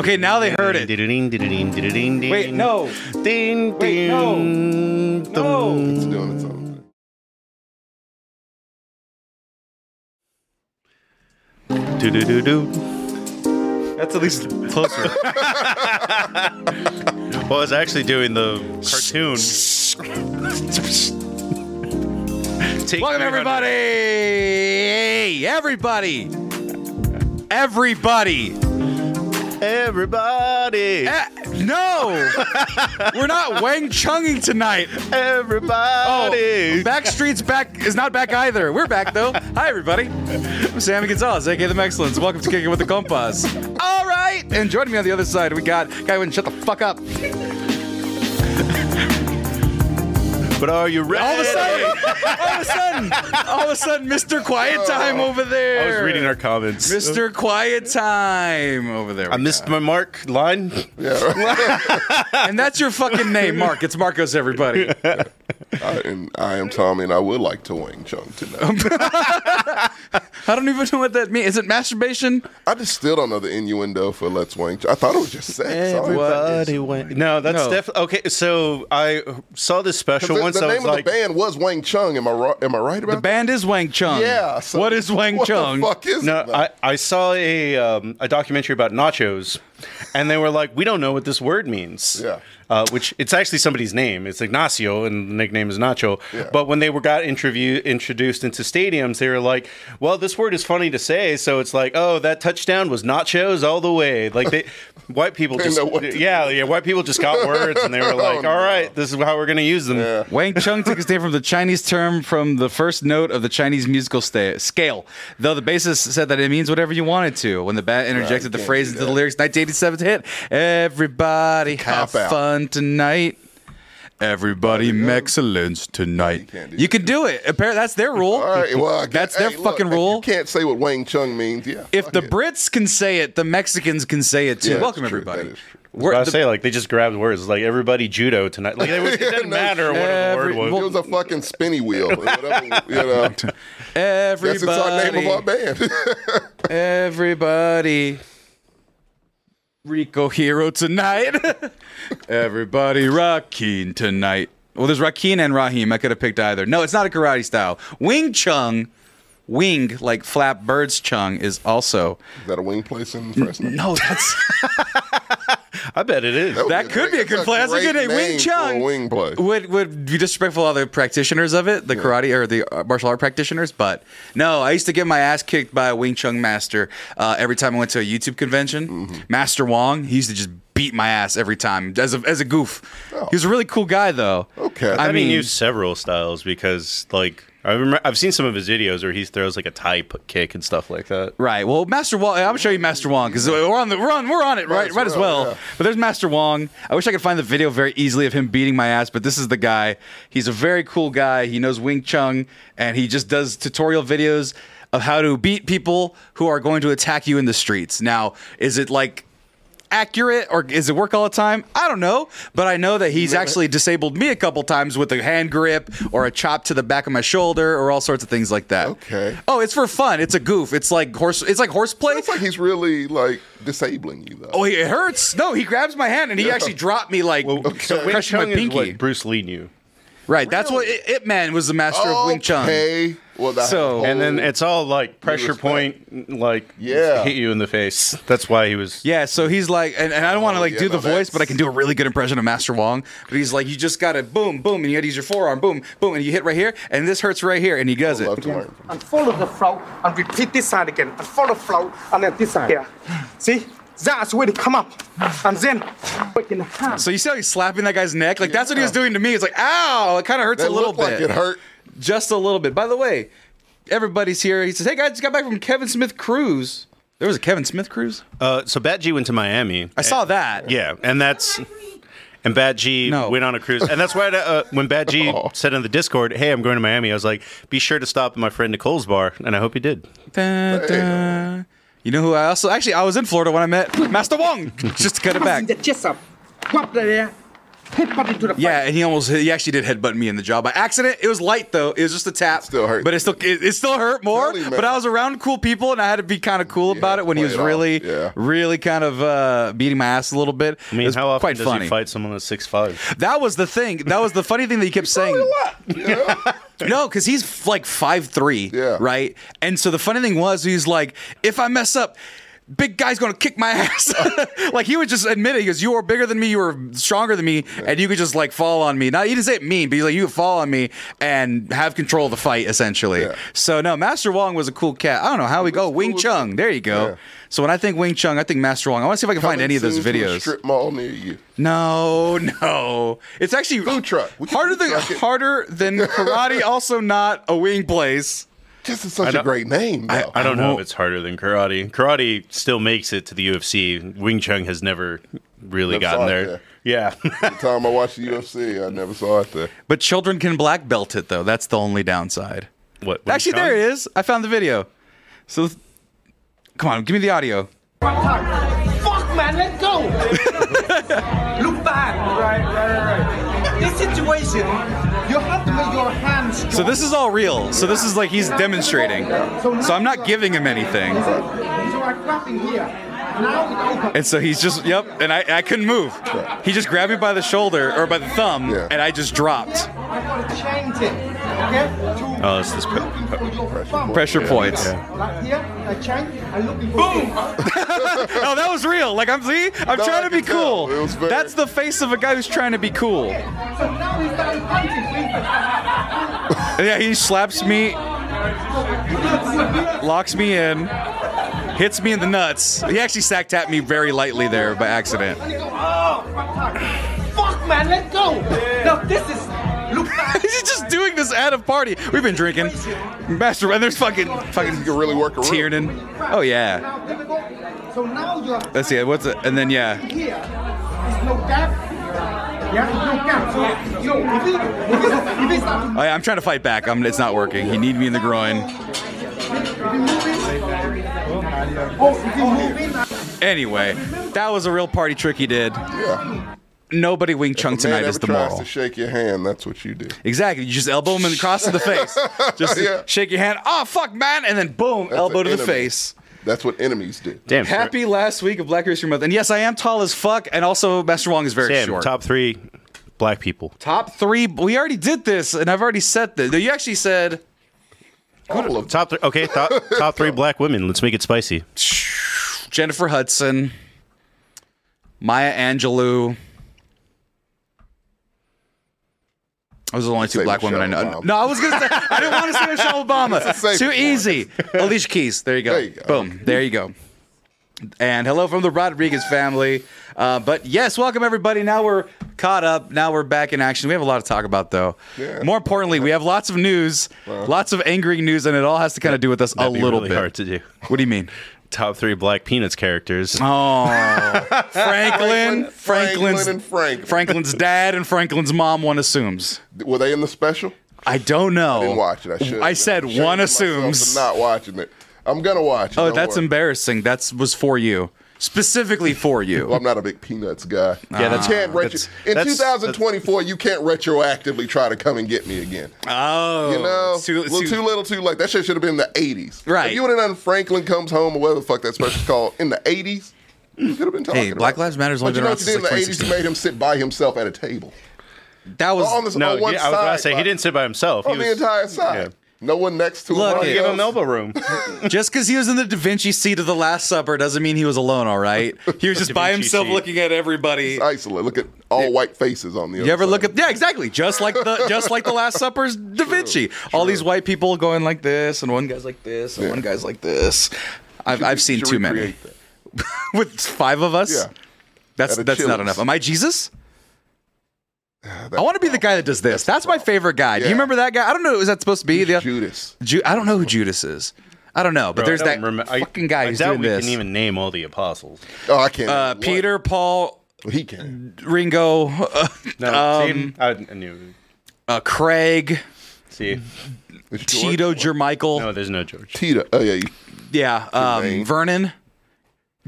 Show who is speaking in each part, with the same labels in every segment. Speaker 1: Okay, now they heard it.
Speaker 2: Wait,
Speaker 1: Wait,
Speaker 2: no.
Speaker 1: Ding,
Speaker 2: Wait, no.
Speaker 1: ding,
Speaker 2: No.
Speaker 1: dum.
Speaker 3: It's doing its own thing.
Speaker 1: Do-do-do-do.
Speaker 2: That's at least closer.
Speaker 1: Well, I was actually doing the cartoon. Take
Speaker 2: Welcome
Speaker 1: 300.
Speaker 2: everybody. Hey, everybody. Everybody.
Speaker 1: Everybody!
Speaker 2: Eh, no. We're not Wang Chunging tonight. Oh,
Speaker 1: Everybody!
Speaker 2: Backstreet's back is not back either. We're back though. Hi everybody. I'm Sammy Gonzalez, aka The Excellence. Welcome to Kicking with the Compass. All right, and joining me on the other side, we got guy wouldn't shut the fuck up.
Speaker 1: But are you ready?
Speaker 2: All of a sudden, all of a sudden, all of a sudden, Mr. Quiet Time over
Speaker 1: Oh. I
Speaker 2: there.
Speaker 1: was reading our comments.
Speaker 2: Mr. Quiet Time over there.
Speaker 1: I missed my mark line.
Speaker 3: Yeah,
Speaker 2: and that's your fucking name, Mark. It's Marcos, everybody.
Speaker 3: I, and I am Tommy, and I would like to wing chunk tonight.
Speaker 2: I don't even know what that means. Is it masturbation?
Speaker 3: I just still don't know the innuendo for let's wing. Chunk. I thought it was just sex.
Speaker 1: Everybody went. No, that's
Speaker 2: No.
Speaker 1: definitely okay. So I saw this
Speaker 3: The,
Speaker 1: special once.
Speaker 3: the
Speaker 1: I
Speaker 3: name
Speaker 1: was
Speaker 3: of
Speaker 1: like,
Speaker 3: the band was Wang Chung. Am I ro- am I right about
Speaker 2: The band is Wang Chung.
Speaker 3: that? Yeah. so
Speaker 2: what is Wang
Speaker 3: what
Speaker 2: Chung?
Speaker 3: The fuck is
Speaker 1: no,
Speaker 3: it, though?
Speaker 1: I, I saw a um, a documentary about nachos, and they were like, we don't know what this word means.
Speaker 3: Yeah.
Speaker 1: Uh, which it's actually somebody's name. It's Ignacio, and the nickname is Nacho.
Speaker 3: Yeah.
Speaker 1: But when they were got interview introduced into stadiums, they were like, "Well, this word is funny to say." So it's like, "Oh, that touchdown was nachos all the way." Like they, white people
Speaker 3: They
Speaker 1: just,
Speaker 3: know what to
Speaker 1: yeah, yeah, white people just got words, and they were like, "All right, this is how we're gonna use them."
Speaker 3: Yeah.
Speaker 2: Wang Chung took his name from the Chinese term from the first note of the Chinese musical sta- scale, though the bassist said that it means whatever you wanted to. When the band interjected the
Speaker 3: can't
Speaker 2: phrase
Speaker 3: do
Speaker 2: into the
Speaker 3: that.
Speaker 2: lyrics, 1987's hit, Everybody have
Speaker 3: cop-out.
Speaker 2: fun tonight. Everybody excellence tonight.
Speaker 3: can't do
Speaker 2: You
Speaker 3: that.
Speaker 2: can do it. Apparently, that's their rule.
Speaker 3: All right. Well, I guess,
Speaker 2: that's their
Speaker 3: hey, look,
Speaker 2: fucking
Speaker 3: if
Speaker 2: rule.
Speaker 3: You can't say what Wang Chung means. Yeah.
Speaker 2: If
Speaker 3: fuck
Speaker 2: the
Speaker 3: it.
Speaker 2: Brits can say it, the Mexicans can say it too.
Speaker 3: Yeah, that's
Speaker 2: Welcome
Speaker 3: true.
Speaker 2: everybody.
Speaker 3: That is true.
Speaker 2: We're-
Speaker 1: But I
Speaker 2: the-
Speaker 1: say like they just grabbed words like everybody judo tonight. Like it, was, it didn't
Speaker 3: no
Speaker 1: matter what the
Speaker 2: Every-
Speaker 1: word was.
Speaker 3: it was a fucking spinny wheel. or whatever, you know. That's
Speaker 2: everybody,
Speaker 3: it's our name of our band.
Speaker 2: everybody, Rico Hero tonight. everybody, Rakim tonight. Well, there's Rakim and Raheem. I could have picked either. No, it's not a karate style. Wing Chun, wing like flap birds chung is also.
Speaker 3: Is that a wing place in Fresno?
Speaker 2: No, that's
Speaker 1: I bet it is.
Speaker 3: would
Speaker 2: That could be a good play. That's a
Speaker 3: great
Speaker 2: good name. Wing
Speaker 3: for
Speaker 2: Chun.
Speaker 3: a Wing play.
Speaker 2: would would be disrespectful to other practitioners of it, the karate or the uh, martial art practitioners. But no, I used to get my ass kicked by a Wing Chun master uh, every time I went to a YouTube convention.
Speaker 3: Mm-hmm.
Speaker 2: Master Wong, he used to just beat my ass every time as a as a goof.
Speaker 3: Oh.
Speaker 2: He was a really cool guy though.
Speaker 3: Okay.
Speaker 1: I
Speaker 2: I
Speaker 1: mean,
Speaker 2: mean,
Speaker 1: used several styles because like I remember I've seen some of his videos where he throws like a type kick and stuff like that.
Speaker 2: Right. Well, Master Wong. I'm gonna show you Master Wong because we're on the we're on we're on it right
Speaker 3: as
Speaker 2: right as well.
Speaker 3: well, yeah.
Speaker 2: But there's Master Wong. I wish I could find the video very easily of him beating my ass. But this is the guy. He's a very cool guy. He knows Wing Chun and he just does tutorial videos of how to beat people who are going to attack you in the streets. Now, is it like accurate or is it work all the time? I don't know, but I know that he's actually disabled me a couple times with a hand grip or a chop to the back of my shoulder or all sorts of things like that.
Speaker 3: Okay.
Speaker 2: Oh, it's for fun. It's a goof. It's like horse. It's like horseplay.
Speaker 3: It's like he's really like disabling you though.
Speaker 2: oh, it hurts. No, he grabs my hand and he actually dropped me like
Speaker 1: So Wing
Speaker 2: crushing my
Speaker 1: Chun is
Speaker 2: pinky.
Speaker 1: what Bruce Lee knew,
Speaker 2: right. That's what it, Ip Man was the master of Wing Chun.
Speaker 3: Okay. Well, that
Speaker 2: So-
Speaker 3: whole-
Speaker 1: and then it's all like pressure
Speaker 3: Oh. respect.
Speaker 1: point, like
Speaker 3: Yeah.
Speaker 1: hit you in the face. That's why he was.
Speaker 2: Yeah, so he's like, and, and I don't want to
Speaker 3: Oh,
Speaker 2: like
Speaker 3: yeah,
Speaker 2: do the
Speaker 3: no,
Speaker 2: voice,
Speaker 3: that's-
Speaker 2: but I can do a really good impression of Master Wong. But he's like, you just gotta boom, boom, and you gotta use your forearm, boom, boom, and you hit right here, and this hurts right here, and he does
Speaker 3: I
Speaker 2: it.
Speaker 3: love to learn from.
Speaker 4: and follow the flow and repeat this side again and follow flow and then this side. Yeah. See? That's where they come up. And then break in half.
Speaker 2: So you see how he's slapping that guy's neck? Like that's what he was doing to me. It's like, ow, it kind of hurts
Speaker 3: That
Speaker 2: a little
Speaker 3: looked like
Speaker 2: bit.
Speaker 3: it hurt.
Speaker 2: Just a little bit. By the way, everybody's here. He says, hey guys, just got back from Kevin Smith Cruise. There was a Kevin Smith Cruise?
Speaker 1: Uh, so Bat G went to Miami.
Speaker 2: I saw that.
Speaker 1: Yeah, and that's and Bat G
Speaker 2: No. Oh.
Speaker 1: went on a cruise, and that's why uh, when Bat G said in the Discord, "Hey, I'm going to Miami," I was like, "Be sure to stop at my friend Nicole's bar," and I hope he did.
Speaker 2: Dun, dun. You know who I also actually I was in Florida when I met Master Wong. just to cut it back.
Speaker 4: Passing the chest up. Pop the air. headbutt into the
Speaker 2: Yeah,
Speaker 4: fight.
Speaker 2: and he almost he actually did headbutt me in the jaw by accident. It was light though; it was just a tap.
Speaker 3: Still hurt.
Speaker 2: but it still it, it still hurt more.
Speaker 3: Really, man.
Speaker 2: but I was around cool people, and I had to be kind of cool about it when he
Speaker 3: play
Speaker 2: was
Speaker 3: it off.
Speaker 2: really,
Speaker 3: Yeah.
Speaker 2: really kind of uh, beating my ass a little bit.
Speaker 1: I mean,
Speaker 2: it was
Speaker 1: how often
Speaker 2: quite
Speaker 1: does
Speaker 2: funny.
Speaker 1: he fight someone that's six five?
Speaker 2: That was the thing. That was the funny thing that he kept saying. no, because he's f- like five three,
Speaker 3: Yeah.
Speaker 2: right? And so the funny thing was, he's like, if I mess up. Big guy's gonna kick my ass. like he would just admit it. He goes, "You are bigger than me. You are stronger than me, and you could just like fall on me." Now he didn't say it mean, but he's like, "You could fall on me and have control of the fight, essentially."
Speaker 3: Yeah.
Speaker 2: So no, Master Wong was a cool cat. I don't know how we go. Wing
Speaker 3: cool.
Speaker 2: Chun. There you go.
Speaker 3: Yeah.
Speaker 2: So when I think Wing Chun, I think Master Wong. I want to see if I can find
Speaker 3: Coming
Speaker 2: any of those
Speaker 3: soon to a
Speaker 2: videos.
Speaker 3: Strip mall near you.
Speaker 2: No, no. It's actually
Speaker 3: Food truck. We can
Speaker 2: harder
Speaker 3: food
Speaker 2: than
Speaker 3: truck it.
Speaker 2: harder than karate. also, not a wing place.
Speaker 3: This is such a
Speaker 1: don't-
Speaker 3: great name. Though.
Speaker 1: I don't know if
Speaker 2: won't-
Speaker 1: it's harder than karate. Karate still makes it to the UFC. Wing Chun has never really
Speaker 3: Never
Speaker 1: gotten
Speaker 3: saw
Speaker 1: there.
Speaker 3: it
Speaker 1: Yeah.
Speaker 3: the time I watched the UFC, I never saw it there.
Speaker 2: But children can black belt it though. That's the only downside.
Speaker 1: what? Wing
Speaker 2: actually,
Speaker 1: Chun?
Speaker 2: there it is. I found the video. So, th- come on, give me the audio.
Speaker 5: Fuck, man, let go. Look back. Right, right, right. This situation, you have to make your hands.
Speaker 2: So this is all real. So this is like he's demonstrating. So I'm not giving him anything.
Speaker 5: So I'm grabbing here. Now it opens.
Speaker 2: And so he's just yep. And I, I couldn't move. He just grabbed me by the shoulder or by the thumb,
Speaker 3: Yeah.
Speaker 2: and I just dropped.
Speaker 5: I gotta change it. Okay? To
Speaker 1: Oh, it's this pe-
Speaker 5: looking for your thumb.
Speaker 2: Pressure points.
Speaker 5: Like here, I change. I'm looking for. Boom.
Speaker 2: No, that was real. Like I'm see, I'm
Speaker 3: No,
Speaker 2: trying
Speaker 3: I
Speaker 2: to be
Speaker 3: can tell.
Speaker 2: cool.
Speaker 3: It was very-
Speaker 2: That's the face of a guy who's trying to be cool.
Speaker 5: So now he's starting punching.
Speaker 2: Yeah, he slaps me, locks me in, hits me in the nuts. He actually sack tapped me very lightly there by accident.
Speaker 5: Fuck, man, let go. Now this is. Look back.
Speaker 2: He's just doing this at a party. We've been drinking, master. And there's fucking
Speaker 3: You
Speaker 2: fucking
Speaker 3: can really work a room.
Speaker 2: Tiernan. Oh yeah.
Speaker 5: Now, there we go. So now you're.
Speaker 2: Let's see. What's it? And then yeah.
Speaker 5: Here, there's no gap. Yeah, there's no gap. So, yo, if he, if he, if he start to
Speaker 2: I- Oh, I'm trying to fight back. I'm, it's not working. He need me in the groin.
Speaker 5: oh, if he move in,
Speaker 2: Anyway, that was a real party trick he did.
Speaker 3: Yeah.
Speaker 2: Nobody Wing Chun
Speaker 3: Man
Speaker 2: tonight
Speaker 3: ever
Speaker 2: is the
Speaker 3: tries
Speaker 2: moral.
Speaker 3: to shake your hand, that's what you do.
Speaker 2: Exactly. You just elbow him across the face. Just
Speaker 3: Yeah.
Speaker 2: shake your hand. Oh fuck, man! And then boom,
Speaker 3: That's
Speaker 2: elbow
Speaker 3: an
Speaker 2: to the
Speaker 3: enemy.
Speaker 2: face.
Speaker 3: That's what enemies do.
Speaker 1: Damn.
Speaker 2: Happy last week of Black History Month, and yes, I am tall as fuck, and also Master Wong is very
Speaker 1: Sam,
Speaker 2: short.
Speaker 1: top three black people.
Speaker 2: Top three. We already did this, and I've already said that. You actually said
Speaker 3: All of
Speaker 1: Top three. Okay. Top, top three black women. Let's make it spicy.
Speaker 2: Jennifer Hudson, Maya Angelou. Those are the only two
Speaker 3: Say
Speaker 2: black women I
Speaker 3: Michelle
Speaker 2: know.
Speaker 3: Obama.
Speaker 2: No, I was gonna say I didn't want to say Michelle Obama.
Speaker 3: safe
Speaker 2: Too
Speaker 3: one.
Speaker 2: easy. Alicia Keys. There you go.
Speaker 3: There you go.
Speaker 2: Boom. There you go. And hello from the Rodriguez family. Uh, but yes, welcome everybody. Now we're caught up. Now we're back in action. We have a lot to talk about, though.
Speaker 3: Yeah.
Speaker 2: More importantly, we have lots of news, lots of angry news, and it all has to kind of do with us a
Speaker 1: That'd be
Speaker 2: little
Speaker 1: really
Speaker 2: bit.
Speaker 1: hard to do.
Speaker 2: What do you mean?
Speaker 1: Top three black peanuts characters.
Speaker 2: Oh, Franklin,
Speaker 3: Franklin,
Speaker 2: Franklin's,
Speaker 3: Franklin, and Franklin.
Speaker 2: Franklin's dad and Franklin's mom. One assumes.
Speaker 3: Were they in the special?
Speaker 2: I don't know.
Speaker 3: Didn't watch it. I should.
Speaker 2: Oh. I said one assumes.
Speaker 3: I'm not watching it. I'm gonna watch it.
Speaker 2: Oh,
Speaker 3: don't
Speaker 2: that's
Speaker 3: worry.
Speaker 2: embarrassing. That was for you, specifically for
Speaker 3: Well,
Speaker 2: you.
Speaker 3: I'm not a big peanuts guy. Yeah,
Speaker 1: that's-
Speaker 3: you can't retro-
Speaker 1: that's-
Speaker 3: in
Speaker 1: that's-
Speaker 3: 2024. You can't retroactively try to come and get me again.
Speaker 2: Oh,
Speaker 3: You know,
Speaker 2: it's too- it's
Speaker 3: little,
Speaker 2: too-
Speaker 3: too little, too late. That shit should have been in the '80s.
Speaker 2: Right.
Speaker 3: If you would have done Franklin comes home or whatever the fuck that special's called in the '80s, you could have been talking.
Speaker 2: Hey, Black
Speaker 3: about it.
Speaker 2: Lives Matter's only
Speaker 3: But you
Speaker 2: been
Speaker 3: know
Speaker 2: around
Speaker 3: what you did
Speaker 2: since
Speaker 3: in
Speaker 2: like 2016.
Speaker 3: the '80s? You made him sit by himself at a table.
Speaker 2: That
Speaker 3: On
Speaker 2: was
Speaker 3: this,
Speaker 1: no,
Speaker 3: on one
Speaker 1: yeah, I was gonna
Speaker 3: side,
Speaker 1: say he
Speaker 3: like,
Speaker 1: didn't sit by himself.
Speaker 3: on
Speaker 1: he
Speaker 3: the
Speaker 1: was,
Speaker 3: entire side.
Speaker 1: Yeah.
Speaker 3: No one next to him.
Speaker 2: Look,
Speaker 3: none
Speaker 2: he
Speaker 1: Give
Speaker 3: of
Speaker 1: him
Speaker 3: those.
Speaker 1: elbow room.
Speaker 2: just because he was in the Da Vinci seat of the Last Supper doesn't mean he was alone. All right, he was just
Speaker 1: Da
Speaker 2: by
Speaker 1: Vinci
Speaker 2: himself
Speaker 1: seat.
Speaker 2: looking at everybody.
Speaker 3: Isolate. Look at all white faces on the.
Speaker 2: You ever look at yeah, exactly. Just like the just like the Last Supper's Da Vinci. All these white people going like this, and one guy's like this, and one guy's like this. I've, I've seen too many. With five of us,
Speaker 3: Yeah.
Speaker 2: that's
Speaker 3: At a
Speaker 2: that's not
Speaker 3: Chili's.
Speaker 2: enough. Am I Jesus? I want to be the guy that does this. That's my favorite guy. Do you
Speaker 3: Yeah.
Speaker 2: remember that guy? I don't know. Is that supposed to be
Speaker 3: Oh,
Speaker 2: the
Speaker 3: Judas.
Speaker 2: Ju- I don't know who Judas is. I don't know, but
Speaker 1: Bro,
Speaker 2: there's
Speaker 1: I
Speaker 2: that
Speaker 1: don't remem- I-
Speaker 2: fucking guy
Speaker 1: I
Speaker 2: who's
Speaker 1: doubt
Speaker 2: doing
Speaker 1: we
Speaker 2: this.
Speaker 1: can even name all the apostles.
Speaker 3: Oh, I can't.
Speaker 2: uh,
Speaker 3: What?
Speaker 2: Peter, Paul,
Speaker 3: He can.
Speaker 2: Ringo, uh,
Speaker 1: No,
Speaker 2: Um,
Speaker 1: see, I, I knew.
Speaker 2: uh, Craig,
Speaker 1: See,
Speaker 3: It's George.
Speaker 2: Tito, Jermichael.
Speaker 1: no, there's no George.
Speaker 3: Tito. Oh yeah. you-
Speaker 2: Yeah, um,
Speaker 3: Jermaine.
Speaker 2: Vernon,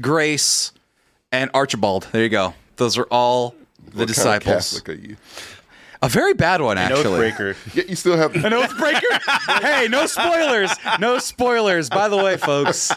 Speaker 2: Grace, and Archibald. There you go. Those are all the
Speaker 3: What kind of
Speaker 2: disciples.
Speaker 3: Catholic are you?
Speaker 2: a very bad one, actually.
Speaker 1: Oathbreaker.
Speaker 3: Yet you still have.
Speaker 2: An oathbreaker. hey, no spoilers. No spoilers. By the way, folks,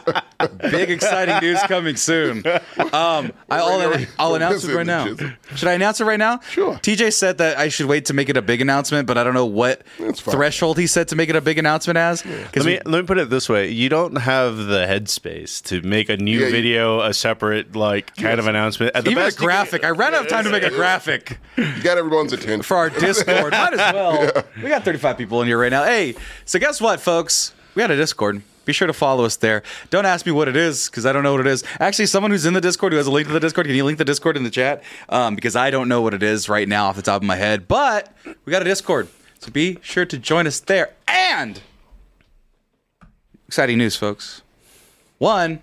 Speaker 2: big exciting news coming soon. Um, I, I'll,
Speaker 3: We're
Speaker 2: I'll announce it
Speaker 3: missing
Speaker 2: right now.
Speaker 3: the chisel.
Speaker 2: Should I announce it right now?
Speaker 3: Sure.
Speaker 2: TJ said that I should wait to make it a big announcement, but I don't know what
Speaker 3: That's fine.
Speaker 2: threshold he set to make it a big announcement as.
Speaker 1: Let
Speaker 2: 'Cause
Speaker 1: me let me put it this way: you don't have the headspace to make a new
Speaker 3: Yeah, you-
Speaker 1: video, a separate like kind of announcement. At the
Speaker 2: Even a
Speaker 1: best you can-
Speaker 2: graphic. I ran out of time to make a graphic
Speaker 3: You got everyone's attention.
Speaker 2: for our Discord. Might as well. We got 35 people in here right now. Hey, so guess what, folks? We got a Discord. Be sure to follow us there. Don't ask me what it is because I don't know what it is. Actually, someone who's in the Discord who has a link to the Discord, can you link the Discord in the chat? Um, because I don't know what it is right now off the top of my head. But we got a Discord, so be sure to join us there. And exciting news, folks. One,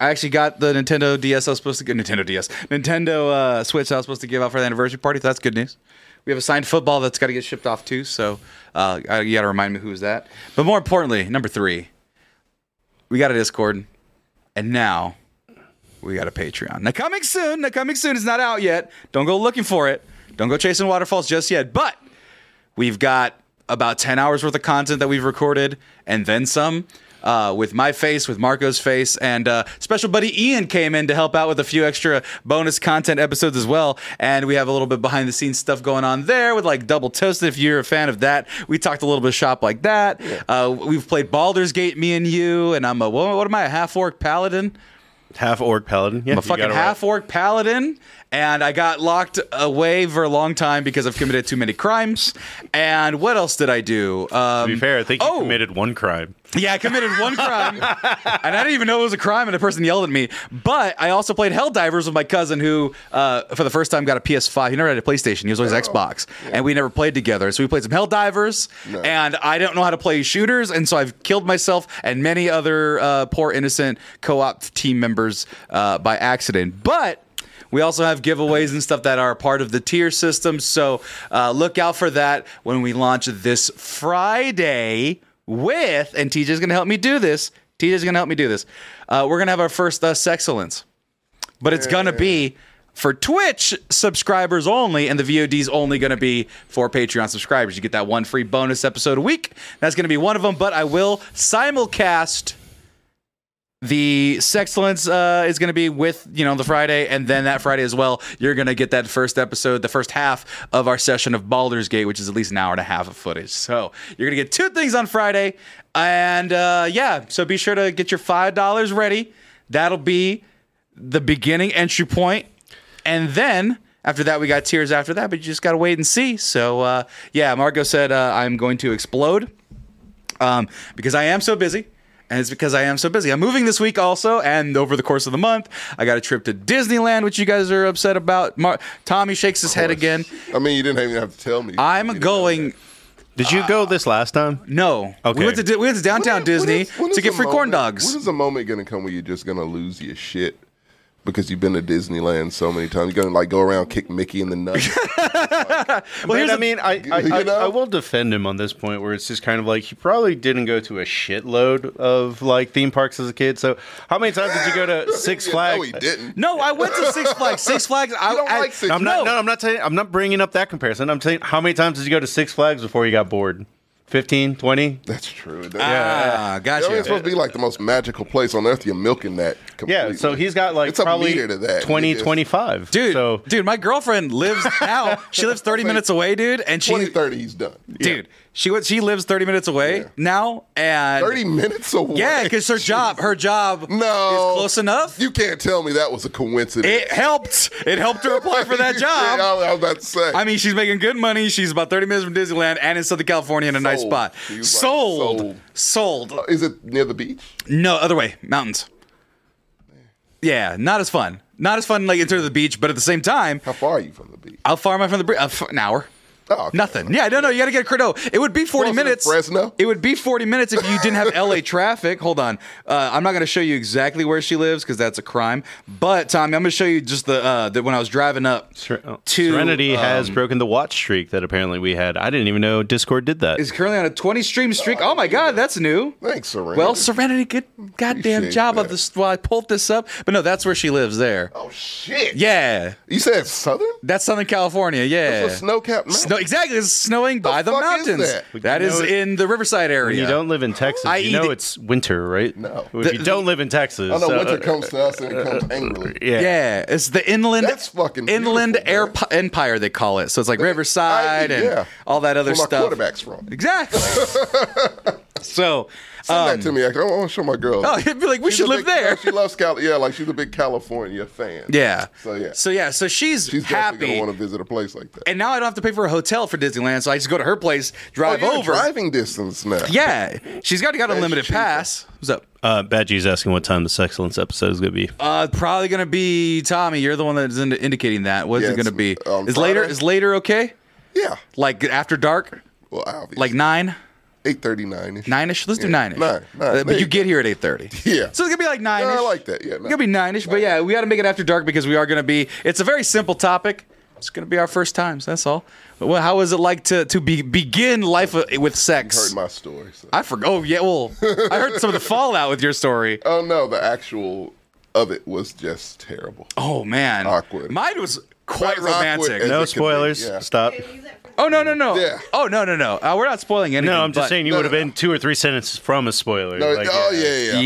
Speaker 2: I actually got the Nintendo DS I was supposed to get Nintendo DS, Nintendo uh, Switch I was supposed to give out for the anniversary party. So that's good news. We have a signed football that's got to get shipped off too. So uh, I- you got to remind me who is that. But more importantly, number three, we got a Discord, and now we got a Patreon. Now coming soon. Now coming soon. It's not out yet. Don't go looking for it. Don't go chasing waterfalls just yet. But We've got about 10 hours worth of content that we've recorded and then some uh, with my face, with Marco's face, and uh, special buddy Ian came in to help out with a few extra bonus content episodes as well. And we have a little bit behind the scenes stuff going on there with like Double Toasted. If you're a fan of that, we talked a little bit of shop like that. Uh, we've played Baldur's Gate, me and you, and I'm a, what, what am I, a half orc paladin?
Speaker 1: half orc paladin. Yeah,
Speaker 2: I'm a fucking half orc paladin, and I got locked away for a long time because I've committed too many crimes. And what else did I do? Um,
Speaker 1: To be fair, I think you
Speaker 2: Oh.
Speaker 1: committed one crime.
Speaker 2: yeah, I committed one crime, and I didn't even know it was a crime, and a person yelled at me. But I also played Helldivers with my cousin, who uh, for the first time got a PS5. He never had a PlayStation; he was always Xbox, and we never played together. So we played some Helldivers, and I don't know how to play shooters, and so I've killed myself and many other uh, poor innocent co-op team members uh, by accident. But we also have giveaways and stuff that are part of the tier system. So uh, look out for that when we launch this Friday with, and TJ's going to help me do this. TJ's going to help me do this. Uh, we're going to have our first uh, Sexcellence, but it's going to be for Twitch subscribers only, and the VOD's only going to be for Patreon subscribers. You get that one free bonus episode a week. That's going to be one of them, but I will simulcast the Sexcellence uh, is going to be with you know the Friday, and then that Friday as well, you're going to get that first episode, the first half of our session of Baldur's Gate, which is at least an hour and a half of footage. So you're going to get two things on Friday, and uh, yeah, so be sure to get your five dollars ready. That'll be the beginning entry point, and then. After that, we got tears. After that, but you just gotta wait and see. So, uh, yeah, Marco said uh, I'm going to explode um, because I am so busy. And it's because I am so busy. I'm moving this week also, and over the course of the month, I got a trip to Disneyland, which you guys are upset about. Mar- Tommy shakes his head again.
Speaker 3: I mean, you didn't even have to tell me. You
Speaker 2: I'm
Speaker 3: didn't
Speaker 2: going.
Speaker 1: Did you
Speaker 2: Ah.
Speaker 1: go this last time?
Speaker 2: No,
Speaker 1: Okay.
Speaker 2: we went to Di- we went to
Speaker 3: have
Speaker 2: downtown
Speaker 3: to-
Speaker 2: Disney
Speaker 3: When is- when
Speaker 2: to
Speaker 3: is
Speaker 2: get
Speaker 3: a
Speaker 2: free corn
Speaker 3: moment-
Speaker 2: dogs.
Speaker 3: When is a moment gonna come where you're just gonna lose your shit? Because you've been to Disneyland so many times, you're gonna like go around kick Mickey in the nuts.
Speaker 1: Well,
Speaker 2: here's
Speaker 1: I
Speaker 2: the-
Speaker 1: mean, I I,
Speaker 3: You
Speaker 1: I,
Speaker 3: know?
Speaker 1: I will defend him on this point where it's just kind of like he probably didn't go to a shitload of like theme parks as a kid. So how many times did you go to Six
Speaker 3: No, he
Speaker 1: Flags?
Speaker 3: didn't.
Speaker 2: no, I went to Six Flags. Six Flags. I
Speaker 3: don't
Speaker 2: I-
Speaker 3: like Six
Speaker 1: I'm not.
Speaker 2: No.
Speaker 1: No, I'm not saying. I'm not bringing up that comparison. I'm saying how many times did you go to Six Flags before you got bored? 15, 20?
Speaker 3: That's true. It doesn't-
Speaker 2: Ah,
Speaker 3: It's
Speaker 2: gotcha.
Speaker 3: supposed to be like the most magical place on earth. You're milking that.
Speaker 1: Yeah,
Speaker 3: Completely.
Speaker 1: so he's got like
Speaker 3: It's a
Speaker 1: probably
Speaker 3: meter to that.
Speaker 1: 20,
Speaker 3: It is.
Speaker 1: 25.
Speaker 2: dude,
Speaker 1: so
Speaker 2: dude, my girlfriend lives now. She lives 30 minutes away, dude, and she,
Speaker 3: 20, 30, he's done.
Speaker 2: dude, she went. She lives 30 minutes away now, and
Speaker 3: Thirty minutes away.
Speaker 2: Yeah, because her job, her job,
Speaker 3: No.
Speaker 2: is close enough.
Speaker 3: You can't tell me that was a coincidence.
Speaker 2: it helped. It helped her apply for that
Speaker 3: Yeah,
Speaker 2: job.
Speaker 3: I was about to say.
Speaker 2: I mean, she's making good money. She's about 30 minutes from Disneyland and in Southern California in a nice
Speaker 3: Sold.
Speaker 2: spot.
Speaker 3: She was like,
Speaker 2: Sold. sold.
Speaker 3: Uh, is it near the beach?
Speaker 2: No, other way. Mountains. Yeah, not as fun. Not as fun like into the beach, but at the same time,
Speaker 3: How far are you from the beach?
Speaker 2: how far am I from the bridge? uh, an hour.
Speaker 3: Oh, okay.
Speaker 2: Nothing. Yeah, no, no. You got to get a Cordo. It would be 40
Speaker 3: Wasn't it
Speaker 2: minutes.
Speaker 3: Fresno?
Speaker 2: It would be 40 minutes if you didn't have LA traffic. Hold on. Uh, I'm not going to show you exactly where she lives because that's a crime. But Tommy, I'm going to show you just the, uh, the when I was driving up
Speaker 1: Ser- oh,
Speaker 2: to
Speaker 1: Serenity
Speaker 2: uh,
Speaker 1: has broken the watch streak that apparently we had. I didn't even know Discord did that.
Speaker 2: is currently on a 20 stream streak. Oh my god, that's new.
Speaker 3: Thanks, Serenity.
Speaker 2: Well, Serenity, good goddamn
Speaker 3: Appreciate
Speaker 2: job of
Speaker 3: that.
Speaker 2: this. While I pulled this up, but no, that's where she lives. There.
Speaker 3: oh shit.
Speaker 2: Yeah,
Speaker 3: You said Southern?
Speaker 2: that's Southern California. Yeah.
Speaker 3: That's a snow-capped mountain.
Speaker 2: Snow- exactly. It's snowing by the
Speaker 3: fuck is
Speaker 2: mountains.
Speaker 3: that?
Speaker 2: that
Speaker 1: You
Speaker 2: is
Speaker 1: know it-
Speaker 2: in the Riverside
Speaker 1: When
Speaker 2: area.
Speaker 1: you don't live in Texas,
Speaker 2: I
Speaker 1: you
Speaker 2: eat
Speaker 1: know
Speaker 2: it-
Speaker 1: it's winter, right?
Speaker 3: No.
Speaker 1: If you
Speaker 2: The-
Speaker 1: don't live in Texas,
Speaker 3: I know
Speaker 1: so-
Speaker 3: winter comes to us and it comes
Speaker 2: Uh,
Speaker 3: angrily.
Speaker 1: yeah.
Speaker 2: Yeah, it's the inland
Speaker 3: That's fucking
Speaker 2: inland
Speaker 3: beautiful,
Speaker 2: air
Speaker 3: man.
Speaker 2: po- empire they call it. So it's like Riverside
Speaker 3: I-
Speaker 2: and
Speaker 3: yeah.
Speaker 2: all that other
Speaker 3: Where my
Speaker 2: stuff.
Speaker 3: quarterback's from.
Speaker 2: Exactly. so,
Speaker 3: Send
Speaker 2: um,
Speaker 3: that to me. Actually, I want to show my girl.
Speaker 2: oh, it'd be like we
Speaker 3: She's
Speaker 2: should
Speaker 3: a
Speaker 2: live
Speaker 3: big-
Speaker 2: there.
Speaker 3: She loves Cal. Yeah, like she's a big California fan.
Speaker 2: yeah.
Speaker 3: So yeah.
Speaker 2: So yeah. So she's,
Speaker 3: she's
Speaker 2: happy.
Speaker 3: definitely gonna want to visit a place like that.
Speaker 2: and now I don't have to pay for a hotel for Disneyland, so I just go to her place,
Speaker 3: Oh,
Speaker 2: drive
Speaker 3: you're
Speaker 2: over.
Speaker 3: driving distance now.
Speaker 2: Yeah, she's got got a
Speaker 3: That's
Speaker 2: limited
Speaker 3: cheaper.
Speaker 2: pass. What's up?
Speaker 1: Uh, Badgie's asking what time this excellence episode is going to be.
Speaker 2: Uh, probably gonna be Tommy. You're the one that's in- indicating that. What's
Speaker 3: Yeah,
Speaker 2: it gonna
Speaker 3: it's,
Speaker 2: be?
Speaker 3: um,
Speaker 2: is later?
Speaker 3: Friday.
Speaker 2: Is later okay?
Speaker 3: Yeah.
Speaker 2: Like after dark?
Speaker 3: Well, obviously.
Speaker 2: Like nine?
Speaker 3: eight thirty nine.
Speaker 2: Nine ish. Let's do
Speaker 3: Yeah,
Speaker 2: nine ish.
Speaker 3: nine, nine. There
Speaker 2: but you
Speaker 3: you
Speaker 2: get here at eight thirty.
Speaker 3: Yeah.
Speaker 2: So it's gonna be like nine ish.
Speaker 3: I like that. Yeah,
Speaker 2: It's
Speaker 3: no.
Speaker 2: gonna be nine ish. But yeah, we got to make it after dark because we are gonna be. It's a very simple topic. It's gonna be our first times. That's all. Well, how is it like to to be, begin life uh, with
Speaker 3: Heard
Speaker 2: sex?
Speaker 3: my story. So.
Speaker 2: I forgot. Oh yeah. Well, I heard some of the fallout with your story.
Speaker 3: oh no, the actual of it was just terrible.
Speaker 2: Oh man.
Speaker 3: Awkward.
Speaker 2: Mine was quite
Speaker 3: That was awkward
Speaker 2: romantic.
Speaker 3: as
Speaker 1: No
Speaker 3: it could be,
Speaker 1: spoilers.
Speaker 3: yeah.
Speaker 1: Stop.
Speaker 2: Oh no no no.
Speaker 3: Yeah.
Speaker 2: Oh no no no. Uh, we're not spoiling anything.
Speaker 1: No, I'm just
Speaker 2: but-
Speaker 1: saying you
Speaker 3: No,
Speaker 1: would have
Speaker 3: no,
Speaker 1: been two or three sentences from a spoiler.
Speaker 3: No,
Speaker 1: like,
Speaker 3: oh yeah, yeah,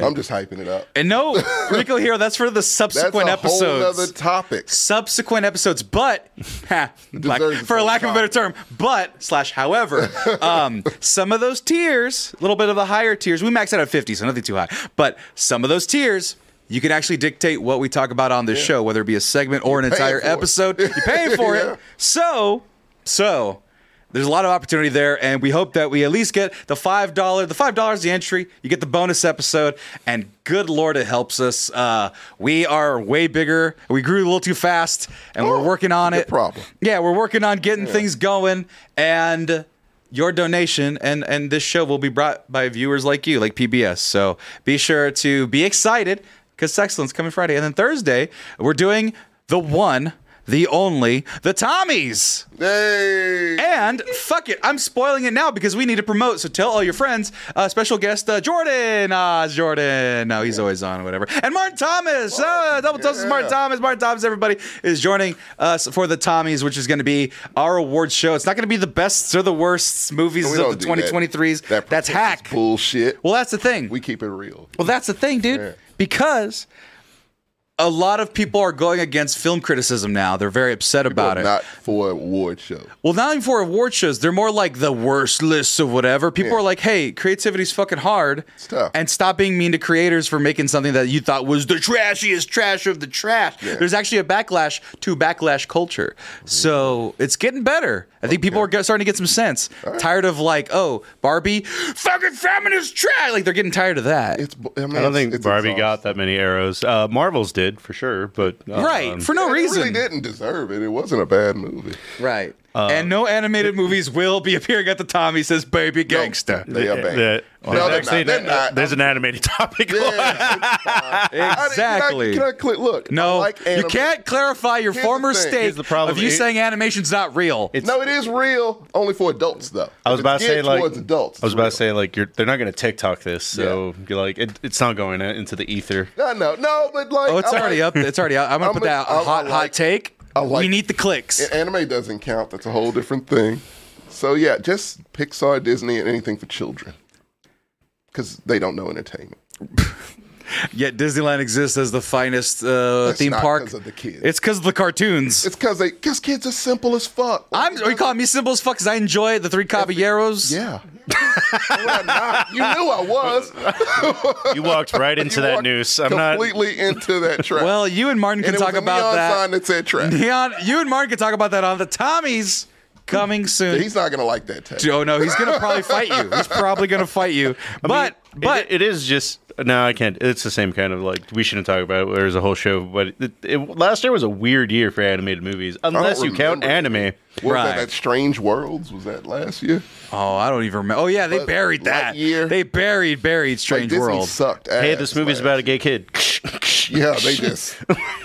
Speaker 2: Yeah.
Speaker 3: I'm just hyping it up.
Speaker 2: And no, Rico Hero. That's for the
Speaker 3: That's
Speaker 2: subsequent
Speaker 3: a
Speaker 2: episodes.
Speaker 3: whole other topic.
Speaker 2: subsequent episodes, but ha, like,
Speaker 3: Deserves its
Speaker 2: for
Speaker 3: own
Speaker 2: lack of a
Speaker 3: time.
Speaker 2: better term, but slash however, um, some of those tiers, a little bit of the higher tiers, we max out at 50, so nothing too high, but some of those tiers, you can actually dictate what we talk about on this show, whether it be a segment or an entire
Speaker 3: for it.
Speaker 2: episode. You're paying for
Speaker 3: Yeah.
Speaker 2: it. So, so. There's a lot of opportunity there, and we hope that we at least get the five dollar. The five dollars the entry. You get the bonus episode, and good lord, it helps us. Uh, we are way bigger. We grew a little too fast, and we're
Speaker 3: Oh,
Speaker 2: working on
Speaker 3: good
Speaker 2: it.
Speaker 3: problem.
Speaker 2: Yeah, we're working on getting things going, and your donation and and this show will be brought by viewers like you, like PBS. So be sure to be excited because Excellence coming Friday, and then Thursday we're doing the one, the only, the Tommies.
Speaker 3: Hey.
Speaker 2: And fuck it, I'm spoiling it now because we need to promote. So tell all your friends. Uh, special guest uh, Jordan, uh, Jordan. No, he's always on, whatever. And Martin Thomas, uh, double toast is Martin
Speaker 3: Oh, yeah.
Speaker 2: Thomas. Martin Thomas, everybody is joining us for the Tommies, which is going to be our award show. It's not going to be the best or the worst movies
Speaker 3: We
Speaker 2: of
Speaker 3: don't
Speaker 2: the
Speaker 3: do that.
Speaker 2: 2023s.
Speaker 3: That
Speaker 2: that's
Speaker 3: pretentious
Speaker 2: hack.
Speaker 3: Bullshit.
Speaker 2: Well, that's the thing.
Speaker 3: we keep it real.
Speaker 2: Well, that's the thing, dude.
Speaker 3: Yeah.
Speaker 2: Because a lot of people are going against film criticism now. They're very upset about it.
Speaker 3: Not for award show.
Speaker 2: Well, not even for award shows. They're more like the worst lists of whatever. People
Speaker 3: Yeah.
Speaker 2: are like, hey, creativity's fucking hard.
Speaker 3: tough.
Speaker 2: And stop being mean to creators for making something that you thought was the trashiest trash of the trash. There's actually a backlash to backlash culture. So it's getting better. I think people are get- starting to get some sense. Tired of like, oh, Barbie, fucking feminist trash. Like they're getting tired of that.
Speaker 3: It's. bu- I, mean,
Speaker 1: I don't
Speaker 3: it's-
Speaker 1: think
Speaker 3: it's
Speaker 1: Barbie got
Speaker 3: exhausting.
Speaker 1: that many arrows. Uh, Marvel's did for sure, but uh,
Speaker 2: right.
Speaker 1: um,
Speaker 2: for no
Speaker 3: And
Speaker 2: reason.
Speaker 3: It really didn't deserve it. It wasn't a bad movie.
Speaker 2: Right. and no animated movies will be appearing at the Tommy says baby gangsta.
Speaker 3: They are bad.
Speaker 1: the-
Speaker 3: no,
Speaker 1: there's actually
Speaker 3: they're not. They're
Speaker 1: an-
Speaker 3: not.
Speaker 1: there's an animated topic.
Speaker 2: Exactly.
Speaker 3: I, didn't- can I, can I click? Look.
Speaker 2: No,
Speaker 3: I like
Speaker 2: you
Speaker 3: anime.
Speaker 2: can't clarify your
Speaker 3: Here's the
Speaker 2: former
Speaker 3: thing.
Speaker 2: state
Speaker 1: Here's the problem.
Speaker 2: of you
Speaker 1: It-
Speaker 2: saying animation's not real.
Speaker 3: No, it is real. Only for adults, though.
Speaker 1: I was
Speaker 3: If
Speaker 1: about
Speaker 3: it's
Speaker 1: to say
Speaker 3: geared
Speaker 1: like
Speaker 3: towards adults.
Speaker 1: I was
Speaker 3: it's
Speaker 1: about
Speaker 3: real.
Speaker 1: to say like you're they're not going to TikTok this, so you're like it, it's not going out into the ether.
Speaker 3: No, no, no. But like,
Speaker 2: Oh, it's
Speaker 3: I
Speaker 2: already up.
Speaker 3: like,
Speaker 2: It's already out. I'm gonna
Speaker 3: I'm
Speaker 2: put
Speaker 3: a-
Speaker 2: that
Speaker 3: I'm
Speaker 2: a
Speaker 3: a
Speaker 2: hot, hot
Speaker 3: like-
Speaker 2: take.
Speaker 3: I like-
Speaker 2: we need the clicks.
Speaker 3: A- Anime doesn't count. That's a whole different thing. So yeah, just Pixar, Disney, and anything for children, because they don't know entertainment.
Speaker 2: Yet Disneyland exists as the finest uh,
Speaker 3: That's
Speaker 2: theme
Speaker 3: not
Speaker 2: park.
Speaker 3: 'cause of the kids.
Speaker 2: It's because of the cartoons.
Speaker 3: It's because they, because kids are simple as fuck. Like,
Speaker 2: I'm, are you calling me simple as fuck? Because I enjoy the Three Caballeros.
Speaker 3: Yeah. No, we're not. You knew I was.
Speaker 1: You walked right into
Speaker 3: You
Speaker 1: that
Speaker 3: walked
Speaker 1: noose. I'm not.
Speaker 3: completely into that trap.
Speaker 2: Well, you and Martin can
Speaker 3: and it
Speaker 2: talk
Speaker 3: was a
Speaker 2: about
Speaker 3: neon
Speaker 2: that.
Speaker 3: sign that said trap.
Speaker 2: Neon, you and Martin can talk about that on the Tommies coming soon.
Speaker 3: He's not gonna like that. Tape.
Speaker 2: oh no, he's gonna probably fight you. He's probably gonna fight you. But
Speaker 1: It-
Speaker 2: but
Speaker 1: it is just no, I can't. It's the same kind of like we shouldn't talk about it. There's a whole show, but it, it, last year was a weird year for animated movies, unless you count
Speaker 3: remember.
Speaker 1: anime.
Speaker 3: What was
Speaker 2: Right.
Speaker 3: that, that Strange Worlds? Was that last year?
Speaker 2: Oh, I don't even remember. Oh yeah, they
Speaker 3: But
Speaker 2: buried that.
Speaker 3: Lightyear-
Speaker 2: They buried buried
Speaker 3: Like,
Speaker 2: Strange
Speaker 3: Disney
Speaker 2: World.
Speaker 3: sucked. Ass
Speaker 1: Hey, this movie's about a gay kid.
Speaker 3: Yeah, they just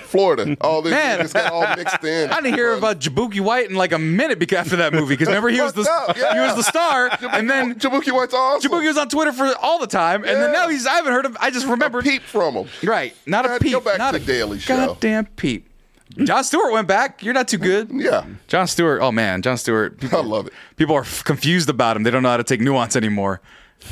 Speaker 3: Florida. All this
Speaker 2: Man.
Speaker 3: just got all mixed in.
Speaker 2: I didn't hear about Jabuki White in like a minute because after that movie because remember he was the
Speaker 3: Fucked up, yeah.
Speaker 2: he was the star and then
Speaker 3: Oh, Jabuki White's awesome.
Speaker 2: Jabuki was on Twitter for all the time and then
Speaker 3: Yeah.
Speaker 2: now he's I haven't heard him. I just remembered
Speaker 3: peep from him.
Speaker 2: Right, not a
Speaker 3: God,
Speaker 2: peep,
Speaker 3: Go back
Speaker 2: not
Speaker 3: to
Speaker 2: a
Speaker 3: Daily Show.
Speaker 2: goddamn peep. John Stewart went back. You're not too good.
Speaker 3: Yeah.
Speaker 2: John Stewart. Oh man, John Stewart. People,
Speaker 3: I love it.
Speaker 2: People are f- confused about him. They don't know how to take nuance anymore.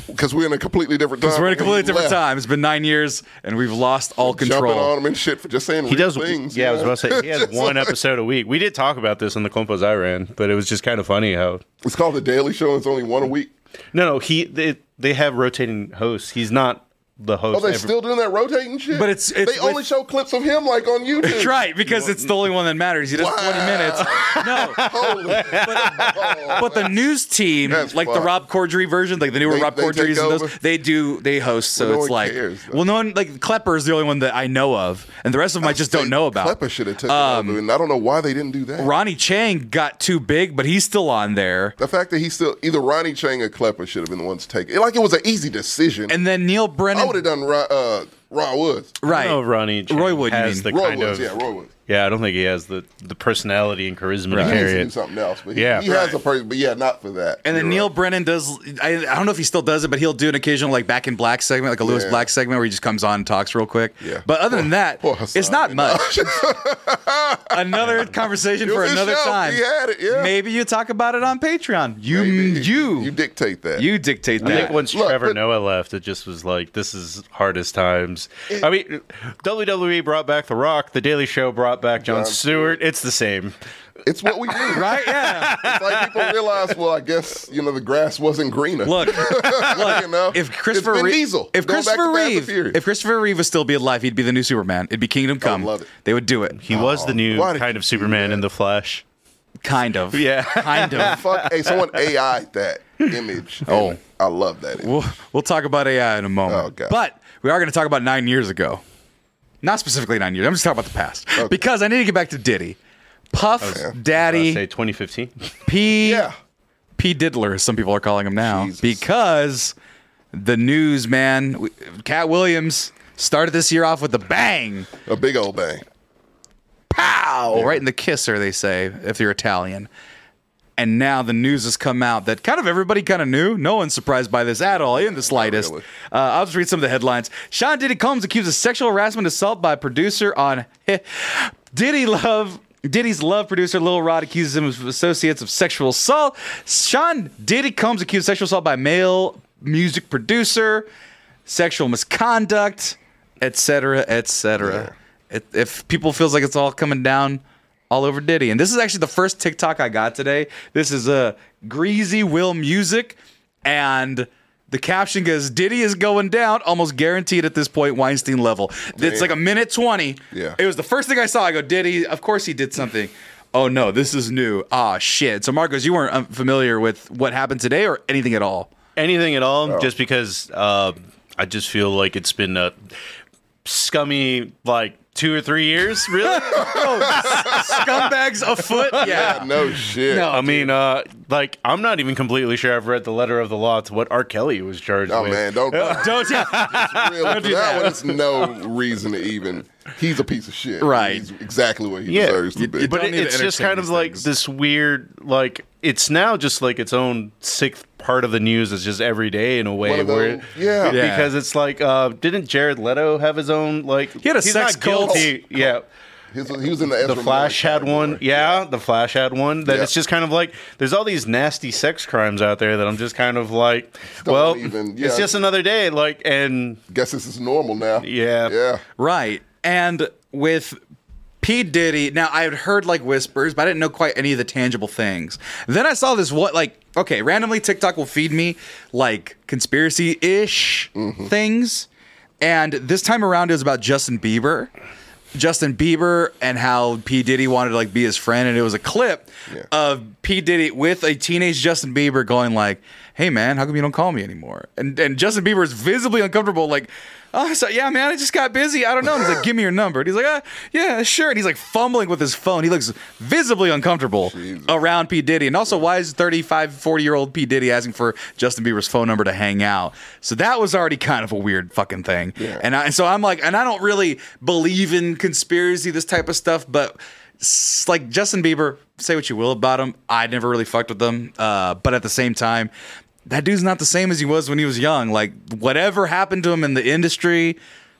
Speaker 3: Because we're in a completely different time.
Speaker 2: Because we're in a
Speaker 3: than
Speaker 2: completely
Speaker 3: he
Speaker 2: different
Speaker 3: left.
Speaker 2: time. It's been nine years, and we've lost all control.
Speaker 3: Jumping on him and shit for just saying
Speaker 1: He does.
Speaker 3: things.
Speaker 1: yeah, I
Speaker 3: you
Speaker 1: was
Speaker 3: know?
Speaker 1: about to say he has
Speaker 3: Just
Speaker 1: one
Speaker 3: like-
Speaker 1: episode a week. We did talk about this on the Compos I ran, but it was just kind of funny how.
Speaker 3: It's called The Daily Show. and It's only one a week.
Speaker 1: No, no, he they, they have rotating hosts. He's not the host.
Speaker 3: Oh, they're
Speaker 1: every-
Speaker 3: still doing that rotating shit.
Speaker 2: But it's- it's
Speaker 3: they
Speaker 2: with-
Speaker 3: only show clips of him like on YouTube.
Speaker 2: That's right, because it's the only one that matters. He does 20 minutes. No,
Speaker 3: Holy Oh, cow.
Speaker 2: but the news team,
Speaker 3: That's
Speaker 2: like the
Speaker 3: fucked.
Speaker 2: Rob Corddry version, like the newer
Speaker 3: They-
Speaker 2: Rob
Speaker 3: they take
Speaker 2: Corddry's and those,
Speaker 3: over?
Speaker 2: they do, they host. So
Speaker 3: Well, no
Speaker 2: it's
Speaker 3: one
Speaker 2: like,
Speaker 3: cares, though.
Speaker 2: well, no one, like Klepper is the only one that I know of, and the rest of them I just don't know about. Um,
Speaker 3: Klepper should have taken over, and I don't know why they didn't do that.
Speaker 2: Ronnie Chang got too big, but he's still on there.
Speaker 3: The fact that he still either Ronnie Chang or Klepper should have been the ones to take it. Like it was an easy decision.
Speaker 2: And then Neil
Speaker 3: I would
Speaker 2: Brennan,
Speaker 3: have done Ron, uh, Ron Woods.
Speaker 1: I
Speaker 2: right?
Speaker 1: don't know if Ronnie Chang
Speaker 2: Roy Wood, you
Speaker 1: has
Speaker 2: mean.
Speaker 1: the
Speaker 3: Roy
Speaker 1: kind
Speaker 3: Woods,
Speaker 1: of
Speaker 3: yeah, Roy Woods.
Speaker 1: yeah. I don't think he has the the personality and charisma to
Speaker 3: He needs
Speaker 1: carry
Speaker 3: to do
Speaker 1: it.
Speaker 3: something else, but he,
Speaker 1: Yeah.
Speaker 3: he has a person, but yeah, not for that.
Speaker 2: And then
Speaker 3: You're
Speaker 2: Neil
Speaker 3: right.
Speaker 2: Brennan does. I, I don't know if he still does it, but he'll do an occasional like Back in Black segment, like a Lewis
Speaker 3: Yeah.
Speaker 2: Black segment, where he just comes on and talks real quick.
Speaker 3: Yeah.
Speaker 2: But other than that,
Speaker 3: poor
Speaker 2: it's
Speaker 3: Hassan,
Speaker 2: not
Speaker 3: you know.
Speaker 2: much. another conversation
Speaker 3: It
Speaker 2: for
Speaker 3: was his
Speaker 2: another
Speaker 3: show.
Speaker 2: time.
Speaker 3: He had it, yeah.
Speaker 2: Maybe you talk about it on Patreon. You,
Speaker 3: Maybe.
Speaker 2: you,
Speaker 3: you
Speaker 2: you,
Speaker 3: dictate that.
Speaker 2: dictate
Speaker 1: I think
Speaker 2: that.
Speaker 1: once
Speaker 3: Look,
Speaker 1: Trevor
Speaker 3: but-
Speaker 1: Noah left, it just was like this is hardest times. I mean, WWE brought back The Rock, The Daily Show brought back John,
Speaker 3: Jon
Speaker 1: Stewart. It's the same.
Speaker 3: it's what we do, right?
Speaker 2: Right? Yeah.
Speaker 3: It's like people realize, well, I guess you know the grass wasn't greener.
Speaker 2: Look, look
Speaker 3: You know?
Speaker 2: if Christopher
Speaker 3: It's Vin
Speaker 2: Reeve,
Speaker 3: Diesel,
Speaker 2: if
Speaker 3: going back to
Speaker 2: Christopher
Speaker 3: Fast and
Speaker 2: Reeve,
Speaker 3: Furious.
Speaker 2: if Christopher Reeve was still be alive, he'd be the new Superman. It'd be Kingdom Come.
Speaker 3: love it.
Speaker 2: They would do it.
Speaker 1: He was the new
Speaker 3: Oh, why did
Speaker 1: kind
Speaker 3: you
Speaker 1: of Superman in The Flash.
Speaker 2: Kind of.
Speaker 1: Yeah.
Speaker 2: Kind of.
Speaker 3: fuck, hey, someone AI that image.
Speaker 2: Oh.
Speaker 3: I love that. Image.
Speaker 2: We'll, we'll talk about AI in a moment.
Speaker 3: Oh, God.
Speaker 2: But we are going to talk about nine years ago. Not specifically nine years. I'm just talking about the past. Because I need to get back to Diddy. Puff
Speaker 1: I
Speaker 2: Daddy
Speaker 1: Oh, say 2015.
Speaker 2: P.
Speaker 3: Yeah,
Speaker 2: P. Diddler, as some people are calling him now.
Speaker 3: Jesus.
Speaker 2: Because the news, man, we- Cat Williams started this year off with a bang.
Speaker 3: a big old bang.
Speaker 2: Pow! Right in the kisser, they say, if you're Italian. And now the news has come out that kind of everybody kind of knew. No one's surprised by this at all, even the slightest.
Speaker 3: really.
Speaker 2: Uh, I'll just read some of the headlines. Sean Diddy Combs accused of sexual harassment assault by producer on Diddy Love. Diddy's love producer Lil Rod accuses him of associates of sexual assault. Sean Diddy Combs accused of sexual assault by male music producer, sexual misconduct, etc., etc. If- If people feels like it's all coming down all over Diddy, and this is actually the first TikTok I got today. This is a greasy Will music and the caption goes, Diddy is going down, almost guaranteed at this point, Weinstein level. It's like a minute 20.
Speaker 3: Yeah.
Speaker 2: It was the first thing I saw. I go, Diddy, of course he did something. Oh no, this is new. Ah, shit. So, Marcos, you weren't um, familiar with what happened today or anything at all.
Speaker 1: Anything at
Speaker 3: Oh.
Speaker 1: all, just because uh, I just feel like it's been a scummy like two or three years, really.
Speaker 2: Scumbags afoot. Yeah.
Speaker 3: No shit.
Speaker 2: No.
Speaker 1: I mean, uh, like I'm not even completely sure I've read the letter of the law to what R. Kelly was charged
Speaker 3: Oh
Speaker 1: with.
Speaker 3: man, don't, don't
Speaker 2: Don't yeah.
Speaker 3: really. for
Speaker 2: do
Speaker 3: that
Speaker 2: that.
Speaker 3: one, it's no reason to even. He's a piece of shit.
Speaker 2: Right.
Speaker 3: He's exactly what he
Speaker 1: Yeah.
Speaker 3: deserves to be.
Speaker 2: you
Speaker 1: but
Speaker 2: don't
Speaker 1: it-
Speaker 2: need to
Speaker 1: it's just
Speaker 2: entertain
Speaker 1: kind of
Speaker 2: these
Speaker 1: like
Speaker 2: things.
Speaker 1: this weird like it's now just like its own sixth part of the news is just every day in a way
Speaker 3: One of
Speaker 1: where
Speaker 3: those- yeah.
Speaker 2: Yeah.
Speaker 1: because it's like uh didn't jared leto have his own like he
Speaker 2: had a sex cult.
Speaker 3: Oh,
Speaker 1: yeah
Speaker 3: His- he was in the Ezra
Speaker 1: the flash
Speaker 3: Miller
Speaker 1: had one
Speaker 3: category.
Speaker 1: yeah the flash had one that
Speaker 3: Yeah.
Speaker 1: it's just kind of like there's all these nasty sex crimes out there that i'm just kind of like
Speaker 3: Don't
Speaker 1: well
Speaker 3: even-
Speaker 1: it's
Speaker 3: yeah.
Speaker 1: just another day like and
Speaker 3: Guess this is normal now.
Speaker 1: Yeah.
Speaker 3: Yeah.
Speaker 2: Right. And with P. Diddy, now I had heard like whispers, but I didn't know quite any of the tangible things. Then I saw this what like okay, randomly TikTok will feed me like conspiracy ish things. And this time around it was about Justin Bieber. Justin Bieber and how P. Diddy wanted to like be his friend, and it was a clip
Speaker 3: Yeah.
Speaker 2: of Uh, P. Diddy with a teenage Justin Bieber going like, Hey man, how come you don't call me anymore? And and Justin Bieber is visibly uncomfortable, like oh, so yeah, man, I just got busy. I don't know. And he's like, give me your number. And he's like, ah, yeah, sure. And he's like fumbling with his phone. He looks visibly uncomfortable around P. Diddy. And also, why is 35, 40 year old P. Diddy asking for Justin Bieber's phone number to hang out? So that was already kind of a weird fucking thing. And, I, and so I'm like, and I don't really believe in conspiracy, this type of stuff, but s- like Justin Bieber, say what you will about him. I never really fucked with them. Uh, but at the same time, that dude's not the same as he was when he was young. Like, whatever happened to him in the industry,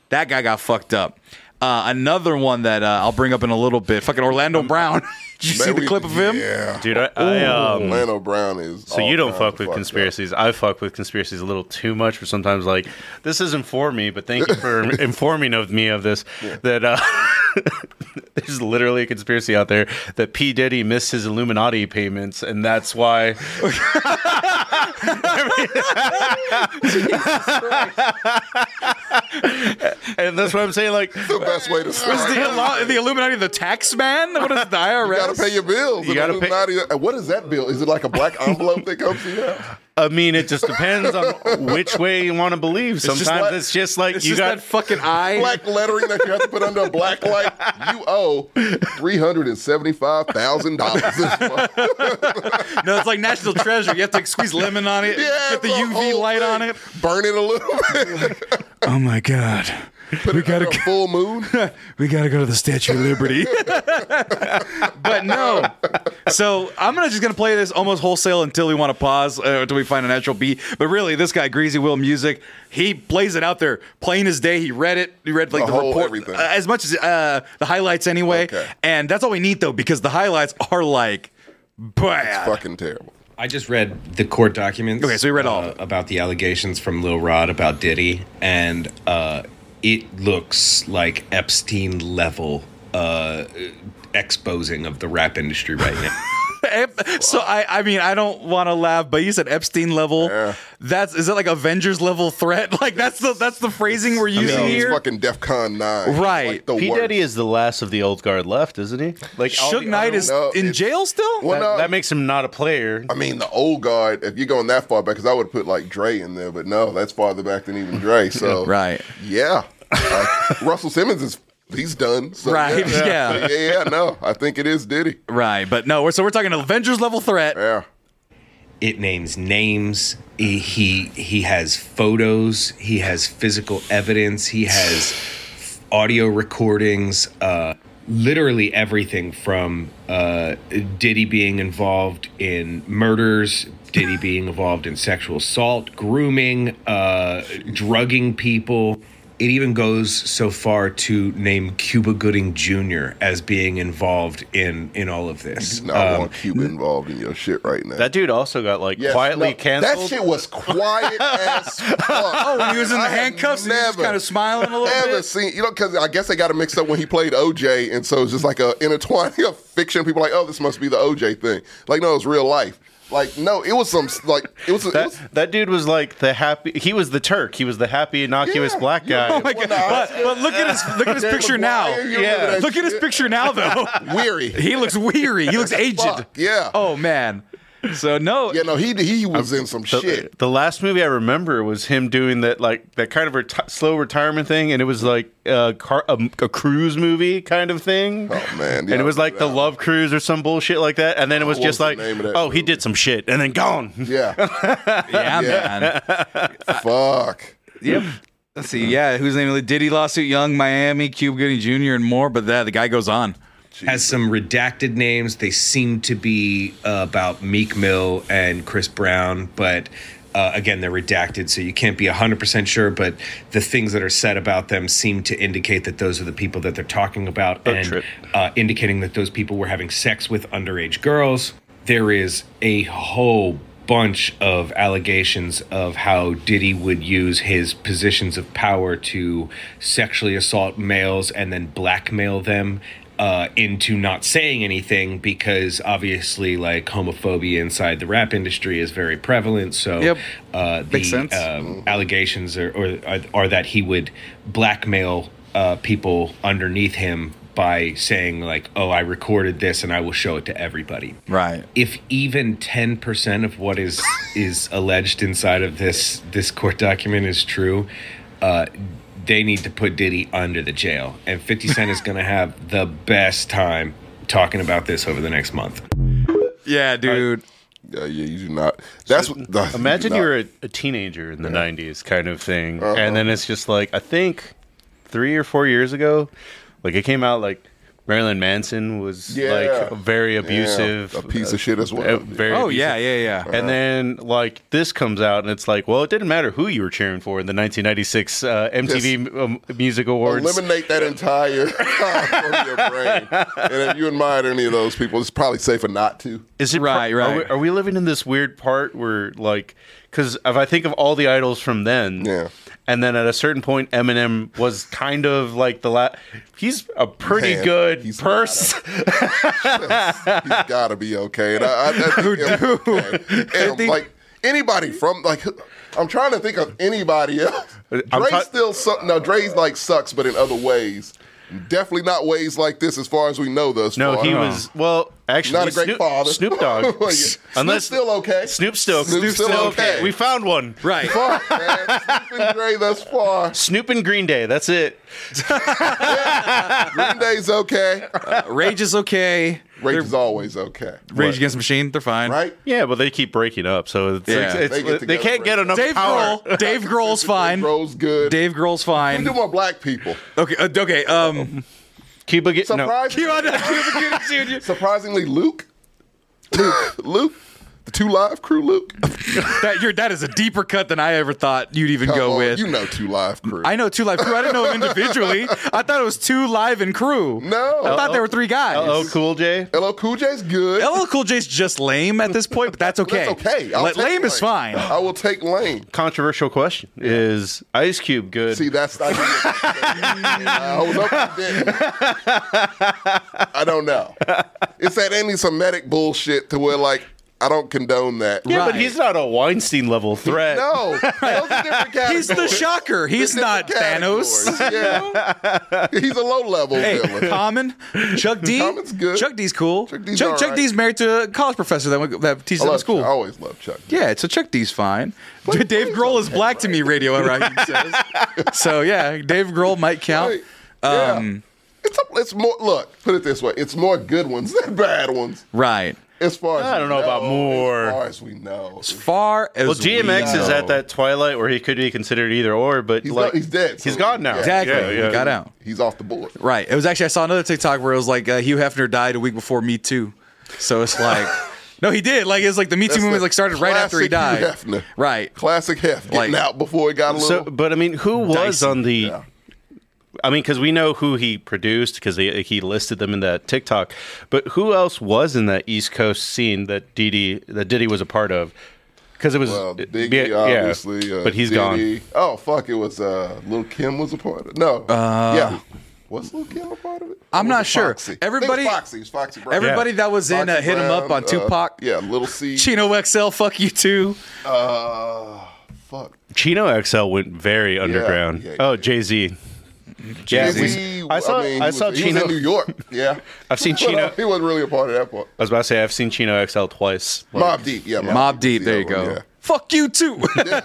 Speaker 2: that guy got fucked up. Uh, another one that uh, I'll bring up in a little bit. Fucking Orlando Brown. Did you see
Speaker 3: Um, Man,
Speaker 2: the
Speaker 3: we-
Speaker 2: clip of him?
Speaker 3: Yeah.
Speaker 1: dude. I, I um,
Speaker 3: Orlando Brown is.
Speaker 1: So
Speaker 2: Oh,
Speaker 1: you don't fuck with conspiracies. I fuck with conspiracies a little too much. Or sometimes like this isn't for me, but thank you for informing of me of this. That uh, there's literally a conspiracy out there that P Diddy missed his Illuminati payments, and that's why. and that's what I'm saying. Like
Speaker 3: The best way to
Speaker 2: Is
Speaker 3: start.
Speaker 2: the, Illu- the Illuminati the tax man? What is the IRS?
Speaker 3: You gotta pay your bills.
Speaker 1: You
Speaker 3: And
Speaker 1: gotta pay-
Speaker 3: Illuminati- What is that bill? Is it like a black envelope that comes to you?
Speaker 1: I mean, it just depends on which way you want to believe.
Speaker 2: just
Speaker 1: Sometimes
Speaker 2: like-
Speaker 1: it's just like
Speaker 2: It's
Speaker 1: you
Speaker 2: just
Speaker 1: got
Speaker 2: that fucking eye.
Speaker 3: Black lettering that you have to put under a black light. You owe three hundred and seventy-five thousand dollars this month.
Speaker 2: no, it's like National Treasure. You have to like, squeeze lemon on it.
Speaker 3: Yeah,
Speaker 2: get the
Speaker 3: the
Speaker 2: UV
Speaker 3: whole
Speaker 2: light
Speaker 3: thing.
Speaker 2: on it.
Speaker 3: Burn it a little bit.
Speaker 2: Oh my god.
Speaker 3: Put it under a full moon.
Speaker 2: we gotta go to the Statue of Liberty. but no. So I'm gonna just gonna play this almost wholesale until we want to pause, uh, until we find a natural beat. But really, this guy Greasy Will Music, he plays it out there, plain as day. He read it. He read like the,
Speaker 3: The whole
Speaker 2: report,
Speaker 3: everything.
Speaker 2: uh, as much as uh, the highlights anyway.
Speaker 3: Okay.
Speaker 2: And that's all we need though, because the highlights are like bad.
Speaker 3: Fucking terrible.
Speaker 6: I just read the court documents.
Speaker 2: Okay, so you read all of
Speaker 6: uh,
Speaker 2: it.
Speaker 6: about the allegations from Lil Rod about Diddy, and uh, it looks like Epstein level uh, exposing of the rap industry right now.
Speaker 2: Ep- so I, I mean, I don't want to laugh, but you said Epstein level.
Speaker 3: Yeah.
Speaker 2: That's is that like Avengers level threat? Like that's the that's the phrasing we're using
Speaker 3: No, it's
Speaker 2: here.
Speaker 3: fucking DEFCON nine.
Speaker 2: Right.
Speaker 3: Like the
Speaker 1: P
Speaker 3: worst.
Speaker 1: Diddy is the last of the old guard left, isn't he? Like all
Speaker 2: Suge
Speaker 1: the
Speaker 2: Knight
Speaker 1: other-
Speaker 2: is
Speaker 3: No,
Speaker 2: in
Speaker 3: it's-
Speaker 2: jail still.
Speaker 1: that,
Speaker 3: Well, no,
Speaker 1: that makes him not a player.
Speaker 3: I mean, the old guard, if you're going that far back, because I would have put like Dre in there, but no, that's farther back than even Dre. So,
Speaker 2: Right.
Speaker 3: Yeah. Like, Russell Simmons is, he's done. So
Speaker 2: Right, yeah.
Speaker 3: Yeah. So, yeah, yeah, no, I think it is Diddy.
Speaker 2: Right, but no. We're, so we're talking Avengers level threat.
Speaker 3: Yeah.
Speaker 6: it names names. He, he he has photos. He has physical evidence. He has audio recordings. Uh, literally everything from uh, Diddy being involved in murders, Diddy being involved in sexual assault, grooming, uh, drugging people. It even goes so far to name Cuba Gooding Jr. as being involved in in all of this.
Speaker 3: No, I
Speaker 6: Um,
Speaker 3: want Cuba involved in your shit right now.
Speaker 1: That dude also got like
Speaker 3: Yes,
Speaker 1: quietly
Speaker 3: no,
Speaker 1: canceled.
Speaker 3: That shit was quiet as fuck. Oh,
Speaker 2: When he was in the handcuffs, he was just kind of smiling a little
Speaker 3: ever
Speaker 2: bit.
Speaker 3: seen, you know, because I guess they got it mixed up when he played OJ, and so it's just like a intertwining of fiction. People are like, oh, this must be the OJ thing. Like, no, it's real life. Like, no, it was some like it was. it
Speaker 1: That,
Speaker 3: was
Speaker 1: that dude was like the happy. He was the Turk. He was the happy, innocuous
Speaker 3: Yeah.
Speaker 1: black guy.
Speaker 2: Oh my
Speaker 3: Well,
Speaker 2: god!
Speaker 3: no,
Speaker 2: But, but look at his look at his picture
Speaker 3: McGuire,
Speaker 2: now.
Speaker 3: you remember
Speaker 1: Yeah.
Speaker 3: that
Speaker 2: Look at his
Speaker 3: shit?
Speaker 2: picture now, though.
Speaker 3: Weary.
Speaker 2: He looks weary. He looks aged.
Speaker 3: Fuck, yeah.
Speaker 2: Oh man. So no.
Speaker 3: Yeah, no, he he was in some
Speaker 1: The,
Speaker 3: shit.
Speaker 1: the last movie I remember was him doing that like that kind of reti- slow retirement thing, and it was like a car, a, a cruise movie kind of thing.
Speaker 3: Oh, man,
Speaker 1: and
Speaker 3: yeah,
Speaker 1: it was
Speaker 3: I
Speaker 1: like the
Speaker 3: remember that
Speaker 1: Love Cruise or some bullshit like that. And then it was
Speaker 3: What
Speaker 1: just
Speaker 3: was the
Speaker 1: like,
Speaker 3: name of that
Speaker 1: oh, he
Speaker 3: movie?
Speaker 1: did some shit and then gone.
Speaker 3: Yeah,
Speaker 2: Yeah, man.
Speaker 3: fuck.
Speaker 2: Yep. Let's see. Yeah, who's name? of the Diddy lawsuit, Young, Miami, Cube Gooding Jr., and more. But that the guy goes on.
Speaker 6: has some redacted names. They seem to be uh, about Meek Mill and Chris Brown, but uh, again, they're redacted, so you can't be 100% sure. But the things that are said about them seem to indicate that those are the people that they're talking about and
Speaker 1: trip.
Speaker 6: uh, indicating that those people were having sex with underage girls. There is a whole bunch of allegations of how Diddy would use his positions of power to sexually assault males and then blackmail them uh, into not saying anything because obviously, like, homophobia inside the rap industry is very prevalent. So,
Speaker 2: Yep.
Speaker 6: uh, the
Speaker 2: Makes sense.
Speaker 6: Um, allegations are, or, are, are that he would blackmail uh, people underneath him by saying, like, oh, I recorded this and I will show it to everybody
Speaker 2: Right.
Speaker 6: if even 10% of what is is alleged inside of this this court document is true uh they need to put Diddy under the jail. And 50 Cent is going to have the best time talking about this over the next month.
Speaker 2: Yeah, dude.
Speaker 3: Yeah, yeah, you do not. That's what. the-
Speaker 1: Imagine
Speaker 3: do
Speaker 1: you
Speaker 3: not.
Speaker 1: were a, a teenager in the 90s kind of thing.
Speaker 3: Uh-huh.
Speaker 1: And then it's just like, I think three or four years ago, like it came out like Marilyn Manson was
Speaker 3: Yeah.
Speaker 1: like very
Speaker 3: Yeah,
Speaker 1: abusive.
Speaker 3: a piece of shit as
Speaker 1: uh,
Speaker 3: well.
Speaker 1: very
Speaker 2: Oh
Speaker 1: abusive.
Speaker 2: yeah, yeah, yeah.
Speaker 1: And then like this comes out and it's like, well, it didn't matter who you were cheering for in the 1996 uh, MTV um, Music Awards.
Speaker 3: Eliminate that entire time from your brain. And if you admire any of those people, it's probably safer not to.
Speaker 1: Is it
Speaker 2: Right,
Speaker 1: pro- Are we,
Speaker 2: right.
Speaker 1: are we living in this weird part where, like, because if I think of all the idols from then,
Speaker 3: Yeah.
Speaker 1: and then at a certain point, Eminem was kind of like the last. He's a pretty
Speaker 3: Man,
Speaker 1: good
Speaker 3: he's
Speaker 1: purse.
Speaker 3: He's got to be okay. And I, I, I think him- okay. And, like anybody from like, I'm trying to think of anybody else. Dre
Speaker 1: I'm try-
Speaker 3: still sucks. No, Dre's like sucks, but in other ways, definitely not ways like this. As far as we know, thus
Speaker 1: No,
Speaker 3: far.
Speaker 1: he was well. Actually,
Speaker 3: Not a great
Speaker 1: Snoop,
Speaker 3: father.
Speaker 1: Snoop Dogg.
Speaker 3: Yeah. Snoop's still okay.
Speaker 1: Snoop still.
Speaker 3: Snoop's still okay.
Speaker 1: We found one.
Speaker 2: Right.
Speaker 3: Fuck, man. Snoop and Dre thus far.
Speaker 1: Snoop and Green Day. That's it.
Speaker 3: Green Day's okay.
Speaker 2: Rage is okay.
Speaker 3: Rage
Speaker 2: They're-
Speaker 3: is always okay.
Speaker 2: Rage Against the Machine, they're fine.
Speaker 3: Right?
Speaker 1: Yeah, but they keep breaking up, so it's,
Speaker 2: Yeah.
Speaker 1: it's- it's-
Speaker 3: They
Speaker 1: they,
Speaker 3: get together,
Speaker 1: can't get
Speaker 3: right?
Speaker 1: enough
Speaker 2: Dave
Speaker 1: power.
Speaker 2: Grohl, Dave Grohl's fine.
Speaker 3: Grows good.
Speaker 2: Dave Grohl's
Speaker 3: We
Speaker 2: fine.
Speaker 3: do more black people.
Speaker 2: Okay, uh, okay. Um,
Speaker 1: Cuba get no.
Speaker 3: Surprisingly, surprisingly Luke. Luke. Luke. The two live crew, Luke. Uh,
Speaker 2: that you're that is a deeper cut than I ever thought you'd even go
Speaker 3: Come on,
Speaker 2: with.
Speaker 3: You know two live crew.
Speaker 2: I know two live crew. I didn't know them individually. I thought it was two live and crew.
Speaker 3: No.
Speaker 2: I thought there were three guys.
Speaker 1: Oh, Cool J.
Speaker 3: LL Cool J's good.
Speaker 2: LL Cool J's just lame at this point, but that's okay.
Speaker 3: That's okay. I'll
Speaker 2: La-
Speaker 3: take
Speaker 2: lame is fine.
Speaker 3: I will take Lane.
Speaker 1: controversial question is Ice Cube good?
Speaker 3: See, that's not. I was hoping you didn't. I don't know. It's that anti-Semitic bullshit to where like I don't condone that.
Speaker 1: yeah, but
Speaker 2: Right.
Speaker 1: he's not a Weinstein level threat.
Speaker 3: No, those are different
Speaker 2: He's the
Speaker 3: categories.
Speaker 2: shocker. He's not
Speaker 3: categories.
Speaker 2: Thanos.
Speaker 3: Yeah. He's a low level
Speaker 2: Hey,
Speaker 3: villain.
Speaker 2: Common, Chuck D.
Speaker 3: Common's good.
Speaker 2: Chuck D's cool.
Speaker 3: Chuck D's Oh.
Speaker 2: Chuck,
Speaker 3: all
Speaker 2: Chuck
Speaker 3: right.
Speaker 2: D's married to a college professor that, went, that teaches
Speaker 3: I,
Speaker 2: him
Speaker 3: love
Speaker 2: at school.
Speaker 3: Chuck. I always love Chuck.
Speaker 2: Yeah, so Chuck D's fine. Dave Grohl is black to me, Radio Raheem says. so yeah, Dave Grohl might count. Um,
Speaker 3: Right. Yeah. It's, a, it's more. Look, put it this way: it's more good ones than bad ones.
Speaker 2: Right.
Speaker 3: As far as
Speaker 1: I don't
Speaker 3: we
Speaker 1: know about more.
Speaker 3: As far as we know,
Speaker 2: As far as
Speaker 1: Well, GMX
Speaker 2: we
Speaker 1: is
Speaker 2: know.
Speaker 1: at that twilight where he could be considered either or, but
Speaker 3: He's
Speaker 1: like
Speaker 3: not- he's dead,
Speaker 1: He's
Speaker 3: so-
Speaker 1: gone now.
Speaker 2: Exactly.
Speaker 1: Yeah, yeah.
Speaker 2: He got out.
Speaker 3: he's off the board.
Speaker 2: Right. It was actually I saw another TikTok where it was like uh, Hugh Hefner died a week before Me Too. So it's like No, he did. Like it's like the Me Too
Speaker 3: That's
Speaker 2: movement
Speaker 3: the
Speaker 2: like started right after he died.
Speaker 3: classic Hugh Hefner.
Speaker 2: Right.
Speaker 3: Classic Hef getting
Speaker 2: Like-
Speaker 3: out before it got a
Speaker 1: So,
Speaker 3: little.
Speaker 1: but I mean, who was
Speaker 2: Dyson.
Speaker 1: on the?
Speaker 3: Yeah.
Speaker 1: I mean, because we know who he produced because he, he listed them in that TikTok. But who else was in that East Coast scene that Diddy that Diddy was a part of? Because it was
Speaker 3: well,
Speaker 1: it-
Speaker 3: Biggie,
Speaker 1: yeah,
Speaker 3: obviously. Uh,
Speaker 1: but he's
Speaker 3: Diddy.
Speaker 1: gone.
Speaker 3: Oh fuck! It was uh, Little Kim was a part of it. No. Uh, yeah. Was Little Kim a part of it?
Speaker 2: I'm
Speaker 3: Or was
Speaker 2: not
Speaker 3: it
Speaker 2: sure.
Speaker 3: Foxy? I think it was
Speaker 2: Everybody-
Speaker 3: Foxy. It was Foxy Brown.
Speaker 2: Everybody that was in
Speaker 3: Foxy
Speaker 2: uh, Hit 'em Up
Speaker 3: Brown,
Speaker 2: on
Speaker 3: uh,
Speaker 2: Tupac.
Speaker 3: yeah, Little C.
Speaker 2: Chino XL, fuck you too.
Speaker 3: Uh, fuck.
Speaker 1: Chino XL went very underground.
Speaker 3: yeah,
Speaker 1: oh,
Speaker 3: yeah.
Speaker 1: Jay Z. Yeah,
Speaker 3: Jay-Z,
Speaker 1: I saw. I,
Speaker 3: mean, he
Speaker 1: saw
Speaker 3: was, He
Speaker 1: Chino.
Speaker 3: was in New York. Yeah.
Speaker 1: I've seen
Speaker 3: But, uh,
Speaker 1: Chino.
Speaker 3: he wasn't really a part of that part.
Speaker 1: I was about to say I've seen Chino XL twice. Like,
Speaker 3: Mob Deep. Yeah.
Speaker 2: Mob Deep,
Speaker 3: was
Speaker 2: there you
Speaker 3: the other
Speaker 2: go.
Speaker 3: one, yeah.
Speaker 2: Fuck you too.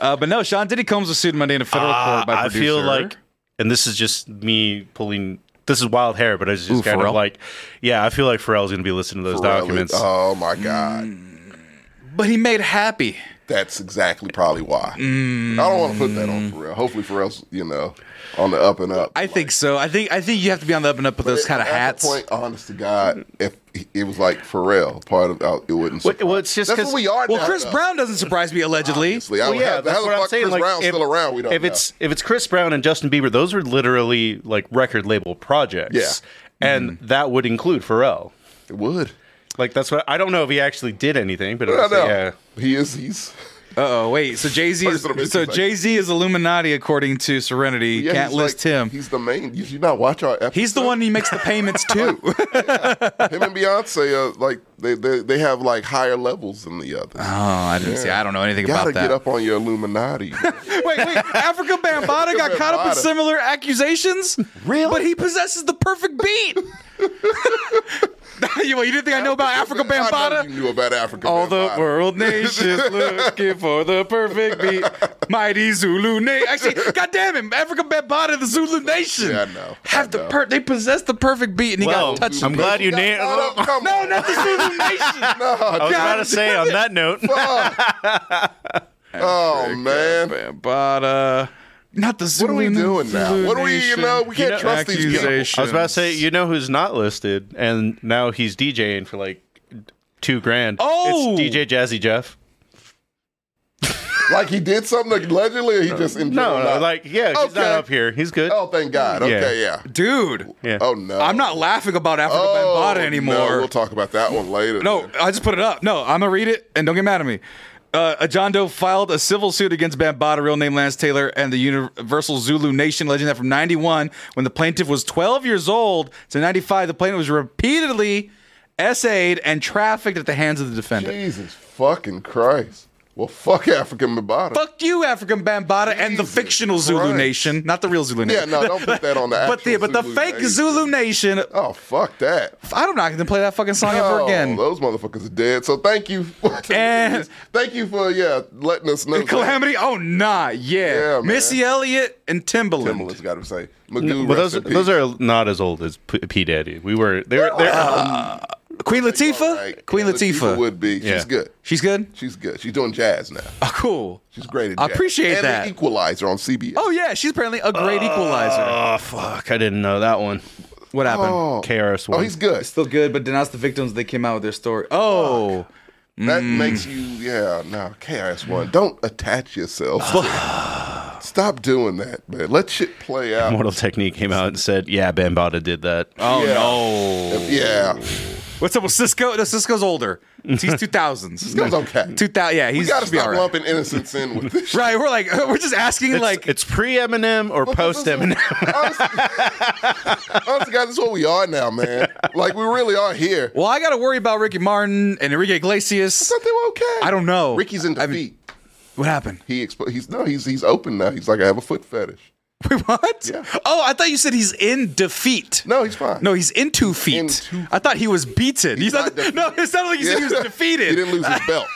Speaker 2: uh, but no, Sean Diddy Combs was sued Monday in a federal court by
Speaker 1: Uh, Ah, I
Speaker 2: producer.
Speaker 1: feel like, and this is just me pulling. This is wild hair, but I was just
Speaker 2: Ooh,
Speaker 1: kind
Speaker 2: Pharrell?
Speaker 1: of like, yeah, I feel like Pharrell's going to be listening to those
Speaker 3: Pirelli.
Speaker 1: documents.
Speaker 3: Oh my God.
Speaker 2: Mm. but he made happy.
Speaker 3: That's exactly probably why.
Speaker 2: Mm.
Speaker 3: I don't want to put that on Pharrell. Hopefully Pharrell's, you know, on the up and up.
Speaker 2: I think so. I think I think you have to be on the up and up with those kind of
Speaker 3: At the
Speaker 2: hats.
Speaker 3: point, honest to God, if he- it was like Pharrell, part of uh, it wouldn't.
Speaker 1: Well,
Speaker 3: surprise-
Speaker 1: well, it's just
Speaker 3: that's
Speaker 1: 'cause-
Speaker 3: what we are.
Speaker 2: Well,
Speaker 3: now,
Speaker 2: Chris
Speaker 3: though.
Speaker 2: Brown doesn't surprise me allegedly.
Speaker 3: Obviously, I
Speaker 1: Well,
Speaker 3: would
Speaker 1: yeah,
Speaker 3: have-
Speaker 1: that's
Speaker 3: how the
Speaker 1: what I'm
Speaker 3: fuck
Speaker 1: saying,
Speaker 3: Chris
Speaker 1: like,
Speaker 3: Brown's
Speaker 1: if-
Speaker 3: still around. We don't.
Speaker 1: if
Speaker 3: know.
Speaker 1: it's if it's Chris Brown and Justin Bieber, those are literally like record label projects.
Speaker 3: Yeah.
Speaker 1: and
Speaker 2: Mm-hmm.
Speaker 1: that would include Pharrell.
Speaker 3: it would.
Speaker 1: Like that's what I don't know if he actually did anything, but
Speaker 3: I don't know.
Speaker 1: yeah.
Speaker 3: He is. He's.
Speaker 2: Uh oh, wait. So Jay Z,
Speaker 3: First little bit,
Speaker 2: so
Speaker 3: he's like-
Speaker 2: Jay Z is Illuminati according to Serenity.
Speaker 3: yeah,
Speaker 2: Can't
Speaker 3: he's
Speaker 2: list
Speaker 3: like-
Speaker 2: him. He's,
Speaker 3: He's the main. You should not watch our. Episode.
Speaker 2: the one he makes the payments to.
Speaker 3: Him and Beyonce are like they they, they have like higher levels than the others.
Speaker 2: oh, I didn't see. I don't know anything
Speaker 3: you gotta
Speaker 2: about
Speaker 3: get
Speaker 2: that.
Speaker 3: up on your Illuminati.
Speaker 2: Wait, wait. Africa Bambaataa got caught up in
Speaker 3: Bambaataa.
Speaker 2: similar accusations. Really? But he possesses the perfect beat. you, what, you didn't think I know about Africa
Speaker 3: I know
Speaker 2: Bambata?
Speaker 3: you knew about Africa.
Speaker 2: All the
Speaker 3: Bambaataa.
Speaker 2: world nations looking for the perfect beat. Mighty Zulu nation. Actually, goddamn him, Africa Bambata, the Zulu nation.
Speaker 3: Yeah, I know.
Speaker 2: Have
Speaker 3: I
Speaker 2: the
Speaker 3: know.
Speaker 2: per- they possess the perfect beat, and he
Speaker 1: Well,
Speaker 2: got touched.
Speaker 1: I'm glad you
Speaker 3: God,
Speaker 1: named.
Speaker 3: no, no,
Speaker 1: I
Speaker 3: come
Speaker 2: No,
Speaker 3: on.
Speaker 2: not the Zulu nation.
Speaker 1: was about to say on that note.
Speaker 3: Oh man.
Speaker 2: Bambata. Not the Zulu.
Speaker 3: What are we doing now?
Speaker 2: Zulu
Speaker 3: What are we? You
Speaker 2: nation.
Speaker 3: know, we can't
Speaker 1: know,
Speaker 3: trust these people.
Speaker 2: accusations.
Speaker 1: I was about to say, you know who's not listed, and now he's DJing for like two grand.
Speaker 2: Oh!
Speaker 1: it's DJ Jazzy Jeff.
Speaker 3: Like he did something allegedly, or he just in
Speaker 1: No,
Speaker 3: general
Speaker 1: no,
Speaker 3: not-
Speaker 1: like yeah, he's not
Speaker 3: Okay.
Speaker 1: up here. He's good.
Speaker 3: Oh, thank God. Okay, yeah.
Speaker 2: Dude,
Speaker 1: Yeah.
Speaker 3: Oh no.
Speaker 2: I'm not laughing about Africa
Speaker 3: Oh,
Speaker 2: Bambata
Speaker 3: No,
Speaker 2: anymore.
Speaker 3: we'll talk about that one later.
Speaker 2: No,
Speaker 3: then.
Speaker 2: I just put it up. No, I'm gonna read it, and don't get mad at me. Uh, a John Doe filed a civil suit against Bambata, real name Lance Taylor, and the Universal Zulu Nation legend that from '91, when the plaintiff was 12 years old, to '95, the plaintiff was repeatedly essayed and trafficked at the hands of the defendant.
Speaker 3: Jesus fucking Christ. Well, fuck African Mbata.
Speaker 2: Fuck you, African Bambata, and the
Speaker 3: Jesus
Speaker 2: fictional Zulu
Speaker 3: Christ.
Speaker 2: Nation, not the real Zulu
Speaker 3: Yeah,
Speaker 2: Nation.
Speaker 3: no, don't put that on the
Speaker 2: but the
Speaker 3: actual
Speaker 2: but the
Speaker 3: Zulu
Speaker 2: fake
Speaker 3: nation.
Speaker 2: Zulu Nation.
Speaker 3: Oh, fuck that.
Speaker 2: I don't know. I can play that fucking song ever
Speaker 3: No,
Speaker 2: again.
Speaker 3: Those motherfuckers are dead. So thank you. For
Speaker 2: And-
Speaker 3: thank you for yeah letting us know.
Speaker 2: Calamity? Oh, nah, yeah.
Speaker 3: Yeah, man.
Speaker 2: Missy Elliott and Timbaland.
Speaker 3: Timberland's got to say. Magoo,
Speaker 1: Well,
Speaker 3: rest
Speaker 1: those
Speaker 3: in peace.
Speaker 1: those are not as old as P, P Daddy. We were they're, they're
Speaker 2: Queen Latifah?
Speaker 3: Like,
Speaker 2: Queen
Speaker 3: yeah,
Speaker 2: Latifah.
Speaker 3: would be.
Speaker 1: Yeah.
Speaker 3: She's good.
Speaker 2: She's good?
Speaker 3: She's good. She's doing jazz now.
Speaker 2: Oh, cool.
Speaker 3: She's great at
Speaker 2: I
Speaker 3: jazz.
Speaker 2: appreciate
Speaker 3: and
Speaker 2: that.
Speaker 3: The Equalizer on CBS.
Speaker 2: Oh, yeah. She's apparently a great
Speaker 3: Uh,
Speaker 2: equalizer.
Speaker 1: oh fuck, I didn't know that one.
Speaker 2: What happened?
Speaker 1: KRS One.
Speaker 3: Oh, he's good.
Speaker 2: Still good, but denounced the victims. They came out with their story. Oh.
Speaker 3: That makes you, yeah, no, KRS One. Don't attach yourself. to it. Stop doing that, man. Let shit play out.
Speaker 1: Mortal Technique came out and said, "Yeah, Bambata did that."
Speaker 2: Oh,
Speaker 3: Yeah.
Speaker 2: no.
Speaker 3: Yeah,
Speaker 2: What's up with Cisco? No, Cisco's older. He's 2000s.
Speaker 3: Cisco's okay.
Speaker 2: 2000. Yeah, he's
Speaker 3: you gotta
Speaker 2: should be
Speaker 3: stop
Speaker 2: all right.
Speaker 3: lumping innocence in with this. shit.
Speaker 2: Right, we're like, we're just asking,
Speaker 1: It's,
Speaker 2: like,
Speaker 1: it's pre Eminem or post Eminem.
Speaker 3: honestly, honestly, guys, that's what we are now, man. Like we really are here.
Speaker 2: well, I got to worry about Ricky Martin and Enrique Iglesias.
Speaker 3: Something okay.
Speaker 2: I don't know.
Speaker 3: Ricky's in
Speaker 2: I mean-
Speaker 3: defeat.
Speaker 2: What happened?
Speaker 3: he exp- he's no, he's he's open now. He's like, I have a foot fetish.
Speaker 2: Wait, what?
Speaker 3: Yeah.
Speaker 2: Oh, I thought you said he's in defeat.
Speaker 3: No, he's fine.
Speaker 2: No, he's in two feet.
Speaker 3: in two
Speaker 2: I thought he was beaten. He's,
Speaker 3: He's
Speaker 2: not.
Speaker 3: not defeated.
Speaker 2: no, it sounded like you said he was defeated.
Speaker 3: he didn't lose his belt.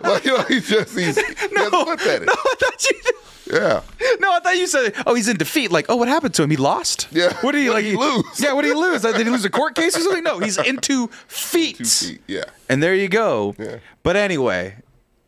Speaker 3: like you know, he's just he's he has a foot fetish.
Speaker 2: no, I thought you.
Speaker 3: Yeah.
Speaker 2: No, I thought you said. Oh, he's in defeat. Like, oh, what happened to him? He lost.
Speaker 3: Yeah.
Speaker 2: What did he
Speaker 3: What
Speaker 2: like?
Speaker 3: did he lose?
Speaker 2: Yeah. What did he lose? Like, did he lose a court case or something? No, he's in two feet.
Speaker 3: Two feet. Yeah.
Speaker 2: And there you go.
Speaker 3: Yeah.
Speaker 2: But anyway.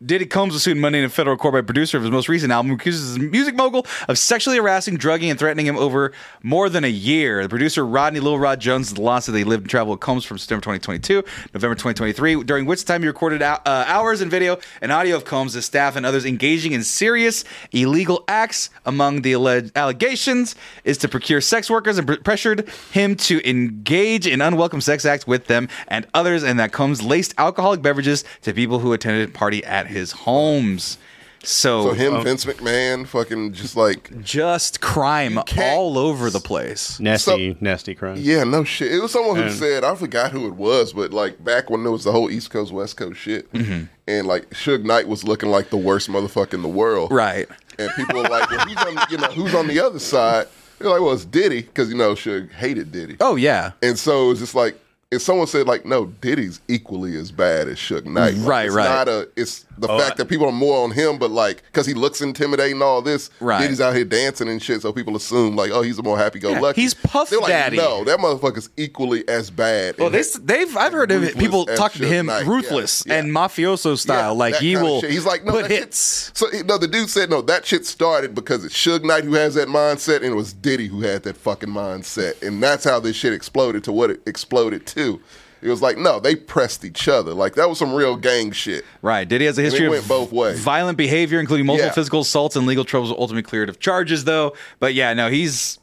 Speaker 2: Diddy Combs was sued Monday in federal court by a producer of his most recent album, who accuses his music mogul of sexually harassing, drugging, and threatening him over more than a year. The producer Rodney Lil Rod Jones is the last that they lived and traveled with Combs from September 2022, November 2023, during which time he recorded ou- uh, hours in video and audio of Combs, his staff, and others engaging in serious illegal acts. Among the alleged allegations is to procure sex workers and pr- pressured him to engage in unwelcome sex acts with them and others, and that Combs laced alcoholic beverages to people who attended party at his homes. So,
Speaker 3: So him, Vince McMahon, fucking just like
Speaker 2: just crime
Speaker 3: can't-
Speaker 2: all over the place.
Speaker 1: Nasty, nasty crime.
Speaker 3: yeah, no shit. It was someone who
Speaker 1: And-
Speaker 3: said I forgot who it was, but like back when there was the whole East Coast West Coast shit,
Speaker 2: Mm-hmm.
Speaker 3: and like Suge Knight was looking like the worst motherfucker in the world,
Speaker 2: Right.
Speaker 3: And people were like, well, who's on, you know, who's on the other side? They're like, well, it's Diddy, because you know Suge hated Diddy.
Speaker 2: Oh yeah.
Speaker 3: And so it's just like, and someone said like, no, Diddy's equally as bad as Suge Knight. Like,
Speaker 2: Right,
Speaker 3: it's
Speaker 2: right. Oh,
Speaker 3: Not a, it's the fact that people are more on him, but like, because he looks intimidating, and all this.
Speaker 2: Right.
Speaker 3: Diddy's out here dancing and shit, so people assume like, oh, he's a more happy-go-lucky.
Speaker 2: Yeah, he's Puff
Speaker 3: They're like,
Speaker 2: Daddy.
Speaker 3: No, that motherfucker's equally as bad.
Speaker 2: Well,
Speaker 3: And
Speaker 2: they,
Speaker 3: that-
Speaker 2: they've I've heard of
Speaker 3: Ruthless
Speaker 2: people
Speaker 3: as
Speaker 2: talking to
Speaker 3: Suge
Speaker 2: him
Speaker 3: Knight. Yeah,
Speaker 2: ruthless
Speaker 3: yeah.
Speaker 2: and mafioso style.
Speaker 3: yeah,
Speaker 2: like
Speaker 3: that
Speaker 2: he
Speaker 3: kind of
Speaker 2: will
Speaker 3: shit. He's like, no,
Speaker 2: put
Speaker 3: that shit-
Speaker 2: hits.
Speaker 3: so he- no, the dude said, no, that shit started because it's Suge Knight who has that mindset, and it was Diddy who had that fucking mindset, and that's how this shit exploded to what it exploded to. It was like, no, they pressed each other. Like that was some real gang shit.
Speaker 2: Right. Diddy has a history
Speaker 3: went
Speaker 2: of
Speaker 3: both ways.
Speaker 2: violent behavior, including multiple
Speaker 3: Yeah.
Speaker 2: physical assaults and legal troubles, were ultimately cleared of charges, though. But yeah, no, he's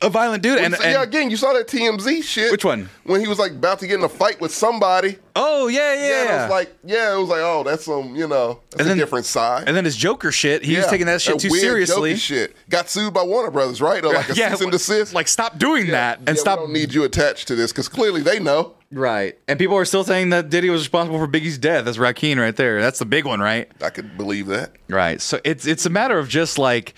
Speaker 2: a violent dude. And,
Speaker 3: So,
Speaker 2: and-
Speaker 3: yeah, again, you saw that TMZ shit.
Speaker 2: Which one?
Speaker 3: When he was like about to get in a fight with somebody.
Speaker 2: oh yeah, yeah.
Speaker 3: Yeah, and it was like, yeah, it was like, oh, that's some, you know, that's
Speaker 2: And then-
Speaker 3: a different side.
Speaker 2: and then his Joker shit. He was
Speaker 3: Yeah,
Speaker 2: taking that shit too
Speaker 3: weird,
Speaker 2: seriously.
Speaker 3: jokey Shit got sued by Warner Brothers, right? Or like a cease and desist.
Speaker 2: like stop doing that and
Speaker 3: yeah,
Speaker 2: stop.
Speaker 3: We don't need you attached to this because clearly they know.
Speaker 2: right. And people are still saying that Diddy was responsible for Biggie's death. That's Rakim right there. That's the big one, right?
Speaker 3: I could believe that.
Speaker 2: Right. So it's it's a matter of just like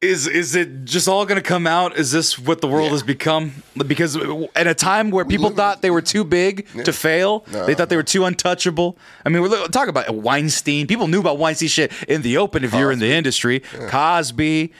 Speaker 2: is is it just all going to come out? Is this what the world has become? Because at a time where people
Speaker 3: live in-
Speaker 2: thought they were too big to fail, they thought they were too untouchable. I mean, we're look- talk about Weinstein. People knew about Weinstein shit in the open if you're in the industry. Cosby,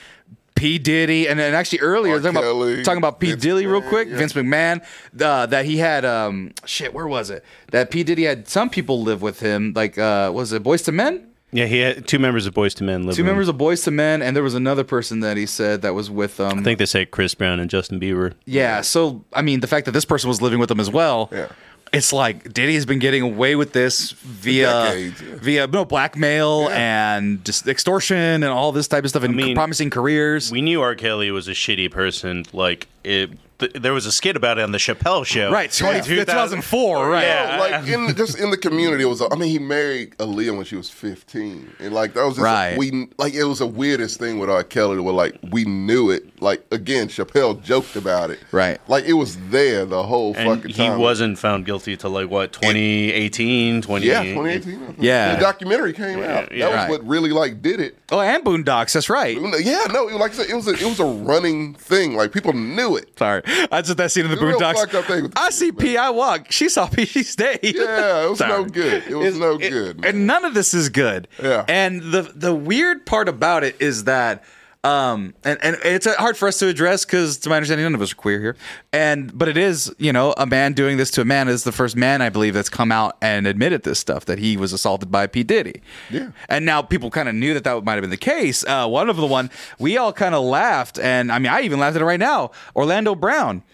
Speaker 2: P Diddy, and then actually earlier
Speaker 3: R.
Speaker 2: talking about
Speaker 3: Kelly,
Speaker 2: talking about P
Speaker 3: Vince
Speaker 2: Diddy real
Speaker 3: McMahon,
Speaker 2: quick.
Speaker 3: yeah.
Speaker 2: Vince McMahon, uh, that he had um shit. Where was it? That P Diddy had some people live with him. Like uh, was it Boys to Men?
Speaker 1: Yeah, he had two members of Boys to Men living.
Speaker 3: Mm-hmm.
Speaker 2: Two members of Boys to Men, and there was another person that he said that was with um.
Speaker 1: I think they say Chris Brown and Justin Bieber.
Speaker 2: yeah, so I mean, the fact that this person was living with them as well.
Speaker 3: Yeah.
Speaker 2: It's like Diddy has been getting away with this via
Speaker 3: decades, yeah.
Speaker 2: via no blackmail and just extortion and all this type of stuff and
Speaker 1: mean,
Speaker 2: promising careers.
Speaker 1: We knew R. Kelly was a shitty person. Like it, th- there was a skit about it on the Chappelle Show.
Speaker 2: right, 20, 2004, right.
Speaker 1: Yeah.
Speaker 3: like in the, just in the community, it was. A, I mean, he married Aaliyah when she was fifteen, and like that was just
Speaker 2: Right.
Speaker 3: we like it was the weirdest thing with R. Kelly, where like we knew it. Like again, Chappelle joked about it,
Speaker 2: Right.
Speaker 3: Like it was there the whole
Speaker 1: And
Speaker 3: fucking
Speaker 1: he
Speaker 3: time.
Speaker 1: wasn't found guilty till like what 2018, 20,
Speaker 3: yeah, twenty eighteen.
Speaker 2: Yeah.
Speaker 3: the documentary came out.
Speaker 1: yeah.
Speaker 3: that was
Speaker 2: Right.
Speaker 3: what really like did it.
Speaker 2: Oh, and Boondocks, that's right.
Speaker 3: Yeah, no, it, like I said, it was a, it was a running thing. Like people knew it.
Speaker 2: Sorry, I just that scene in the
Speaker 3: It's a real
Speaker 2: Boondocks.
Speaker 3: fucked up thing with the
Speaker 2: I see
Speaker 3: kids, man.
Speaker 2: P. I walk. She saw P. She stayed.
Speaker 3: Yeah, it was no
Speaker 2: Sorry.
Speaker 3: good. It was
Speaker 2: It's-
Speaker 3: no
Speaker 2: it-
Speaker 3: good. man.
Speaker 2: and none of this is good.
Speaker 3: Yeah.
Speaker 2: And the the weird part about it is that. Um and, and it's uh, hard for us to address because to my understanding none of us are queer here, and but it is you know a man doing this to a man is the first man I believe that's come out and admitted this stuff that he was assaulted by P Diddy,
Speaker 3: Yeah.
Speaker 2: and now people kind of knew that that might have been the case. Uh, one of the one we all kind of laughed, and I mean, I even laughed at it right now. Orlando Brown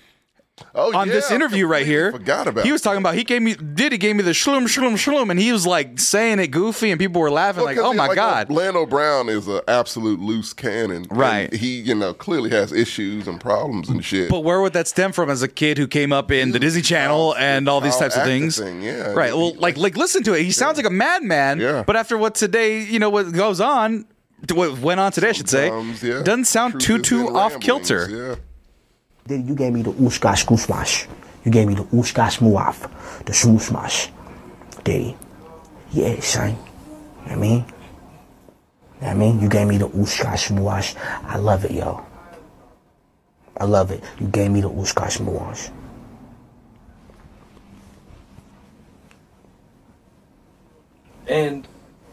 Speaker 3: oh,
Speaker 2: on this
Speaker 3: yeah, I
Speaker 2: interview right
Speaker 3: completely
Speaker 2: here,
Speaker 3: Forgot about
Speaker 2: he was
Speaker 3: that.
Speaker 2: talking about he gave me Diddy gave me the shloom shloom shloom, and he was like saying it goofy, and people were laughing like,
Speaker 3: Well,
Speaker 2: oh
Speaker 3: 'cause
Speaker 2: my
Speaker 3: he- like,
Speaker 2: god,
Speaker 3: Orlando Brown is an absolute loose cannon. and
Speaker 2: Right.
Speaker 3: he, you know, clearly has issues and problems and shit.
Speaker 2: But where would that stem from as a kid who came up in the Disney Channel
Speaker 3: child-
Speaker 2: and all these
Speaker 3: child
Speaker 2: types of
Speaker 3: actor
Speaker 2: things?
Speaker 3: thing, yeah.
Speaker 2: Right. Well, like like listen to it. He sounds like a madman.
Speaker 3: Yeah.
Speaker 2: But after what today, you know, what goes on, what went on today, I should say,
Speaker 3: Sometimes, yeah.
Speaker 2: doesn't sound
Speaker 3: Truth
Speaker 2: too
Speaker 3: is
Speaker 2: too
Speaker 3: in
Speaker 2: off
Speaker 3: ramblings,
Speaker 2: kilter.
Speaker 3: Yeah.
Speaker 7: Diddy, you gave me the ooshkash gooshmash. You gave me the ooshkash muaf, the swooshmash. Diddy. Yeah, son. You know what I mean? You know what I mean? You gave me the ooshkash muash. I love it, yo. I love it. You gave me the ooshkash muash.
Speaker 5: And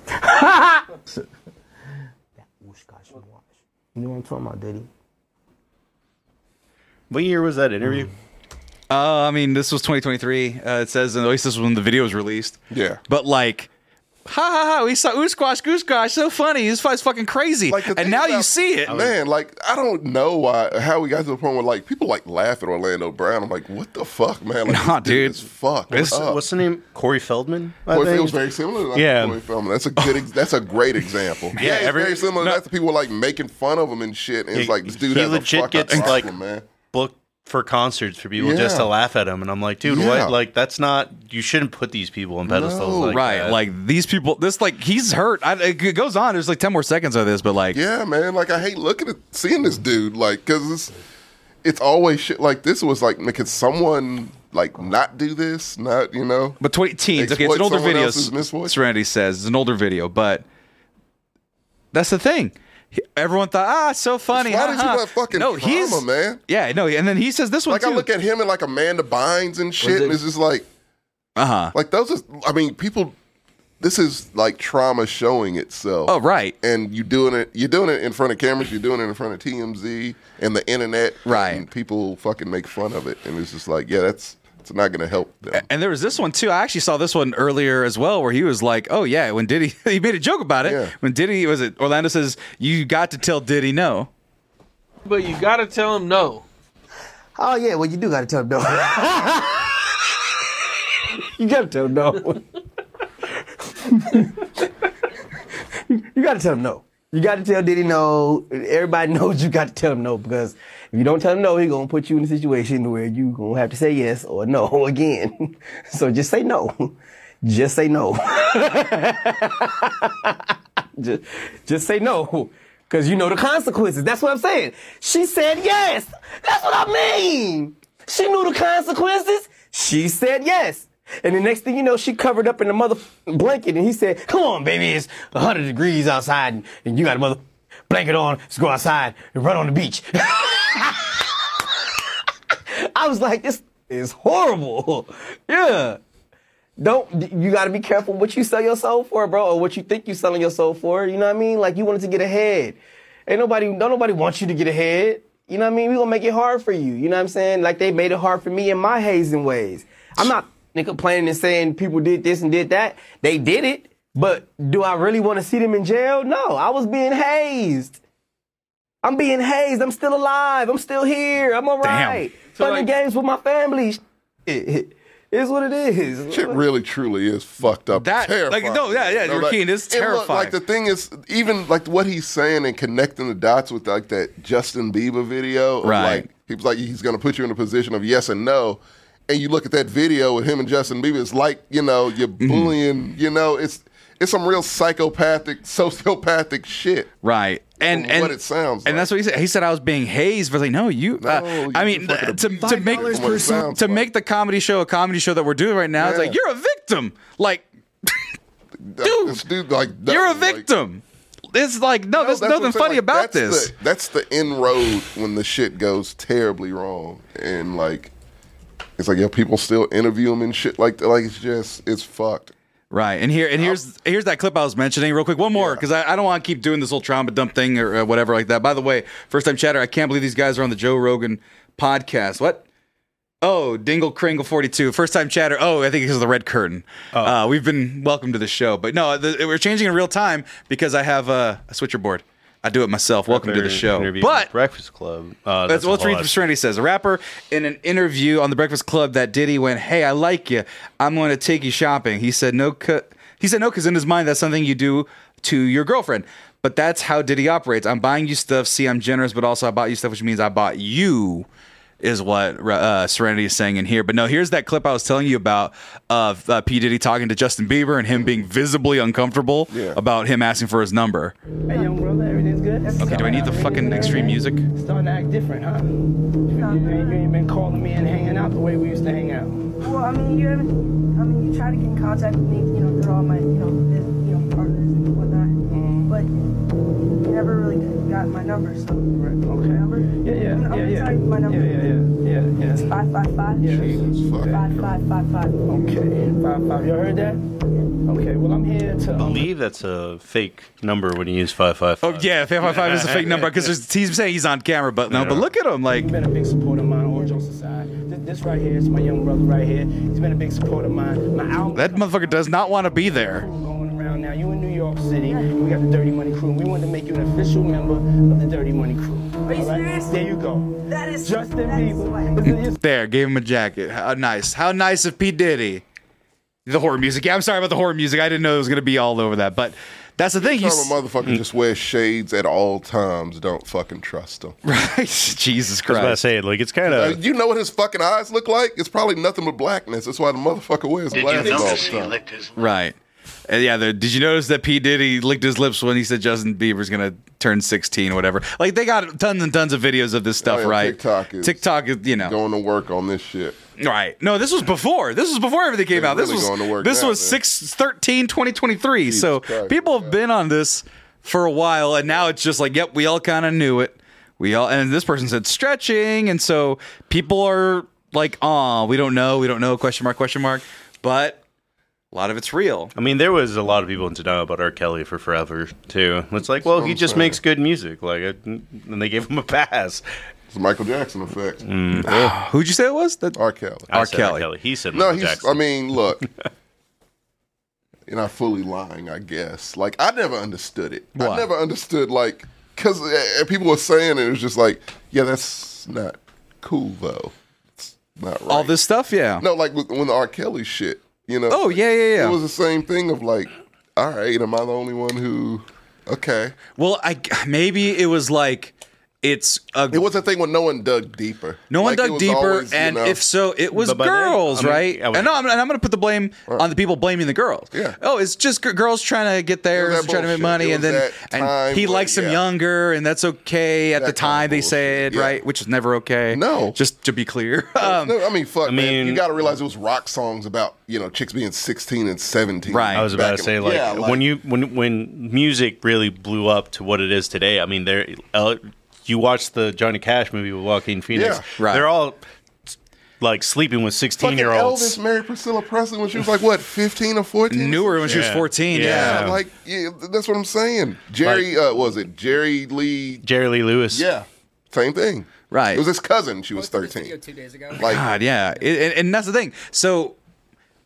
Speaker 7: Ooshkash muash. You know what I'm talking about, Diddy?
Speaker 1: What year was that interview?
Speaker 2: Uh, I mean, this was 2023. Uh, it says, and at least this was when the video was released.
Speaker 3: Yeah.
Speaker 2: But like, ha ha ha, we saw Ooh Squash Goose Squash. So funny. This fight's fucking crazy.
Speaker 3: Like the
Speaker 2: and
Speaker 3: thing
Speaker 2: now you
Speaker 3: about-
Speaker 2: see it.
Speaker 3: Man, like I don't know why how we got to the point where like people like laugh at Orlando Brown. I'm like, what the fuck, man? Like,
Speaker 2: Nah,
Speaker 3: this dude,
Speaker 2: dude.
Speaker 3: is fucked
Speaker 2: This-
Speaker 3: up.
Speaker 1: What's the name? Corey Feldman. I
Speaker 3: Well, it
Speaker 1: think?
Speaker 3: was Mm. very similar. to Like
Speaker 1: Yeah.
Speaker 3: Corey Feldman. that's a good. Ex- that's a great example.
Speaker 1: Yeah,
Speaker 3: it's
Speaker 1: every-
Speaker 3: very similar. to
Speaker 1: no-
Speaker 3: that. people were, like making fun of him and shit. And it's
Speaker 1: He-
Speaker 3: like this dude
Speaker 1: he
Speaker 3: has
Speaker 1: legit
Speaker 3: a fucking
Speaker 1: gets, like-
Speaker 3: problem, man.
Speaker 1: booked for concerts for people just
Speaker 3: Yeah.
Speaker 1: to laugh at him, and I'm like, dude,
Speaker 3: Yeah.
Speaker 1: what? Like, that's not. You shouldn't put these people on pedestals.
Speaker 3: No.
Speaker 1: Oh, like
Speaker 2: right.
Speaker 1: that.
Speaker 2: Like these people. This like he's hurt. I, it goes on. There's like 10 more seconds of this, but like,
Speaker 3: Yeah, man. Like I hate looking at seeing this dude. Like because it's it's always shit like this was like man, could someone like not do this? Not you know.
Speaker 2: But 20 teens. Okay, it's
Speaker 3: Exploit
Speaker 2: an older
Speaker 3: someone
Speaker 2: video.
Speaker 3: else's misfortune.
Speaker 2: Serenity says it's an older video, but that's the thing. He- Everyone thought, ah, so funny.
Speaker 3: why did you
Speaker 2: ha-ha."
Speaker 3: let fucking trauma, man?
Speaker 2: Yeah, no, and then he says this one
Speaker 3: Like
Speaker 2: too.
Speaker 3: I look at him and like Amanda Bynes and shit, and it's just like
Speaker 2: uh huh.
Speaker 3: like those. Is, I mean, people. This is like trauma showing itself.
Speaker 2: Oh right.
Speaker 3: and you doing it you're doing it in front of cameras you're doing it in front of tmz and the internet
Speaker 2: Right.
Speaker 3: and people fucking make fun of it and it's just like yeah that's it's not gonna help them
Speaker 2: And there was this one too. I actually saw this one earlier as well, where he was like, "Oh yeah," when Diddy he made a joke about it.
Speaker 3: Yeah.
Speaker 2: When Diddy was it Orlando says, "You got to tell Diddy no."
Speaker 5: but you gotta tell him no.
Speaker 7: Oh, yeah, well, you do gotta tell him no. you gotta tell him no. you gotta tell him no. You gotta tell Diddy no. Everybody knows you gotta tell him no because if you don't tell him no, he gonna put you in a situation where you gonna have to say yes or no again. So just say no. Just say no. just, just say no. Cause you know the consequences. That's what I'm saying. She said yes. That's what I mean. She knew the consequences. She said yes. And the next thing you know, she covered up in a mother blanket and he said, come on, baby, it's 100 degrees outside and, and you got a mother
Speaker 8: blanket on, let's go outside and run on the beach. I was like, this is horrible. Yeah. Don't you got to be careful what you sell your soul for, bro, or what you think you selling your soul for. You know what I mean? Like you wanted to get ahead. Ain't nobody, don't nobody want you to get ahead. You know what I mean? We gonna make it hard for you. You know what I'm saying? Like they made it hard for me in my hazing ways. I'm not complaining and saying people did this and did that. They did it, but do I really want to see them in jail? No, I was being hazed. I'm being hazed. I'm still alive. I'm still here. I'm alright.
Speaker 2: So,
Speaker 8: Fun and
Speaker 2: like-
Speaker 8: games with my family. It is what it is.
Speaker 3: Shit really truly is fucked up.
Speaker 2: That-
Speaker 3: terrifying.
Speaker 2: like, no, yeah, yeah,
Speaker 3: You know, like-
Speaker 2: Rakeen, it's
Speaker 3: and look,
Speaker 2: terrifying.
Speaker 3: like the thing is, even like what he's saying and connecting the dots with like that Justin Bieber video, of,
Speaker 2: Right.
Speaker 3: Like he was like he's gonna put you in a position of yes and no. And you look at that video with him and Justin Bieber, it's like you know you're
Speaker 2: Mm-hmm.
Speaker 3: bullying. You know, it's it's some real psychopathic, sociopathic shit.
Speaker 2: Right. And
Speaker 3: From
Speaker 2: and
Speaker 3: what it sounds
Speaker 2: and
Speaker 3: like.
Speaker 2: that's what he said. He said I was being hazed, but like, no, you. uh,
Speaker 3: No,
Speaker 2: I
Speaker 3: you
Speaker 2: mean,
Speaker 3: fucking
Speaker 2: uh, to, to
Speaker 3: abused
Speaker 2: make
Speaker 3: me from what it sounds
Speaker 2: to
Speaker 3: like.
Speaker 2: make the comedy show a comedy show that we're doing right now, it's
Speaker 3: Yeah.
Speaker 2: like you're a victim. Like, dude,
Speaker 3: This dude, like no,
Speaker 2: you're a
Speaker 3: like-
Speaker 2: victim. it's like no, there's
Speaker 3: that's what
Speaker 2: nothing
Speaker 3: I'm saying,
Speaker 2: funny
Speaker 3: like,
Speaker 2: about
Speaker 3: that's
Speaker 2: this.
Speaker 3: the- that's the inroad when the shit goes terribly wrong, and like, it's like yo, people still interview him and shit like that. Like it's just it's fucked.
Speaker 2: Right, and here and here's here's that clip I was mentioning real quick. One more because I, I don't want to keep doing this whole trauma dump thing or uh, whatever like that. By the way, first time chatter, I can't believe these guys are on the Joe Rogan podcast. What? Oh, Dingle Kringle forty two. First time chatter. Oh, I think because of the red curtain. Uh, we've been welcome to the show, but no, the, we're changing in real time because I have uh, a switcher board. I do it myself. Welcome to the
Speaker 1: Their
Speaker 2: show.
Speaker 1: interview
Speaker 2: But
Speaker 1: with Breakfast Club. Uh,
Speaker 2: that's,
Speaker 1: a
Speaker 2: let's read
Speaker 1: whole
Speaker 2: what Serenity says. A rapper in an interview on The Breakfast Club that Diddy went, "Hey, I like you. I'm going to take you shopping." He said no. Cu-. He said no because in his mind that's something you do to your girlfriend. But that's how Diddy operates. I'm buying you stuff. See, I'm generous, but also I bought you stuff, which means I bought you. Is what uh, Serenity is saying in here, but no. Here's that clip I was telling you about of uh, P Diddy talking to Justin Bieber and him being visibly uncomfortable
Speaker 3: Yeah.
Speaker 2: about him asking for his number.
Speaker 9: Hey, young brother, everything's good?
Speaker 2: Okay, do I need the fucking extreme music?
Speaker 9: Starting to act different, huh? You ain't, you ain't been calling me and hanging out the way we used to hang out.
Speaker 10: Well, I mean, you haven't. I mean, you try to get in contact with me, you know, through all my, you know, biz, you know, partners and whatnot.
Speaker 9: Mm-hmm.
Speaker 10: But you never really got my number, so.
Speaker 9: Okay.
Speaker 10: Remember?
Speaker 9: Yeah, yeah,
Speaker 10: I'm
Speaker 9: yeah,
Speaker 10: gonna
Speaker 9: yeah.
Speaker 10: tell you my number.
Speaker 9: Yeah, yeah, yeah, yeah.
Speaker 10: Five five five.
Speaker 3: Jesus fuck.
Speaker 10: Five five five five.
Speaker 9: Okay, five five. You heard that? Okay. Well, I'm here to. um,
Speaker 1: I believe that's a fake number when you use five five.
Speaker 2: Oh yeah, five five five is a fake number because he's saying he's on camera, but no. But look at him, like
Speaker 9: He's been a big supporter of mine, Ojo Society. This, this right here is my young brother right here. He's been a big supporter of mine. My album.
Speaker 2: that motherfucker does not want to be there.
Speaker 9: going around now. You in New York City. We got the Dirty Money Crew. We wanted to make you an official member of the Dirty Money Crew.
Speaker 10: Are you
Speaker 9: All right?
Speaker 10: serious?
Speaker 9: There you go.
Speaker 10: That is
Speaker 9: Justin
Speaker 10: that is
Speaker 9: Bieber.
Speaker 10: swag.
Speaker 9: This is-
Speaker 2: There, gave him a jacket. How nice. How nice of P Diddy. The horror music. Yeah, I'm sorry about the horror music. I didn't know it was gonna be all over that, but that's the thing.
Speaker 3: Tell
Speaker 2: He's
Speaker 3: him a motherfucker just wears shades at all times. Don't fucking trust him.
Speaker 1: I was
Speaker 2: Jesus
Speaker 1: about to
Speaker 2: Christ.
Speaker 1: say, like, it's kind
Speaker 3: Uh,
Speaker 1: of.
Speaker 3: you know what his fucking eyes look like? It's probably nothing but blackness. That's why the motherfucker wears glasses all the time.
Speaker 2: Right. And yeah. The, did you notice that P Diddy licked his lips when he said Justin Bieber's gonna turn 16 or whatever? Like they got tons and tons of videos of this stuff,
Speaker 3: Oh, yeah,
Speaker 2: right?
Speaker 3: TikTok is
Speaker 2: TikTok is you know
Speaker 3: Going to work on this shit.
Speaker 2: Right. No, this was before. This was before everything came
Speaker 3: They're
Speaker 2: out. This
Speaker 3: really going to
Speaker 2: was
Speaker 3: work
Speaker 2: this
Speaker 3: now,
Speaker 2: was
Speaker 3: man.
Speaker 2: 6 13 2023. so
Speaker 3: Christ,
Speaker 2: people have
Speaker 3: yeah.
Speaker 2: been on this for a while and now it's just like, yep, we all kind of knew it. We all and this person said stretching and so people are like, "Ah, we don't know. We don't know." question mark question mark. But a lot of it's real.
Speaker 1: I mean, there was a lot of people in denial about R. Kelly for forever too. It's like, well, he just makes good music. Like, it- and they gave him a pass.
Speaker 3: It's the Michael Jackson effect.
Speaker 2: Mm. Who'd you say it was? That
Speaker 3: R. Kelly.
Speaker 1: I
Speaker 2: R.
Speaker 1: said
Speaker 2: Kelly.
Speaker 1: He said
Speaker 3: No,
Speaker 1: Michael
Speaker 3: he's.
Speaker 1: Jackson.
Speaker 3: I mean, look. you're not fully lying, I guess. Like I never understood it.
Speaker 2: Why?
Speaker 3: I never understood like because uh, people were saying it, it was just like, yeah, that's not cool though. It's not right.
Speaker 2: all this stuff, yeah.
Speaker 3: No, like with- when the R. Kelly shit. You know.
Speaker 2: Oh, yeah, yeah, yeah.
Speaker 3: It was the same thing of like, all right, am I the only one who? Okay.
Speaker 2: Well, I maybe it was like It's a
Speaker 3: It was a thing when no one dug deeper.
Speaker 2: No one
Speaker 3: Like, it
Speaker 2: dug
Speaker 3: was
Speaker 2: deeper,
Speaker 3: always, you
Speaker 2: and
Speaker 3: know,
Speaker 2: if so, it was
Speaker 1: But by then,
Speaker 2: girls,
Speaker 1: I mean,
Speaker 2: right?
Speaker 1: I would-
Speaker 2: and no, I'm, and I'm going to put the blame on the people blaming the girls.
Speaker 3: Yeah.
Speaker 2: Oh, it's just g- girls trying to get
Speaker 3: It was
Speaker 2: theirs,
Speaker 3: that
Speaker 2: trying to make
Speaker 3: bullshit.
Speaker 2: money,
Speaker 3: It
Speaker 2: and
Speaker 3: was
Speaker 2: then
Speaker 3: that
Speaker 2: and
Speaker 3: time
Speaker 2: he
Speaker 3: where-
Speaker 2: likes them
Speaker 3: yeah.
Speaker 2: younger, and that's okay at
Speaker 3: That
Speaker 2: the
Speaker 3: kind
Speaker 2: time
Speaker 3: of
Speaker 2: they
Speaker 3: bullshit,
Speaker 2: said,
Speaker 3: yeah.
Speaker 2: right? Which is never okay.
Speaker 3: No.
Speaker 2: Just to be clear. Um,
Speaker 3: no, I mean, fuck,
Speaker 1: I
Speaker 3: man. You
Speaker 1: mean-
Speaker 3: got to realize it was rock songs about you know chicks being sixteen and seventeen.
Speaker 2: Right.
Speaker 1: I was
Speaker 3: back
Speaker 1: about to
Speaker 3: in
Speaker 1: say
Speaker 3: the-
Speaker 1: like,
Speaker 3: Yeah,
Speaker 1: when you when when music really blew up to what it is today. I mean, there uh, you watch the Johnny Cash movie with Joaquin Phoenix.
Speaker 3: Yeah.
Speaker 2: Right.
Speaker 1: They're all like sleeping with sixteen
Speaker 3: fucking
Speaker 1: year olds.
Speaker 3: Elvis married Priscilla Presley when she was like what fifteen or fourteen.
Speaker 2: knew her when she was
Speaker 1: Yeah.
Speaker 2: 14. Yeah.
Speaker 3: Yeah, like yeah, that's what I'm saying. Jerry, uh, was it Jerry Lee?
Speaker 1: Jerry Lee Lewis.
Speaker 3: Yeah, same thing.
Speaker 2: Right.
Speaker 3: It was his cousin. She was thirteen.
Speaker 5: Two days ago.
Speaker 3: Like
Speaker 2: God, yeah. It, and, and that's the thing. So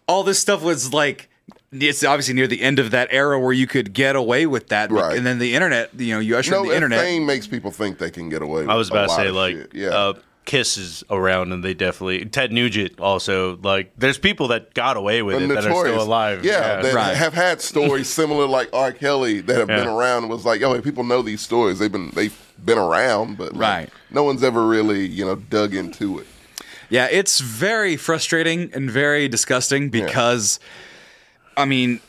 Speaker 2: all this stuff was like it's obviously near the end of that era where you could get away with that.
Speaker 3: Right.
Speaker 2: And then the internet, you know, you ushered
Speaker 3: no,
Speaker 2: in the internet.
Speaker 3: fame makes people think they can get away. with
Speaker 1: I was
Speaker 3: a
Speaker 1: about to
Speaker 3: lot
Speaker 1: say
Speaker 3: of
Speaker 1: like
Speaker 3: shit. yeah.
Speaker 1: uh, Kiss is around, and they definitely Ted Nugent also like. There's people that got away with it that are still alive.
Speaker 3: Yeah, that
Speaker 2: Right.
Speaker 3: have had stories similar like R. Kelly that have been
Speaker 1: Yeah.
Speaker 3: around. and Was like, yo, people know these stories. They've been they've been around, but like,
Speaker 2: Right.
Speaker 3: no one's ever really you know dug into it.
Speaker 2: Yeah, it's very frustrating and very disgusting because, I mean,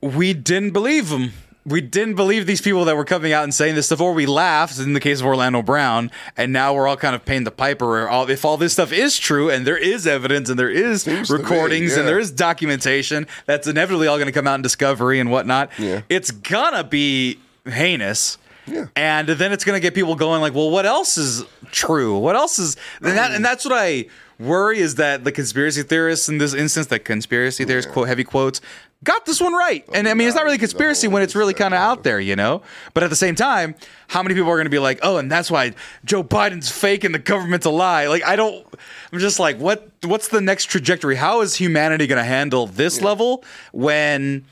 Speaker 2: we didn't believe them. We didn't believe these people that were coming out and saying this stuff, or we laughed in the case of Orlando Brown, and now we're all kind of paying the piper. Or all, if all this stuff is true, and there is evidence, and there is
Speaker 3: Seems to be,
Speaker 2: recordings, and
Speaker 3: yeah.
Speaker 2: there is documentation that's inevitably all going to come out in discovery and whatnot,
Speaker 3: Yeah.
Speaker 2: it's gonna be heinous.
Speaker 3: Yeah.
Speaker 2: And then it's going to get people going like, well, what else is true? What else is and that? And that's what I worry is that the conspiracy theorists in this instance, the conspiracy theorists quote heavy quotes, got this one right.
Speaker 3: Oh,
Speaker 2: And I mean, it's not really
Speaker 3: the
Speaker 2: conspiracy
Speaker 3: whole
Speaker 2: when it's really kind of
Speaker 3: sector.
Speaker 2: out there, you know. But at the same time, how many people are going to be like, oh, and that's why Joe Biden's fake and the government's a lie? Like, I don't. I'm just like, what? What's the next trajectory? How is humanity going to handle this level when?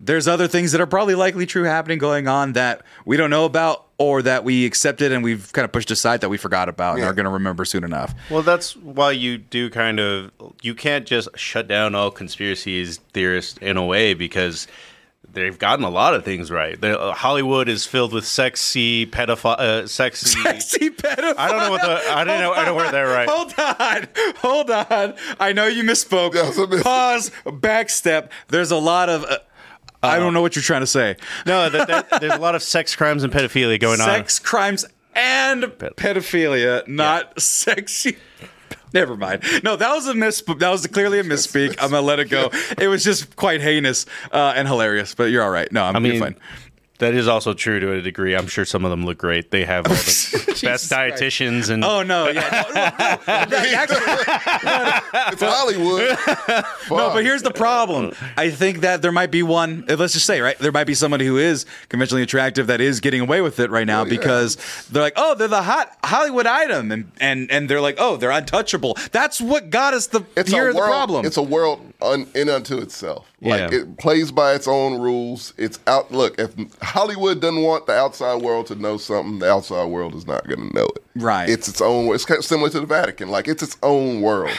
Speaker 2: there's other things that are probably likely true happening going on that we don't know about or that we accepted and we've kind of pushed aside that we forgot about and
Speaker 3: Yeah.
Speaker 2: are going to remember soon enough.
Speaker 1: Well, that's why you do kind of you can't just shut down all conspiracies theorists in a way because they've gotten a lot of things right. They're- uh, Hollywood is filled with sexy pedophile, uh, sexy.
Speaker 2: Sexy pedophile.
Speaker 1: I don't know what the I don't know I don't wear that right.
Speaker 2: Hold on. Hold on. I know you misspoke.
Speaker 3: That was a miss-
Speaker 2: Pause. Backstep. There's a lot of. Uh, I don't know what you're trying to say.
Speaker 1: No, that, that, there's a lot of sex crimes and pedophilia going
Speaker 2: Sex crimes and pedophilia, not sexy. Never mind. No, that was a miss. That was clearly a misspeak. I'm gonna let it go. It was just quite heinous uh, and hilarious. But you're all right. No,
Speaker 1: on.
Speaker 2: I'm
Speaker 1: I mean,
Speaker 2: you're fine.
Speaker 1: that is also true to a degree. I'm sure some of them look great. They have all the best dietitians and
Speaker 2: Oh no, yeah. No, no, no. That- actually-
Speaker 3: It's Hollywood.
Speaker 2: No, but here's the problem. I think that there might be one. uh, Let's just say, right? There might be somebody who is conventionally attractive that is getting away with it right now
Speaker 3: Oh, yeah.
Speaker 2: because they're like, oh, they're the hot Hollywood item, and and and they're like, oh, they're untouchable. That's what got us the
Speaker 3: it's
Speaker 2: here
Speaker 3: a
Speaker 2: are
Speaker 3: world,
Speaker 2: the problem.
Speaker 3: It's a world un, in unto itself. Like
Speaker 1: Yeah.
Speaker 3: it plays by its own rules. It's out. Look, if Hollywood doesn't want the outside world to know something, the outside world is not going to know it.
Speaker 2: Right.
Speaker 3: It's its own. It's kind of similar to the Vatican. Like it's its own world.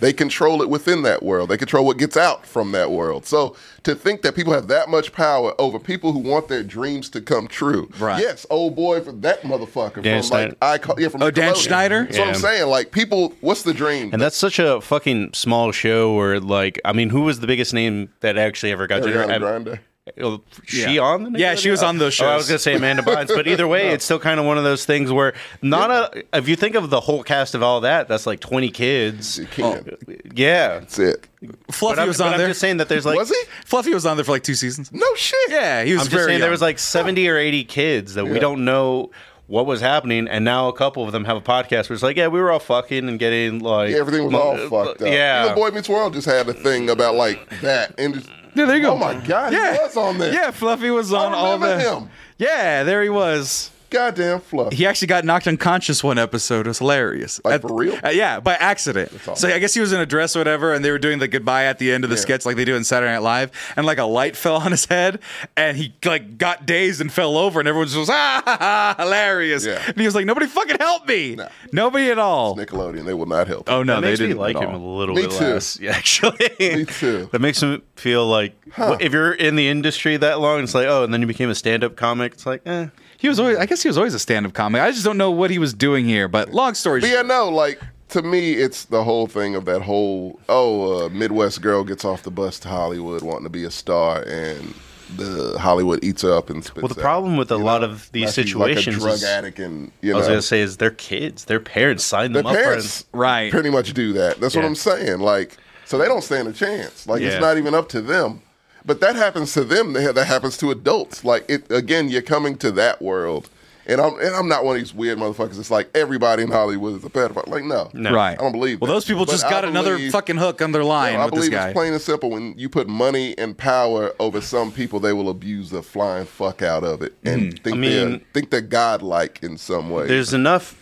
Speaker 3: They control it within that world. They control what gets out from that world. So to think that people have that much power over people who want their dreams to come true.
Speaker 2: Right.
Speaker 3: Yes, old boy for that motherfucker
Speaker 1: Dan
Speaker 3: from
Speaker 1: Snyder.
Speaker 3: like I call, yeah, from
Speaker 2: Oh, Dan
Speaker 3: Nickelodeon.
Speaker 2: Schneider?
Speaker 3: That's what
Speaker 1: Yeah.
Speaker 3: I'm saying. Like people, what's the dream?
Speaker 1: And that's such a fucking small show where, like, I mean, who was the biggest name that actually ever got
Speaker 3: Ariana
Speaker 1: gener-
Speaker 3: Grande.
Speaker 1: Oh, she
Speaker 2: Yeah.
Speaker 1: on the Nickelodeon?
Speaker 2: Yeah, she was on those
Speaker 1: Oh, I
Speaker 2: shows.
Speaker 1: was gonna say Amanda Bynes, but either way, it's still kind of one of those things where not a. If you think of the whole cast of all that, that's like twenty kids.
Speaker 3: You can't.
Speaker 1: Yeah,
Speaker 3: That's it.
Speaker 1: but,
Speaker 2: Fluffy
Speaker 1: I'm,
Speaker 2: was
Speaker 1: but
Speaker 2: on
Speaker 1: I'm
Speaker 2: there.
Speaker 1: just saying that there's like.
Speaker 3: was he?
Speaker 2: Fluffy was on there for like two seasons.
Speaker 3: No shit.
Speaker 2: Yeah, he was
Speaker 1: I'm just
Speaker 2: very.
Speaker 1: saying
Speaker 2: young.
Speaker 1: there was like seventy or eighty kids that we don't know what was happening, and now a couple of them have a podcast where it's like, yeah, we were all fucking and getting like
Speaker 3: Yeah, everything was
Speaker 1: mo-
Speaker 3: all
Speaker 1: uh,
Speaker 3: fucked up.
Speaker 1: Yeah,
Speaker 3: Even Boy Meets World just had a thing about like that. And just,
Speaker 2: Yeah, there you go.
Speaker 3: Oh my god,
Speaker 2: yeah,
Speaker 3: he was on there.
Speaker 2: Yeah, Fluffy was on all the.
Speaker 3: remember him.
Speaker 2: Yeah, there he was.
Speaker 3: Goddamn fluff.
Speaker 2: He actually got knocked unconscious one episode. It was hilarious.
Speaker 3: Like, for real?
Speaker 2: uh, yeah, by accident. So
Speaker 3: awesome.
Speaker 2: I guess he was in a dress or whatever, and they were doing the goodbye at the end of the sketch like they do in Saturday Night Live, and like a light fell on his head, and he like got dazed and fell over, and everyone just was ah ha, ha, hilarious.
Speaker 3: Yeah.
Speaker 2: And he was like, nobody fucking helped me,
Speaker 3: No.
Speaker 2: nobody at all.
Speaker 3: Nickelodeon, they will not help.
Speaker 2: Oh no,
Speaker 1: that
Speaker 2: they
Speaker 1: makes me
Speaker 2: didn't
Speaker 1: like
Speaker 2: at
Speaker 1: him
Speaker 2: all.
Speaker 1: a little
Speaker 3: Me
Speaker 1: bit
Speaker 3: too.
Speaker 1: less. Yeah, actually,
Speaker 3: Me too.
Speaker 1: That makes him feel like if you're in the industry that long, it's like oh, and then you became a stand-up comic. It's like eh.
Speaker 2: He was always, I guess he was always a stand up comic. I just don't know what he was doing here, but long story
Speaker 3: But
Speaker 2: short.
Speaker 3: yeah, no, like to me, it's the whole thing of that whole oh, uh, Midwest girl gets off the bus to Hollywood wanting to be a star, and the Hollywood eats her up and spits.
Speaker 1: Well, the
Speaker 3: out.
Speaker 1: problem with a lot of these
Speaker 3: Like she's
Speaker 1: situations,
Speaker 3: like a drug
Speaker 1: is,
Speaker 3: addict, and you
Speaker 1: I was
Speaker 3: know,
Speaker 1: gonna say, is their kids, their parents sign
Speaker 3: their
Speaker 1: them up. for
Speaker 3: parents
Speaker 2: Right.
Speaker 3: pretty much do that. That's what
Speaker 1: Yeah.
Speaker 3: I'm saying. Like, so they don't stand a chance. Like,
Speaker 1: Yeah.
Speaker 3: it's not even up to them. But that happens to them. They have- That happens to adults. Like, it again, you're coming to that world. And I'm and I'm not one of these weird motherfuckers. It's like everybody in Hollywood is a pedophile. Like, no,
Speaker 1: No.
Speaker 2: Right.
Speaker 3: I don't believe
Speaker 2: Well,
Speaker 3: that.
Speaker 2: those people
Speaker 3: But
Speaker 2: just
Speaker 3: I
Speaker 2: got another
Speaker 3: believe-
Speaker 2: fucking hook underlying
Speaker 3: No, I
Speaker 2: with this
Speaker 3: believe
Speaker 2: guy.
Speaker 3: it's plain and simple. When you put money and power over some people, they will abuse the flying fuck out of it and
Speaker 1: Mm. I
Speaker 3: think
Speaker 1: mean-
Speaker 3: they're think they're godlike in some way.
Speaker 1: There's enough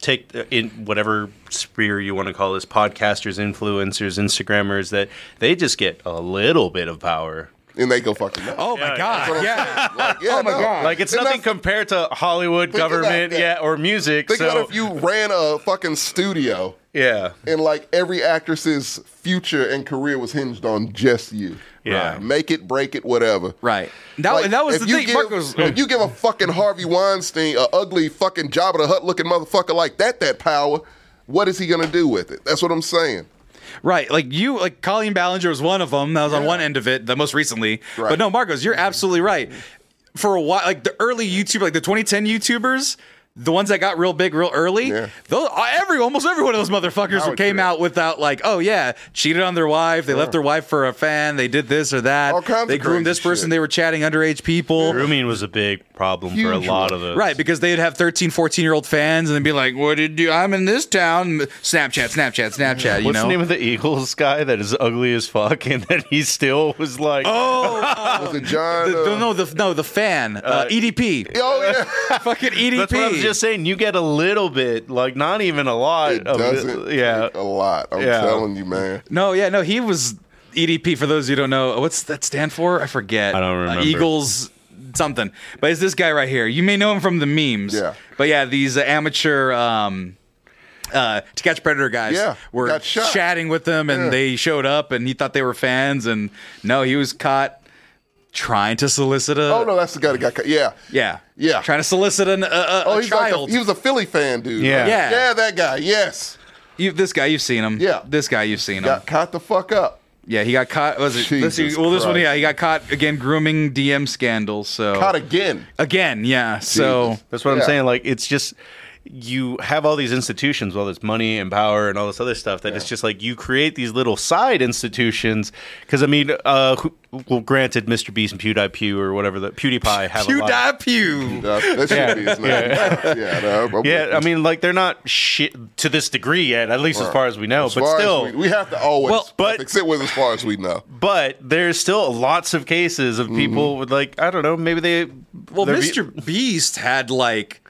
Speaker 1: take in whatever sphere you want to call this podcasters, influencers, Instagrammers that they just get a little bit of power.
Speaker 3: and they go fucking. nuts.
Speaker 2: oh my
Speaker 1: Yeah,
Speaker 2: god! Yeah.
Speaker 3: Like, yeah, no.
Speaker 1: oh Like it's
Speaker 3: And
Speaker 1: nothing
Speaker 3: that's-
Speaker 1: compared to Hollywood
Speaker 3: Think about
Speaker 1: government,
Speaker 3: that.
Speaker 1: yeah, or music.
Speaker 3: Think
Speaker 1: so
Speaker 3: about if you ran a fucking studio
Speaker 1: yeah,
Speaker 3: and like every actress's future and career was hinged on just you.
Speaker 1: Yeah. Right.
Speaker 3: Make it, break it, whatever.
Speaker 2: Right. That,
Speaker 3: Like,
Speaker 2: and that was
Speaker 3: if
Speaker 2: the
Speaker 3: you
Speaker 2: thing.
Speaker 3: Give,
Speaker 2: Marcos.
Speaker 3: if you give a fucking Harvey Weinstein, a ugly fucking Jabba the Hutt looking motherfucker like that, that power, what is he gonna do with it? That's what I'm saying.
Speaker 2: Right, like you, like Colleen Ballinger was one of them. That was on one end of it, the most recently.
Speaker 3: Right. Mm-hmm.
Speaker 2: But no, Marcos, you're absolutely right. For a while, like the early YouTube, like the 2010 YouTubers, the ones that got real big real early,
Speaker 3: Yeah.
Speaker 2: those uh, every almost every one of those motherfuckers
Speaker 3: would
Speaker 2: came
Speaker 3: do that.
Speaker 2: out without like, oh yeah, cheated on their wife, they left their wife for a fan, they did this or that,
Speaker 3: All kinds
Speaker 2: they
Speaker 3: of
Speaker 2: groomed
Speaker 3: crazy
Speaker 2: this person,
Speaker 3: shit.
Speaker 2: they were chatting underage people.
Speaker 1: grooming was a big problem for a
Speaker 3: Huge
Speaker 1: lot
Speaker 3: one.
Speaker 1: of those.
Speaker 2: Right, because they'd have 13, 14 year old fans and they'd be like, what did you, I'm in this town, Snapchat, Snapchat, Snapchat, you
Speaker 1: What's
Speaker 2: know?
Speaker 1: the name of the Eagles guy that is ugly as fuck and that he still was like,
Speaker 2: oh, uh,
Speaker 3: Was it John?
Speaker 2: The, the,
Speaker 3: uh,
Speaker 2: no, the no, the fan, uh, EDP,
Speaker 3: Oh yeah.
Speaker 2: fucking E EDP.
Speaker 1: That's what I was just saying. You get a little bit, like not even a lot.
Speaker 3: It
Speaker 1: of
Speaker 3: doesn't.
Speaker 1: yeah.
Speaker 3: take A lot. I'm
Speaker 1: Yeah.
Speaker 3: telling you, man.
Speaker 2: no, yeah, no, he was EDP. For those who don't know, what's that stand for? I forget. Uh,
Speaker 1: I don't remember.
Speaker 2: Eagles something, but it's this guy right here. You may know him from the memes.
Speaker 3: Yeah.
Speaker 2: But yeah, these uh, amateur. Um, uh, to catch predator guys
Speaker 3: Yeah,
Speaker 2: were
Speaker 3: got shot.
Speaker 2: chatting with them and
Speaker 3: Yeah.
Speaker 2: they showed up and he thought they were fans and no he was caught trying to solicit a
Speaker 3: Oh no, that's the guy that got. cut. Yeah.
Speaker 2: yeah
Speaker 3: Yeah.
Speaker 2: trying to solicit an, a, a,
Speaker 3: Oh,
Speaker 2: a
Speaker 3: he's like
Speaker 2: child
Speaker 3: a, he was a Philly fan, dude.
Speaker 1: Yeah.
Speaker 3: Right?
Speaker 2: Yeah.
Speaker 3: Yeah, that guy. Yes.
Speaker 2: You, this guy, you've seen him.
Speaker 3: Yeah.
Speaker 2: This guy, you've seen him.
Speaker 3: Got caught the fuck up.
Speaker 2: Yeah, he got caught. Was it? This,
Speaker 3: Jesus
Speaker 2: well, this one,
Speaker 3: Christ.
Speaker 2: yeah, he got caught again grooming DM scandal.
Speaker 1: Oh.
Speaker 2: So
Speaker 3: Caught again.
Speaker 2: again, yeah. So
Speaker 3: Jesus.
Speaker 1: That's what I'm
Speaker 3: Yeah.
Speaker 1: saying. Like it's just you have all these institutions, all this money and power and all this other stuff. That it's just like you create these little side institutions. Because I mean, uh, who, well, granted, Mr. Beast and PewDiePie or whatever the PewDiePie have a lot.
Speaker 2: PewDiePie. Pew.
Speaker 3: That, Uh, that should
Speaker 1: Yeah.
Speaker 3: be his name. Yeah. no, I'm-
Speaker 1: Yeah,
Speaker 2: um,
Speaker 1: I mean, like they're not shit to this degree yet, at least as far as we know.
Speaker 3: As
Speaker 1: but
Speaker 3: far as
Speaker 1: still,
Speaker 3: we, we have to always
Speaker 1: Well, but-
Speaker 3: fix it with as far as we know.
Speaker 1: but there's still lots of cases
Speaker 3: Mm-hmm.
Speaker 1: of people with like I don't know, maybe they
Speaker 2: Well,
Speaker 1: they're-
Speaker 2: Mr. Beast had like.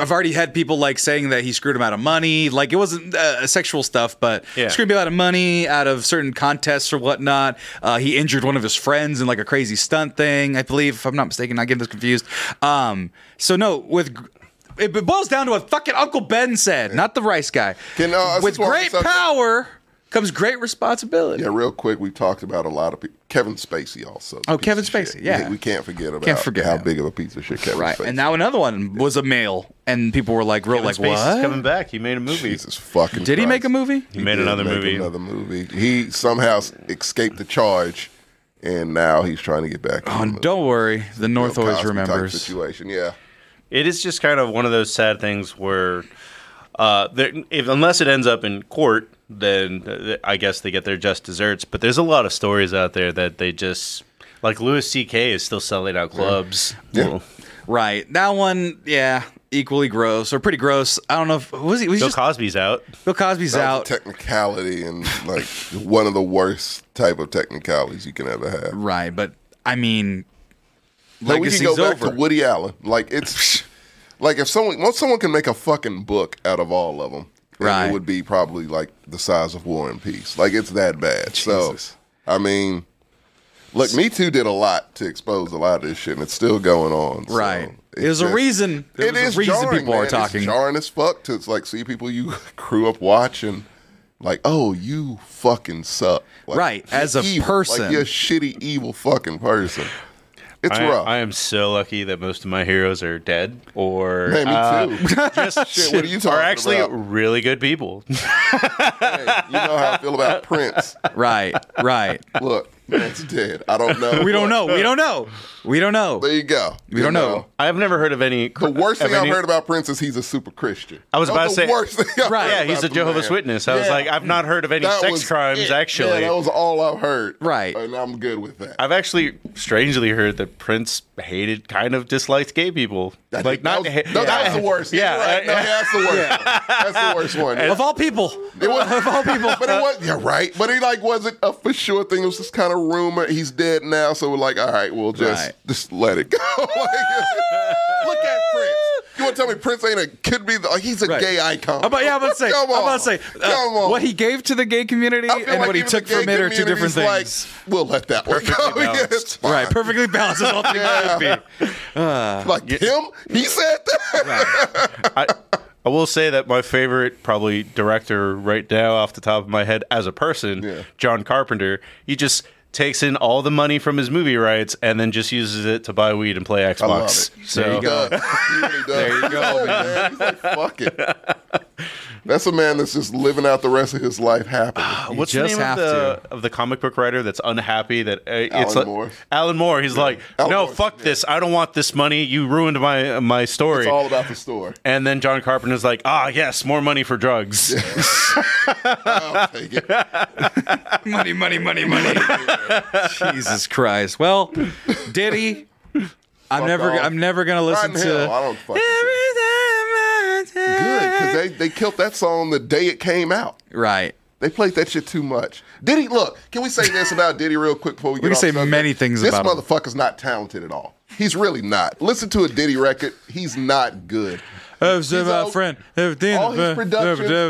Speaker 2: I've already had people like saying that he screwed him out of money. Like it wasn't uh, sexual stuff, but
Speaker 1: Yeah.
Speaker 2: screwed him out of money out of certain contests or whatnot. Uh, he injured one of his friends in like a crazy stunt thing, I believe, if I'm not mistaken. I get this confused. Um, so no, with gr- it boils down to what fucking Uncle Ben said, not the rice guy.
Speaker 3: Can, uh,
Speaker 2: with
Speaker 3: since we're on the
Speaker 2: great
Speaker 3: subject-
Speaker 2: power comes great responsibility.
Speaker 3: Yeah, real quick, we taled about a lot of people. Kevin Spacey also.
Speaker 2: Oh,
Speaker 3: piece
Speaker 2: Kevin
Speaker 3: of shit.
Speaker 2: Spacey, yeah.
Speaker 3: We, we can't forget about
Speaker 2: forget
Speaker 3: how
Speaker 2: him.
Speaker 3: big of a piece of shit Kevin
Speaker 2: Right,
Speaker 3: Spacey.
Speaker 2: and now another one was a male, and people were like, real
Speaker 1: Kevin
Speaker 2: like,
Speaker 1: Spacey's
Speaker 2: what?
Speaker 1: coming back. He made a movie.
Speaker 3: Jesus fucking.
Speaker 2: Did he
Speaker 3: Christ.
Speaker 2: make a movie?
Speaker 1: He made
Speaker 3: did
Speaker 1: another
Speaker 3: make
Speaker 1: movie.
Speaker 3: Another movie. He somehow s- escaped the charge, and now he's trying to get back.
Speaker 2: Oh,
Speaker 3: in the-
Speaker 2: don't worry. The
Speaker 3: Bill
Speaker 2: North always
Speaker 3: Cosby type
Speaker 2: remembers.
Speaker 3: Situation. Yeah.
Speaker 1: It is just kind of one of those sad things where, uh, there, if unless it ends up in court, then uh, I guess they get their just desserts. But there's a lot of stories out there that they just like Louis C.K. is still selling out clubs.
Speaker 3: Yeah.
Speaker 1: Well,
Speaker 2: Right. That one, yeah, equally gross or pretty gross. I don't know if was he was he
Speaker 1: Bill
Speaker 2: just
Speaker 1: Cosby's out.
Speaker 2: Bill Cosby's
Speaker 3: That
Speaker 2: out.
Speaker 3: was a technicality and like one of the worst type of technicalities you can ever have.
Speaker 2: right, but I mean
Speaker 3: Now we can go
Speaker 2: legacy's
Speaker 3: back
Speaker 2: over.
Speaker 3: to Woody Allen. Like it's like if someone once someone can make a fucking book out of all of them,
Speaker 2: Right.
Speaker 3: it would be probably like the size of War and Peace. Like it's that bad.
Speaker 2: Jesus.
Speaker 3: So I mean, look, Me Too did a lot to expose a lot of this shit, and it's still going on. so
Speaker 2: right.
Speaker 3: it's
Speaker 2: There's a
Speaker 3: just-
Speaker 2: reason. There's
Speaker 3: It
Speaker 2: a
Speaker 3: is
Speaker 2: reason
Speaker 3: jarring,
Speaker 2: people
Speaker 3: man.
Speaker 2: are talking.
Speaker 3: It's jarring as fuck to like see people you grew up watching. Like, oh, you fucking suck. Like,
Speaker 2: Right, as
Speaker 3: you're
Speaker 2: a
Speaker 3: evil.
Speaker 2: person.
Speaker 3: like, you're a shitty, evil fucking person. It's
Speaker 1: I,
Speaker 3: rough.
Speaker 1: I am so lucky that most of my heroes are dead or
Speaker 3: Man, me
Speaker 1: uh,
Speaker 3: too.
Speaker 1: just
Speaker 3: Shit, what are you talking
Speaker 1: are actually
Speaker 3: about?
Speaker 1: really good people.
Speaker 3: you know how I feel about Prince.
Speaker 2: Right, right.
Speaker 3: Look, Prince dead. I don't know.
Speaker 2: We don't
Speaker 3: Look,
Speaker 2: know. We don't know. We don't know.
Speaker 3: There you go.
Speaker 2: We don't know.
Speaker 1: I've never heard of any.
Speaker 3: The worst
Speaker 1: of
Speaker 3: thing I've
Speaker 1: any-
Speaker 3: heard about Prince is he's a super Christian.
Speaker 1: I was
Speaker 3: That
Speaker 1: about to
Speaker 3: the
Speaker 1: say-
Speaker 3: worst thing I've
Speaker 2: Right.
Speaker 3: heard
Speaker 1: Yeah, he's
Speaker 3: about
Speaker 1: a
Speaker 3: the
Speaker 1: Jehovah's
Speaker 3: man.
Speaker 1: Witness. I was
Speaker 3: Yeah.
Speaker 1: like, I've not heard of any
Speaker 3: That
Speaker 1: sex
Speaker 3: was
Speaker 1: crimes
Speaker 3: it.
Speaker 1: actually.
Speaker 3: Yeah, that was all I've heard.
Speaker 2: Right.
Speaker 3: and I'm good with that.
Speaker 1: I've actually strangely heard that Prince hated, kind of disliked gay people.
Speaker 3: I
Speaker 1: like
Speaker 3: think that
Speaker 1: not,
Speaker 3: was,
Speaker 1: ha-
Speaker 3: no,
Speaker 1: yeah.
Speaker 3: that was the worst.
Speaker 1: Yeah,
Speaker 3: Yeah, right. no,
Speaker 1: I-
Speaker 3: that's the worst. one. That's the worst one. Yeah.
Speaker 2: Of all people.
Speaker 3: It was,
Speaker 2: Of all people.
Speaker 3: but it was yeah, right. But it like wasn't a for sure thing. It was just kind of rumor. He's dead now, so we're like, all right, we'll just
Speaker 2: Right.
Speaker 3: just let it go. Like, look at Prince. You want to tell me Prince ain't a could be the, like he's a
Speaker 2: Right.
Speaker 3: gay icon?
Speaker 2: I'm about, yeah, I'm about to say, I'm
Speaker 3: Come on.
Speaker 2: about to say, uh,
Speaker 3: Come on.
Speaker 2: what he gave to the gay community
Speaker 3: I feel
Speaker 2: and
Speaker 3: like
Speaker 2: what he
Speaker 3: even the
Speaker 2: took from
Speaker 3: gay
Speaker 2: it are two different
Speaker 3: community's like,
Speaker 2: things.
Speaker 3: we'll let that work out. Yeah, it's fine.
Speaker 2: right, perfectly balanced as all things
Speaker 3: Yeah.
Speaker 2: should be.
Speaker 3: Like him, he said that.
Speaker 1: I, I will say that my favorite, probably director right now, off the top of my head, as a person,
Speaker 3: Yeah.
Speaker 1: John Carpenter. He just takes in all the money from his movie rights and then just uses it to buy weed and play Xbox.
Speaker 3: I love it.
Speaker 1: So
Speaker 3: he does. He really does.
Speaker 2: There you
Speaker 3: He's
Speaker 2: go,
Speaker 3: old, man. He's like, fuck it. That's a man that's just living out the rest of his life happily.
Speaker 1: What's
Speaker 2: just
Speaker 1: the name
Speaker 2: have
Speaker 1: of the, of the comic book writer that's unhappy that uh, it's like,
Speaker 3: Moore.
Speaker 1: Alan Moore. He's like,
Speaker 3: Alan
Speaker 1: no,
Speaker 3: Moore,
Speaker 1: fuck this. I don't want this money. You ruined my my story.
Speaker 3: it's all about the store.
Speaker 1: and then John Carpenter's like, ah, yes, more money for drugs.
Speaker 3: I'll take it.
Speaker 2: money, money, money, money. Jesus Christ. Well, Diddy, I'm never,
Speaker 3: off.
Speaker 2: I'm never gonna listen
Speaker 3: Rotten
Speaker 2: to.
Speaker 3: Hill. I don't fucking care. Good, because they, they killed that song the day it came out.
Speaker 2: Right.
Speaker 3: They played that shit too much. Diddy, look, can we say this about Diddy real quick before we get
Speaker 2: can
Speaker 3: off
Speaker 2: say
Speaker 3: subject?
Speaker 2: many things
Speaker 3: this
Speaker 2: about him.
Speaker 3: This motherfucker's not talented at all. He's really not. Listen to a Diddy record. He's not good.
Speaker 2: He's
Speaker 3: He's
Speaker 2: my
Speaker 3: all-
Speaker 2: friend. Everything.
Speaker 3: all his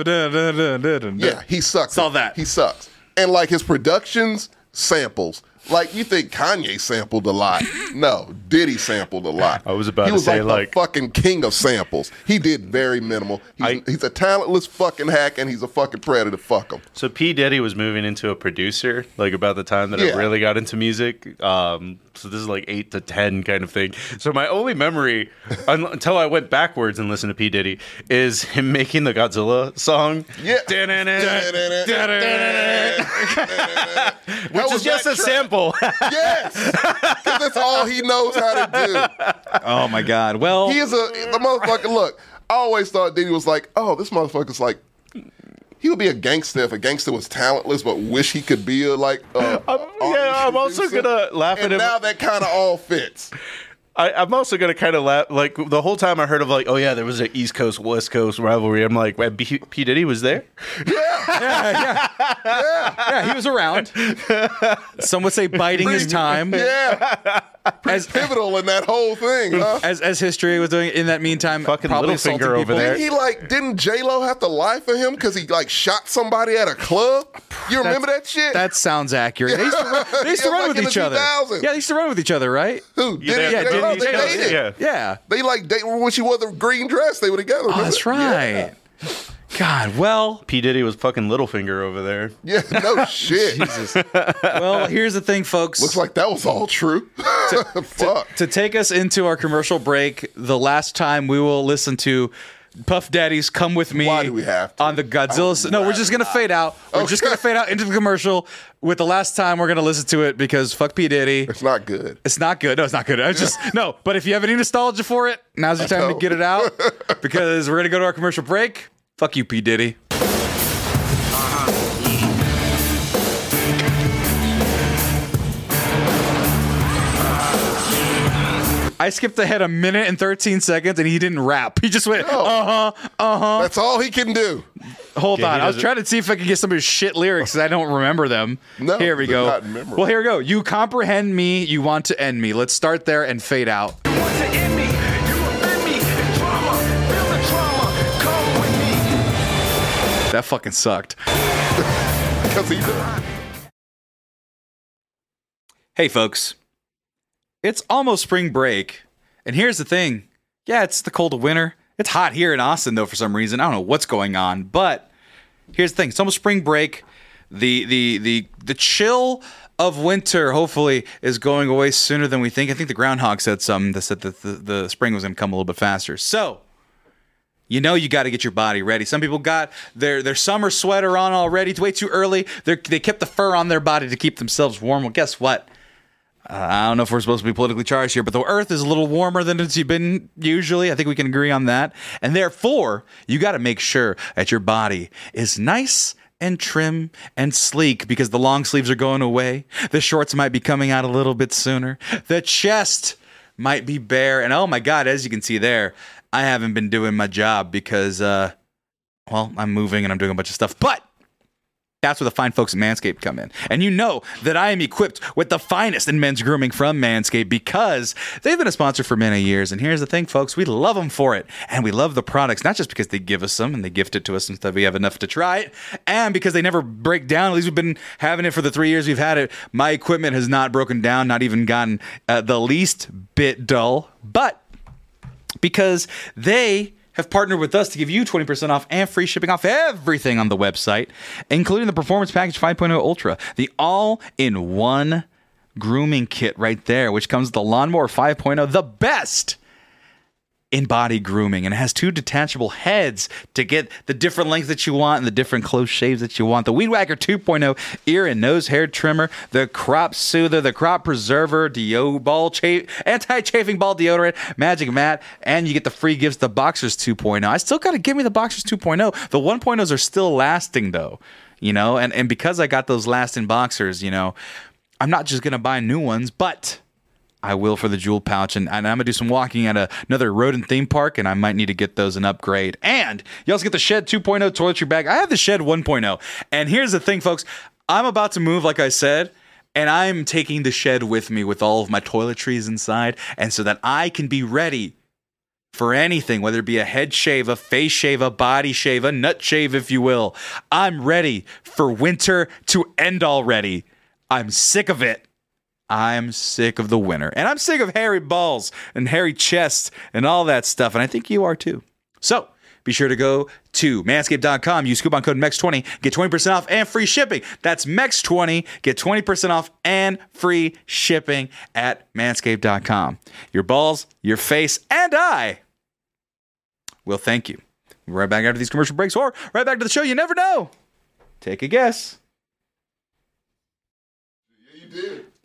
Speaker 2: production.
Speaker 3: Yeah, he sucks.
Speaker 2: Saw that.
Speaker 3: He sucks. And like his productions, samples. Like you think Kanye sampled a lot? No, Diddy sampled a lot.
Speaker 1: I was about
Speaker 3: he
Speaker 1: to
Speaker 3: was
Speaker 1: say,
Speaker 3: like,
Speaker 1: like-
Speaker 3: the fucking king of samples. He did very minimal. He's,
Speaker 1: I-
Speaker 3: he's a talentless fucking hack, and he's a fucking predator. Fuck him.
Speaker 1: So P Diddy was moving into a producer, like about the time that
Speaker 3: Yeah.
Speaker 1: I really got into music. Um, so this is like eight to ten kind of thing. So my only memory un- until I went backwards and listened to P Diddy is him making the Godzilla song.
Speaker 3: Yeah.
Speaker 1: Da-da-da-da-da-da-da-da. Which is just a sample.
Speaker 3: Yes, 'Cause that's all he knows how to do.
Speaker 2: Oh my God. Well,
Speaker 3: He is a the motherfucker. Look, I always thought Diddy was like, oh, this motherfucker's like, he would be a gangster if a gangster was talentless, but wish he could be a like. A, a
Speaker 1: yeah, I'm also
Speaker 3: producer.
Speaker 1: gonna laugh at
Speaker 3: And
Speaker 1: him.
Speaker 3: now that kind of all fits.
Speaker 1: I, I'm also gonna kind of laugh. Like the whole time I heard of like, oh yeah, there was an East Coast West Coast rivalry. I'm like, "Wait, P-, P Diddy was there.
Speaker 2: yeah, he was around. Some would say biting his time.
Speaker 3: Yeah,
Speaker 2: As,
Speaker 3: pivotal in that whole thing. Huh?
Speaker 2: as as history was doing in that meantime,
Speaker 1: Fucking
Speaker 2: probably
Speaker 1: Littlefinger
Speaker 2: assaulting
Speaker 1: over
Speaker 2: people.
Speaker 1: there.
Speaker 3: Didn't he like? Didn't J Lo have to lie for him because he like shot somebody at a club? You remember that shit?
Speaker 2: That sounds accurate. They used to run, they used to
Speaker 3: Yeah,
Speaker 2: run
Speaker 3: back in
Speaker 2: with each
Speaker 3: the
Speaker 2: other.
Speaker 3: 2000s.
Speaker 2: Yeah, they used to run with each other, right?
Speaker 3: Who? Diddy,
Speaker 1: Yeah,
Speaker 3: and J-Lo,
Speaker 1: Diddy
Speaker 3: they
Speaker 1: and J-Lo,
Speaker 3: dated.
Speaker 1: yeah.
Speaker 2: Yeah.
Speaker 3: They like date when she wore the green dress. They were together.
Speaker 2: Oh, that's right. God, well,
Speaker 1: P Diddy was fucking Littlefinger over there.
Speaker 3: Yeah, no shit.
Speaker 2: well, here's the thing, folks.
Speaker 3: Looks like that was all true. Fuck.
Speaker 2: to take us into our commercial break, the last time we will listen to Puff Daddy's "Come With Me"
Speaker 3: Why do we have to?
Speaker 2: on the Godzilla. s- no, we're just gonna fade out. We're just
Speaker 3: Okay.
Speaker 2: gonna fade out into the commercial with the last time we're gonna listen to it because fuck P Diddy.
Speaker 3: It's not good.
Speaker 2: It's not good. No, it's not good. I just no. But if you have any nostalgia for it, now's your time to
Speaker 3: know.
Speaker 2: get it out because we're gonna go to our commercial break. Fuck you, P Diddy. Uh-huh. I skipped ahead a minute and 13 seconds and he didn't rap. He just went, uh huh, uh huh.
Speaker 3: That's all he can do.
Speaker 2: Hold
Speaker 1: Yeah, he
Speaker 2: on. I was
Speaker 1: doesn't-
Speaker 2: trying to see if I could get some of his shit lyrics because I don't remember them.
Speaker 3: No,
Speaker 2: here we
Speaker 3: they're
Speaker 2: go.
Speaker 3: not memorable.
Speaker 2: Well, here we go. You comprehend me, you want to end me. Let's start there and fade out.
Speaker 5: want to end me. You offend me. Drama, feel the trauma. Come with me.
Speaker 2: That fucking sucked.
Speaker 3: Because he does.
Speaker 2: Hey, folks. It's almost spring break. And here's the thing yeah, it's the cold of winter. It's hot here in Austin, though, for some reason. I don't know what's going on. But here's the thing it's almost spring break. The, the, the, the chill of winter, hopefully, is going away sooner than we think. I think the groundhog said something that said that the, the spring was going to come a little bit faster. So, you know, you got to get your body ready. Some people got their their summer sweater on already. It's way too early. They they kept the fur on their body to keep themselves warm. Well, guess what? Uh, I don't know if we're supposed to be politically charged here, but the Earth is a little warmer than it's been usually. I think we can agree on that. And therefore, you got to make sure that your body is nice and trim and sleek because the long sleeves are going away. The shorts might be coming out a little bit sooner. The chest might be bare. And oh my God, as you can see there, I haven't been doing my job because, uh, well, I'm moving and I'm doing a bunch of stuff. But that's where the fine folks at Manscaped come in. And you know that I am equipped with the finest in men's grooming from Manscaped because they've been a sponsor for many years. And here's the thing, folks we love them for it. And we love the products, not just because they give us them and they gift it to us and stuff, we have enough to try it, and because they never break down. At least we've been having it for the three years we've had it. My equipment has not broken down, not even gotten uh, the least bit dull. But because they have partnered with us to give you 20% off and free shipping off everything on the website, including the Performance Package 5.0 Ultra, the all in one grooming kit right there, which comes with the Lawnmower 5.0, the best in body grooming and it has two detachable heads to get the different lengths that you want and the different close shaves that you want. The Weed Whacker 2.0 ear and nose hair trimmer, the crop soother, the crop preserver, deo ball cha- anti-chafing ball deodorant, magic mat, and you get the free gifts the Boxers 2.0. I still got to give me the Boxers 2.0. The 1.0s are still lasting though, you know, and and because I got those lasting boxers, you know, I'm not just going to buy new ones, but I will for the jewel pouch, and, and I'm gonna do some walking at a, another rodent theme park, and I might need to get those an upgrade. And you also get the Shed 2.0 toiletry bag. I have the Shed 1.0, and here's the thing, folks. I'm about to move, like I said, and I'm taking the Shed with me with all of my toiletries inside, and so that I can be ready for anything, whether it be a head shave, a face shave, a body shave, a nut shave, if you will. I'm ready for winter to end already. I'm sick of it. I'm sick of the winter, and I'm sick of hairy balls and hairy chests and all that stuff, and I think you are too. So be sure to go to manscaped.com, use coupon code MEX20, get 20% off and free shipping. That's MEX20, get 20% off and free shipping at manscaped.com. Your balls, your face, and I will thank you. We'll be Right back after these commercial breaks, or right back to the show. You never know. Take a guess.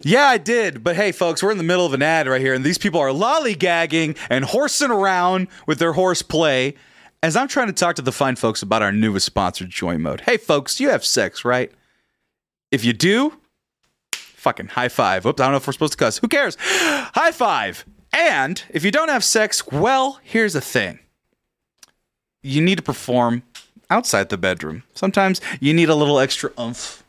Speaker 2: Yeah, I did. But hey, folks, we're in the middle of an ad right here, and these people are lollygagging and horsing around with their horseplay as I'm trying to talk to the fine folks about our newest sponsor, Joy Mode. Hey, folks, you have sex, right? If you do, fucking high five. Whoops, I don't know if we're supposed to cuss. Who cares? High five. And if you don't have sex, well, here's the thing you need to perform outside the bedroom. Sometimes you need a little extra oomph.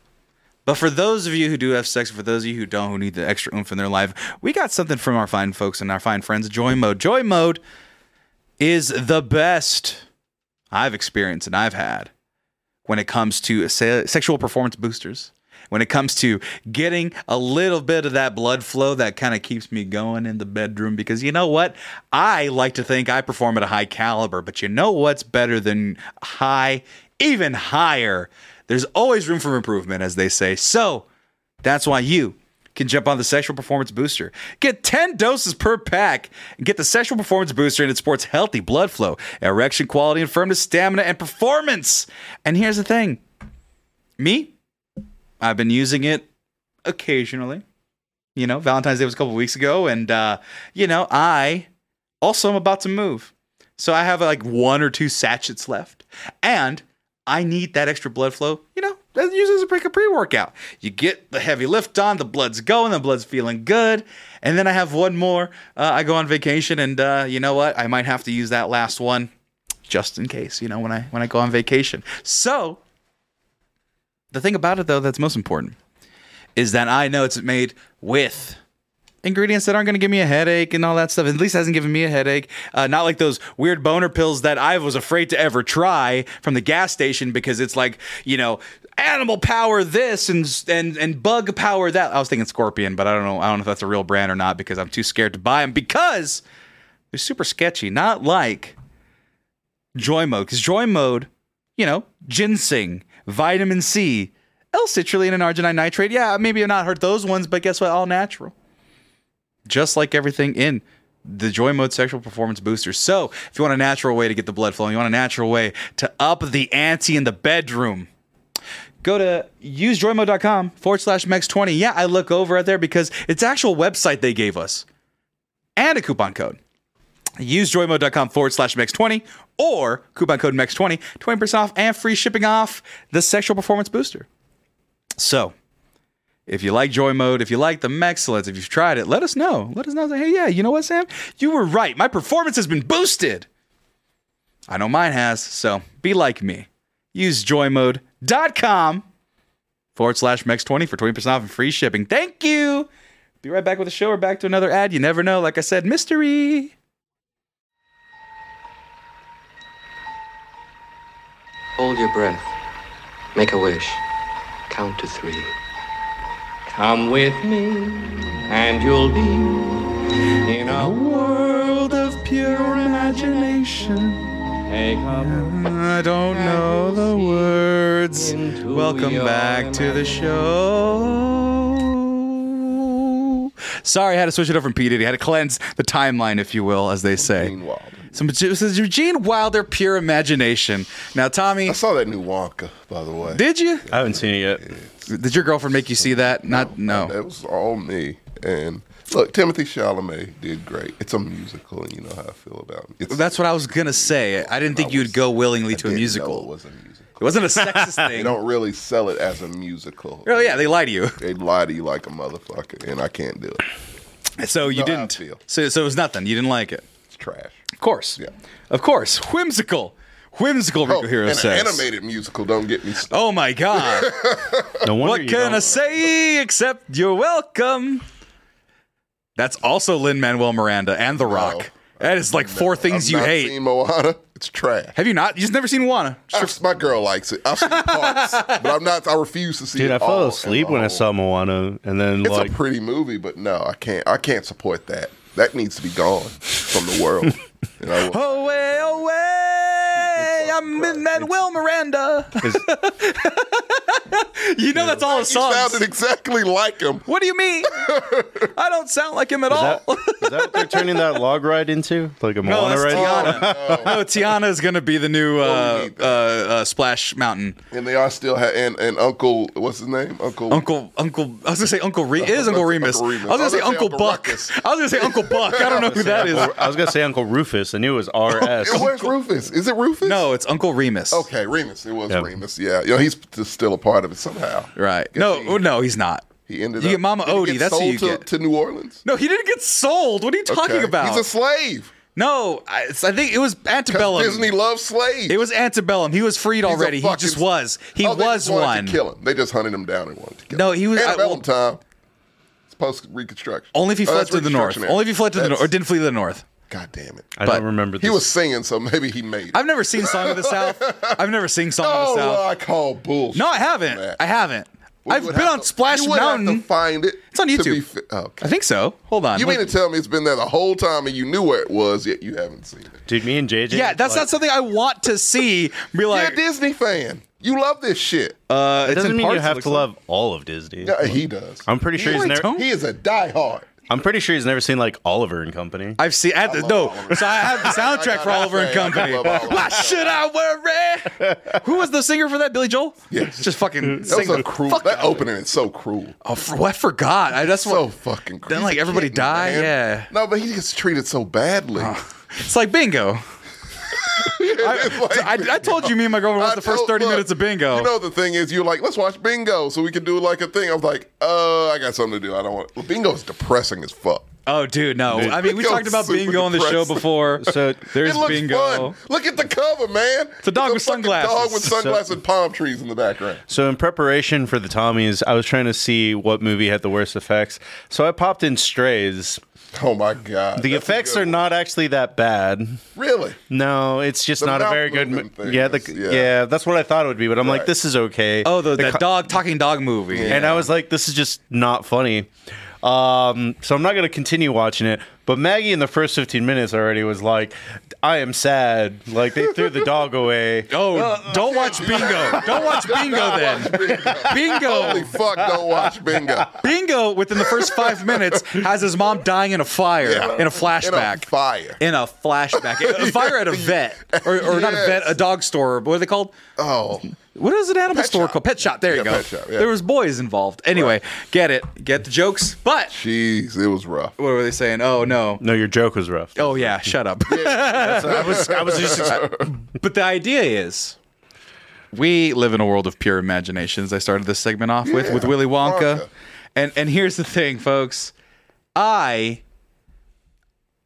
Speaker 2: But for those of you who do have sex, for those of you who don't, who need the extra oomph in their life, we got something from our fine folks and our fine friends at Joy Mode. Joy Mode is the best I've experienced and I've had when it comes to se- sexual performance boosters, when it comes to getting a little bit of that blood flow that kind of keeps me going in the bedroom. Because you know what? I like to think I perform at a high caliber, but you know what's better than high, even higher? There's always room for improvement, as they say. So that's why you can jump on the Sexual Performance Booster. Get 10 doses per pack and get the Sexual Performance Booster and it supports healthy blood flow, erection quality, and firmness, stamina, and performance. And here's the thing me, I've been using it occasionally. You know, Valentine's Day was a couple weeks ago, and, uh, you know, I also am about to move. So I have like one or two sachets left, and I need that extra blood flow. You know, that usually is a pre- pre-workout. You get the heavy lift on, the blood's going, the blood's feeling good, and then I have one more. Uh, I go on vacation, and uh, you know what? I might have to use that last one just in case. You know, when I when I go on vacation. So the thing about it though that's most important is that I know it's made with ingredients that aren't going to give me a headache and all that stuff. At least it hasn't given me a headache. Uh, not like those weird boner pills that I was afraid to ever try from the gas station because it's like you know animal power this and and and bug power that. I was thinking Scorpion, but I don't know. I don't know if that's a real brand or not because I'm too scared to buy them because they're super sketchy. Not like Joy Mode because Joy Mode, you know, ginseng, vitamin C. L-citrulline and arginine nitrate. Yeah, maybe not hurt those ones, but guess what? All natural. Just like everything in the Joy Mode Sexual Performance Booster. So, if you want a natural way to get the blood flowing, you want a natural way to up the ante in the bedroom go to usejoymode.com forward slash mex20. Yeah, I look over at there because it's actual website they gave us and a coupon code. Usejoymode.com forward slash mex20 or coupon code mex20, 20% off and free shipping off the sexual performance booster. So, if you like Joy Mode, if you like the Mexcellence, if you've tried it, let us know. Let us know. Say, hey, yeah, you know what, Sam? You were right. My performance has been boosted. I know mine has, so be like me. Use joymode.com forward slash mex20 for 20% off and free shipping. Thank you. Be right back with the show or back to another ad. You never know. Like I said, mystery.
Speaker 11: Hold your breath. Make a wish. Count to three. Come with me, and you'll be in a world of pure imagination. Take
Speaker 2: I don't know the words. Welcome back to the show. Sorry, I had to switch it up from P. Diddy. I had to cleanse the timeline, if you will, as they say. Eugene Wilder. Some, this is Eugene Wilder, pure imagination. Now, Tommy. I
Speaker 3: saw that new Wonka, by the way.
Speaker 2: Did you?
Speaker 1: I haven't seen it yet.
Speaker 2: Did your girlfriend make you see that? Not no.
Speaker 3: That was all me. And look, Timothy Chalamet did great. It's a musical, and you know how I feel about it. It's,
Speaker 2: That's what I was gonna say. I didn't think you'd go willingly to a
Speaker 3: didn't know
Speaker 2: musical.
Speaker 3: it was a musical.
Speaker 2: It wasn't a sexist
Speaker 3: They
Speaker 2: thing.
Speaker 3: don't really sell it as a musical.
Speaker 2: Oh yeah, they lie to you.
Speaker 3: They lie to you like a motherfucker, and I can't do it.
Speaker 2: So you
Speaker 3: No, I
Speaker 2: didn't.
Speaker 3: feel.
Speaker 2: So so it was nothing. You didn't like it.
Speaker 3: It's trash.
Speaker 2: Of course.
Speaker 3: Yeah.
Speaker 2: Of course. Whimsical. Whimsical Rico
Speaker 3: Oh,
Speaker 2: Hero
Speaker 3: and
Speaker 2: says.
Speaker 3: an animated musical. Don't get me. Started.
Speaker 2: Oh my god.
Speaker 1: No wonder
Speaker 2: what
Speaker 1: you
Speaker 2: can
Speaker 1: don't-
Speaker 2: I say except you're welcome? That's also Lin Manuel Miranda and The Rock. That is like four things
Speaker 3: Oh. I've
Speaker 2: you
Speaker 3: not
Speaker 2: hate.
Speaker 3: Seen Moana. It's trash.
Speaker 2: Have you not? You've never seen Juana.
Speaker 3: I've- my girl likes it. I've seen parts, but I'm not. I refuse to see
Speaker 1: Dude,
Speaker 3: it.
Speaker 1: I
Speaker 3: all
Speaker 2: Oh,
Speaker 1: fell
Speaker 3: and
Speaker 1: asleep when I
Speaker 3: all.
Speaker 1: saw Moana, and then
Speaker 3: It's
Speaker 1: like
Speaker 3: a pretty movie, but no, I can't. I can't support that. That needs to be gone from the world. and I will-
Speaker 2: Away, away! I'm Lin Manuel Miranda. you know that's all his
Speaker 3: you
Speaker 2: songs.
Speaker 3: sounded exactly like him.
Speaker 2: What do you mean? I don't sound like him at all.
Speaker 1: Is that- is that what they're turning that log ride into? Like a
Speaker 2: Oh. No,
Speaker 1: Moana
Speaker 2: that's
Speaker 1: ride?
Speaker 2: Tiana. No, Tiana is gonna be the new
Speaker 3: Oh,
Speaker 2: uh,
Speaker 3: we need
Speaker 2: uh, uh, Splash Mountain.
Speaker 3: And they are still ha- and and Uncle what's his name? Uncle
Speaker 2: Uncle, Uncle. I was gonna say Uncle Re- it is Uncle Remus.
Speaker 3: Uncle Remus.
Speaker 2: I was gonna say Uncle Buck. I
Speaker 3: Ruckus.
Speaker 2: was gonna say Uncle Buck. I don't know who that is.
Speaker 1: I was gonna say Uncle Rufus. I knew it was RS.
Speaker 3: And Where's Rufus? Is it Rufus?
Speaker 2: No, it's Uncle Remus.
Speaker 3: Okay, Remus. It was
Speaker 1: Yeah.
Speaker 3: Remus. Yeah, you know, he's just still a part of it somehow.
Speaker 2: Right. No,
Speaker 3: he-
Speaker 2: no, he's not.
Speaker 3: He ended
Speaker 2: You
Speaker 3: up.
Speaker 2: get Mama
Speaker 3: Did he
Speaker 2: Odie,
Speaker 3: get
Speaker 2: that's who
Speaker 3: sold
Speaker 2: you
Speaker 3: to,
Speaker 2: get.
Speaker 3: to New Orleans.
Speaker 2: No, he didn't get sold. What are you talking
Speaker 3: Okay.
Speaker 2: about?
Speaker 3: He's a slave.
Speaker 2: no, I, it's- I think it was
Speaker 3: 'Cause
Speaker 2: antebellum.
Speaker 3: Disney loves slaves.
Speaker 2: It was antebellum. He was freed
Speaker 3: He's a
Speaker 2: already. He
Speaker 3: fucking-
Speaker 2: just was. He
Speaker 3: Oh, they
Speaker 2: was
Speaker 3: just wanted
Speaker 2: one.
Speaker 3: To kill him. They just hunted him down and wanted to kill
Speaker 2: No,
Speaker 3: him.
Speaker 2: he was- I-
Speaker 3: Antebellum
Speaker 2: well-
Speaker 3: time. It's post Reconstruction.
Speaker 2: Only if he
Speaker 3: Oh,
Speaker 2: fled
Speaker 3: that's
Speaker 2: to the north.
Speaker 3: Reconstruction era.
Speaker 2: Only if he fled to the north
Speaker 3: That's-
Speaker 2: or didn't flee to the north.
Speaker 3: God damn it.
Speaker 1: I
Speaker 2: But
Speaker 1: don't remember.
Speaker 3: He
Speaker 1: this.
Speaker 3: was singing, so maybe he made it.
Speaker 2: I've never seen Song of the South. I've never seen Song of
Speaker 3: oh,
Speaker 2: the South.
Speaker 3: well, I call bullshit.
Speaker 2: No, I haven't.
Speaker 3: Man.
Speaker 2: I haven't.
Speaker 3: We
Speaker 2: I've
Speaker 3: would
Speaker 2: been
Speaker 3: have
Speaker 2: on
Speaker 3: to-
Speaker 2: Splash
Speaker 3: you would have to
Speaker 2: Mountain.
Speaker 3: find it.
Speaker 2: It's on
Speaker 3: to
Speaker 2: YouTube.
Speaker 3: be fi- oh,
Speaker 2: I
Speaker 3: okay.
Speaker 2: think so. Hold on.
Speaker 3: You
Speaker 2: Look-
Speaker 3: mean to tell me it's been there the whole time and you knew where it was, yet you haven't seen it?
Speaker 1: dude. Me and JJ.
Speaker 2: yeah, that's
Speaker 1: like,
Speaker 2: not something I want to see. Be
Speaker 3: You're
Speaker 2: like,
Speaker 3: a Disney fan. You love this shit.
Speaker 2: uh,
Speaker 1: It
Speaker 2: it's
Speaker 1: doesn't
Speaker 2: in
Speaker 1: mean you
Speaker 2: parts, it
Speaker 1: have
Speaker 2: looks
Speaker 1: to
Speaker 2: like.
Speaker 1: love all of Disney.
Speaker 3: Yeah, he does.
Speaker 1: I'm pretty sure
Speaker 2: No,
Speaker 1: he's
Speaker 2: I
Speaker 1: never.
Speaker 2: don't.
Speaker 3: he is a diehard.
Speaker 1: I'm pretty sure he's never seen like Oliver and Company.
Speaker 2: I've seen. I had the,
Speaker 3: love
Speaker 2: no,
Speaker 3: Oliver.
Speaker 2: so I have the soundtrack for
Speaker 3: I
Speaker 2: Oliver and
Speaker 3: say, I
Speaker 2: Company.
Speaker 3: love Oliver and
Speaker 2: Why
Speaker 3: Company.
Speaker 2: should I worry? Who was the singer for that? Billy Joel.
Speaker 3: Yes.
Speaker 2: Just fucking
Speaker 3: That
Speaker 2: sing
Speaker 3: was
Speaker 2: the
Speaker 3: a cruel.
Speaker 2: fuck
Speaker 3: That
Speaker 2: out of it.
Speaker 3: opening is so cruel.
Speaker 2: Oh, for, I forgot. I, that's
Speaker 3: So
Speaker 2: what.
Speaker 3: fucking cruel.
Speaker 2: Then,
Speaker 3: He's
Speaker 2: like,
Speaker 3: a
Speaker 2: everybody
Speaker 3: kitten,
Speaker 2: die?
Speaker 3: man.
Speaker 2: Yeah.
Speaker 3: No, but he gets treated so badly.
Speaker 2: It's like bingo. I,
Speaker 3: It's like-
Speaker 2: I, I told you, me and my girlfriend watched the first
Speaker 3: told-
Speaker 2: thirty
Speaker 3: look,
Speaker 2: minutes of bingo.
Speaker 3: You know the thing is, you're like, let's watch bingo so we can do like a thing. I was like, uh, I got something to do. I don't want. Well, bingo is depressing as fuck.
Speaker 2: oh, dude, no. I mean, we
Speaker 3: Bingo's
Speaker 2: talked about
Speaker 3: super
Speaker 2: bingo on the show
Speaker 3: depressing.
Speaker 2: before. So there's
Speaker 3: it looks
Speaker 2: bingo.
Speaker 3: fun. Look at the cover, man. It's
Speaker 2: a dog with
Speaker 3: fucking
Speaker 2: sunglasses.
Speaker 3: Dog with
Speaker 2: So-
Speaker 3: sunglasses and palm trees in the background.
Speaker 1: So in preparation for the Tommies, I was trying to see what movie had the worst effects. So I popped in Strays.
Speaker 3: Oh my god.
Speaker 1: The
Speaker 3: that's a
Speaker 1: effects
Speaker 3: good
Speaker 1: are
Speaker 3: one.
Speaker 1: not actually that bad.
Speaker 3: really.
Speaker 1: No, it's just
Speaker 3: The
Speaker 1: not a
Speaker 3: mouth
Speaker 1: very good.
Speaker 3: movement
Speaker 1: mo-
Speaker 3: thing
Speaker 1: yeah, the,
Speaker 3: is-
Speaker 1: yeah,
Speaker 3: yeah.
Speaker 1: that's what I thought it would be, but I'm like,
Speaker 3: Right.
Speaker 1: this is okay.
Speaker 2: Oh, the,
Speaker 1: The
Speaker 2: that
Speaker 1: co-
Speaker 2: dog talking dog movie.
Speaker 1: And I was like, this is just not funny. Um, so I'm not going to continue watching it. But Maggie, in the first 15 minutes already, was like, "I am sad." Like they threw the dog away.
Speaker 2: Oh,
Speaker 3: Uh,
Speaker 2: don't watch Bingo. Don't watch Bingo then. Bingo.
Speaker 3: Holy fuck, don't watch Bingo.
Speaker 2: Bingo, within the first five minutes, has his mom dying in a fire,
Speaker 3: Yeah.
Speaker 2: in a flashback.
Speaker 3: In a fire.
Speaker 2: In a flashback. A fire at a vet. Or, or not a vet, a dog store. What are they called?
Speaker 3: Oh.
Speaker 2: What is an animal store called? Pet shop. There you
Speaker 3: Yeah,
Speaker 2: go.
Speaker 3: pet shop, yeah.
Speaker 2: There was boys involved. Anyway, get it. Get the jokes. But
Speaker 3: Jeez, it was rough.
Speaker 2: what were they saying? Oh, no.
Speaker 1: No, your joke was rough.
Speaker 2: Oh, yeah. Shut up.
Speaker 1: I was, I was just.
Speaker 2: But the idea is we live in a world of pure imaginations. I started this segment off with with Willy Wonka.
Speaker 3: Wonka.
Speaker 2: And and here's the thing, folks. I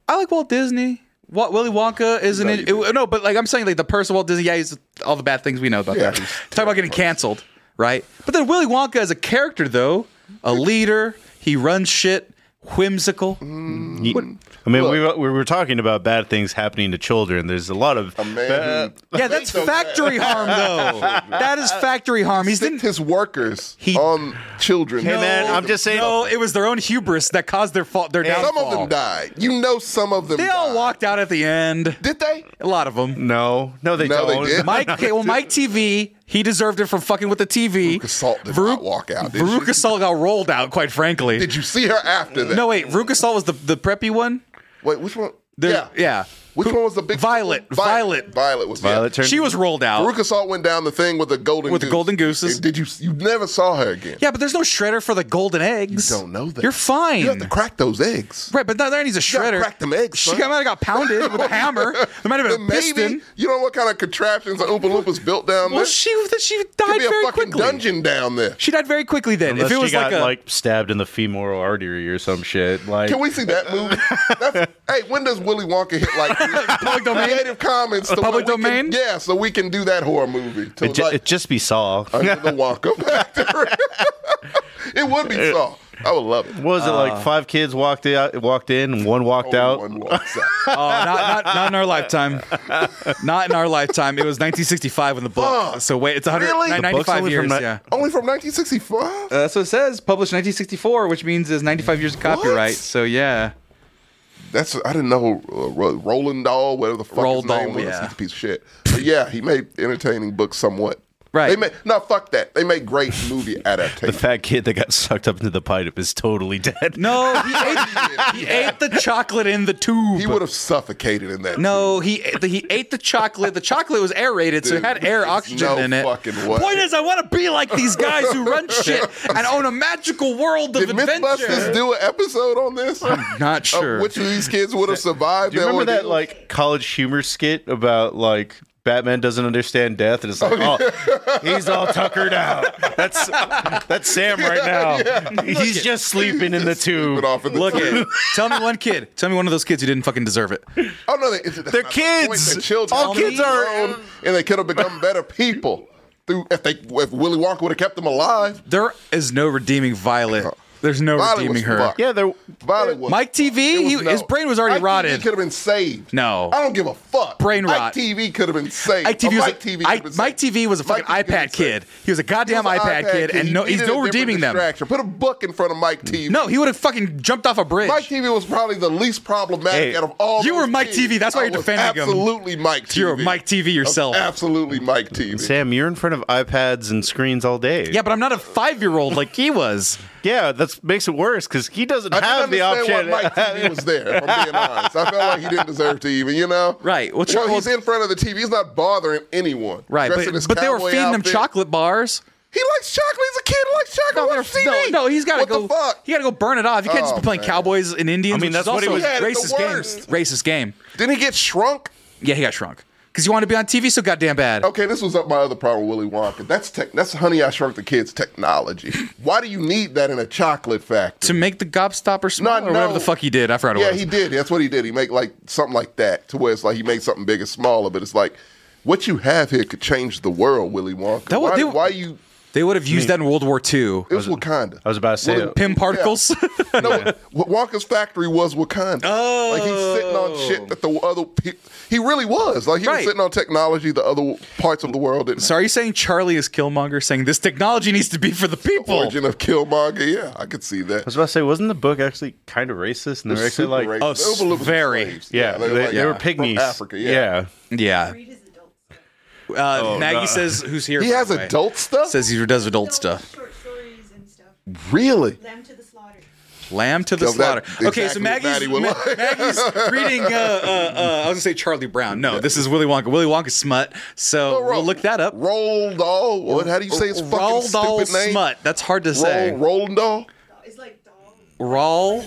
Speaker 2: I like Walt Disney. What Willy Wonka is an
Speaker 3: No,
Speaker 2: it,
Speaker 3: you do.
Speaker 2: no, but like I'm saying, like the person Walt Disney, yeah, he's all the bad things we know about
Speaker 3: Yeah,
Speaker 2: that.
Speaker 3: he's
Speaker 2: Talk about getting canceled, right? But then Willy Wonka as a character, though, a leader, he runs shit, whimsical.
Speaker 3: Mm-hmm.
Speaker 1: Ye- I mean, we were, we were talking about bad things happening to children. There's a lot of
Speaker 3: A man
Speaker 1: Uh,
Speaker 3: who
Speaker 2: Yeah, that's
Speaker 3: so bad.
Speaker 2: factory harm, though. that is factory harm. He's
Speaker 3: sicked
Speaker 2: didn't
Speaker 3: his workers
Speaker 2: He-
Speaker 3: on children.
Speaker 1: Hey, man, I'm just saying.
Speaker 2: No, it was their own hubris that caused their fault. Their downfall.
Speaker 3: Some of them died. You know, some of them.
Speaker 2: They all
Speaker 3: died.
Speaker 2: walked out at the end.
Speaker 3: Did they?
Speaker 2: A lot of them.
Speaker 1: No, no, they
Speaker 3: No, they
Speaker 1: don't.
Speaker 3: didn't.
Speaker 2: Mike, okay, well, Mike TV, he deserved it for fucking with the TV.
Speaker 3: Veruca Salt did not walk out, did
Speaker 2: Veruca
Speaker 3: she?
Speaker 2: Salt got rolled out, quite frankly.
Speaker 3: Did you see her after that?
Speaker 2: no, wait, Veruca Salt was the, the preppy one.
Speaker 3: Wait, which one?
Speaker 2: There-
Speaker 3: yeah,
Speaker 2: yeah.
Speaker 3: Which one was the big
Speaker 2: Violet, Violet.
Speaker 3: Violet, Violet was
Speaker 1: Violet
Speaker 3: Yeah.
Speaker 1: turned.
Speaker 2: She was rolled out.
Speaker 3: Veruca Salt went down the thing with the golden
Speaker 2: With the
Speaker 3: goose.
Speaker 2: golden gooses.
Speaker 3: And Did you? You never saw her again.
Speaker 2: yeah, but there's no shredder for the golden eggs.
Speaker 3: You don't know that.
Speaker 2: You're fine.
Speaker 3: You have to crack those eggs.
Speaker 2: Right, but now there needs a
Speaker 3: gotta
Speaker 2: shredder.
Speaker 3: crack them eggs,
Speaker 2: She
Speaker 3: son.
Speaker 2: might have got pounded with a hammer. There might have been a
Speaker 3: Then maybe
Speaker 2: piston.
Speaker 3: you know what kind of contraptions the Oompa Loompas built down
Speaker 2: Well,
Speaker 3: there.
Speaker 2: she that she
Speaker 3: Could
Speaker 2: died
Speaker 3: be a
Speaker 2: very
Speaker 3: fucking
Speaker 2: quickly.
Speaker 3: dungeon down there.
Speaker 2: She died very quickly then.
Speaker 1: Unless
Speaker 2: if it was
Speaker 1: she got
Speaker 2: like
Speaker 1: like,
Speaker 2: a
Speaker 1: stabbed in the femoral artery or some shit, like
Speaker 3: Can we see that movie? That's, hey, when does Willy Wonka hit like public
Speaker 2: domain?
Speaker 3: Creative Commons. so
Speaker 2: Public
Speaker 3: that we can-
Speaker 2: domain?
Speaker 3: yeah, so we can do that horror movie. To
Speaker 1: it, ju-
Speaker 3: like, Uh,
Speaker 1: it just be Saw.
Speaker 3: under the Wonka factory. it would be Saw. I would love it.
Speaker 1: What was it
Speaker 2: uh.
Speaker 1: like? Five kids walked out, walked in, and one walked out.
Speaker 3: One walks out.
Speaker 2: Oh, not, not, not in our lifetime. Not in our lifetime. It was 1965 when the book.
Speaker 3: Fuck.
Speaker 2: so wait, it's 100,
Speaker 3: Really? The
Speaker 1: book's
Speaker 2: 95
Speaker 1: only
Speaker 2: years.
Speaker 1: from ni-
Speaker 2: yeah.
Speaker 3: Only from 1965.
Speaker 2: that's what it says. Published 1964, which means is 95 years of copyright.
Speaker 3: What?
Speaker 2: So yeah.
Speaker 3: That's I didn't know uh, Ro- Roland Dahl, whatever the fuck
Speaker 2: Roald
Speaker 3: his name
Speaker 2: Dahl,
Speaker 3: was.
Speaker 2: yeah.
Speaker 3: He's a piece of shit. But yeah, he made entertaining books somewhat.
Speaker 2: Right.
Speaker 3: They made, no, fuck that. They made great movie
Speaker 1: The
Speaker 3: adaptations.
Speaker 1: fat kid that got sucked up into the pipe is totally dead.
Speaker 2: No, he ate, he ate the chocolate in the tube.
Speaker 3: he would have suffocated in that.
Speaker 2: No, he ate the- he ate the chocolate. The chocolate was aerated, so it
Speaker 3: Dude,
Speaker 2: had air
Speaker 3: there's
Speaker 2: oxygen
Speaker 3: no
Speaker 2: in it.
Speaker 3: fucking way.
Speaker 2: Point is, I want to be like these guys who run shit and own a magical world of
Speaker 3: Did Mythbusters
Speaker 2: adventure.
Speaker 3: do an episode on this? I'm
Speaker 2: Not sure.
Speaker 3: which of these kids would have survived?
Speaker 1: Do you remember that
Speaker 3: ordeal?
Speaker 1: like college humor skit about like Batman doesn't understand death, and it's like, oh, he's all tuckered out. That's that's Sam right now. He's just sleeping in the tube.
Speaker 3: But off of the
Speaker 2: Look at. Tell me one kid. Tell me one of those kids who didn't fucking deserve it.
Speaker 3: Oh no, they, it's- that's
Speaker 1: They're
Speaker 3: not the point.
Speaker 1: kids.
Speaker 3: They're children.
Speaker 1: All
Speaker 3: They're
Speaker 1: kids are-
Speaker 3: grown, and they could have become better people through if they if Willy Wonka would have kept them alive.
Speaker 2: There is no redeeming Violet. There's no
Speaker 3: Violet
Speaker 2: redeeming
Speaker 3: was
Speaker 2: her.
Speaker 3: fucked.
Speaker 1: Yeah, they're
Speaker 3: Violet was
Speaker 2: Mike TV,
Speaker 3: It was
Speaker 2: he- his brain was already
Speaker 3: Ike
Speaker 2: rotted.
Speaker 3: TV could have been saved.
Speaker 2: No.
Speaker 3: I don't give a fuck.
Speaker 2: Brain
Speaker 3: Ike
Speaker 2: rot.
Speaker 3: TV could have been saved. Oh,
Speaker 2: Ike TV, was
Speaker 3: Mike
Speaker 2: a,
Speaker 3: TV.
Speaker 2: I-
Speaker 3: could've been
Speaker 2: Mike
Speaker 3: saved.
Speaker 2: TV was a fucking
Speaker 3: Mike
Speaker 2: iPad
Speaker 3: TV could've been
Speaker 2: kid.
Speaker 3: saved.
Speaker 2: He was a goddamn
Speaker 3: He was an
Speaker 2: iPad, kid, and
Speaker 3: He
Speaker 2: no, he's
Speaker 3: needed a
Speaker 2: no
Speaker 3: different
Speaker 2: redeeming them.
Speaker 3: distraction. Put a book in front of Mike TV.
Speaker 2: No, he would have fucking jumped off a bridge.
Speaker 3: Mike TV was probably the least problematic
Speaker 1: Hey,
Speaker 3: out of all.
Speaker 2: you
Speaker 3: those
Speaker 2: were Mike
Speaker 3: kids.
Speaker 2: TV, that's why
Speaker 3: I
Speaker 2: you're
Speaker 3: was
Speaker 2: defending him.
Speaker 3: Absolutely, Mike TV.
Speaker 2: You're Mike TV yourself.
Speaker 3: Absolutely, Mike TV.
Speaker 1: Sam, you're in front of iPads and screens all day.
Speaker 2: Yeah, but I'm not a five year old like he was.
Speaker 1: yeah, that makes it worse because he doesn't
Speaker 3: I
Speaker 1: have the
Speaker 3: didn't
Speaker 1: option.
Speaker 3: understand why Mike TV was there. If I'm being honest, I felt like he didn't deserve to even. You know,
Speaker 2: Right, well,
Speaker 3: Well,
Speaker 2: Charles-
Speaker 3: he's in front of the TV. He's not bothering anyone.
Speaker 2: Right,
Speaker 3: Dressed
Speaker 2: but,
Speaker 3: in his
Speaker 2: but they were
Speaker 3: cowboy
Speaker 2: feeding him
Speaker 3: outfit.
Speaker 2: chocolate bars.
Speaker 3: He likes chocolate. He's a kid. He likes chocolate.
Speaker 2: No,
Speaker 3: Watch TV.
Speaker 2: no, no, he's got to
Speaker 3: What
Speaker 2: go.
Speaker 3: The fuck?
Speaker 2: He got to go burn it off. You can't just be
Speaker 3: Oh,
Speaker 2: playing
Speaker 3: man.
Speaker 2: cowboys and Indians.
Speaker 1: I mean,
Speaker 2: which
Speaker 1: that's
Speaker 2: is
Speaker 1: what he
Speaker 2: also
Speaker 1: was-
Speaker 3: Yeah, it's the
Speaker 2: Racist game.
Speaker 3: worst.
Speaker 2: Racist game.
Speaker 3: Didn't he get shrunk?
Speaker 2: Yeah, he got shrunk because you wanted to be on TV so goddamn bad.
Speaker 3: Okay, this was up my other problem, Willy Wonka. That's tech. That's Honey I Shrunk the Kids technology. Why do you need that in a chocolate factory?
Speaker 2: To make the gobstopper small
Speaker 3: No,
Speaker 2: or whatever
Speaker 3: no.
Speaker 2: the fuck he did. I forgot what
Speaker 3: Yeah,
Speaker 2: it was.
Speaker 3: he did. That's what he did. He make like something like that to where it's like he made something bigger, smaller. But it's like what you have here could change the world, Willy Wonka.
Speaker 2: That was-
Speaker 3: why,
Speaker 2: they-
Speaker 3: why you
Speaker 2: They would have used
Speaker 3: I mean-
Speaker 2: that in World War II.
Speaker 3: It was Wakanda.
Speaker 1: I was about to say,
Speaker 3: Well,
Speaker 2: Pim particles.
Speaker 3: Wa- Wonka's factory was Wakanda. Oh. Like he's sitting on shit that the other he, he really was. Like he
Speaker 2: Right.
Speaker 3: was sitting on technology the other parts of the world didn't.
Speaker 2: So are you saying Charlie is Killmonger saying this technology needs to be for the people?
Speaker 3: Origin of Killmonger. Yeah, I could see
Speaker 1: I
Speaker 3: that.
Speaker 1: was about to say, wasn't the book actually kind of racist? And they
Speaker 3: It
Speaker 1: were
Speaker 3: was
Speaker 1: actually like,
Speaker 3: super
Speaker 2: Oh,
Speaker 3: racist. They overlooked the
Speaker 2: very.
Speaker 3: slaves.
Speaker 1: yeah, they,
Speaker 3: were like,
Speaker 1: they were pygmies.
Speaker 3: From Africa. Yeah.
Speaker 2: Yeah. Uh, Nagy says who's here.
Speaker 3: He
Speaker 2: by
Speaker 3: has
Speaker 2: the way.
Speaker 3: adult stuff.
Speaker 2: Says he does adult stuff.
Speaker 12: Short stories and stuff.
Speaker 3: Really?
Speaker 12: Lamb to the slaughter.
Speaker 2: Lamb to the
Speaker 3: So
Speaker 2: slaughter.
Speaker 3: that-
Speaker 2: okay, so
Speaker 3: exactly what
Speaker 2: Maggie's,
Speaker 3: Maddie would
Speaker 2: Ma-
Speaker 3: like.
Speaker 2: Maggie's reading. Uh, uh, uh, I was gonna say Charlie Brown. No, this is Willy Wonka. Willy Wonka's smut. So we'll look that up.
Speaker 3: Roll doll. What? How do you say his fucking
Speaker 2: Roald Dahl
Speaker 3: stupid name?
Speaker 2: smut. That's hard to say.
Speaker 3: Roll doll.
Speaker 12: It's like dog.
Speaker 2: Roll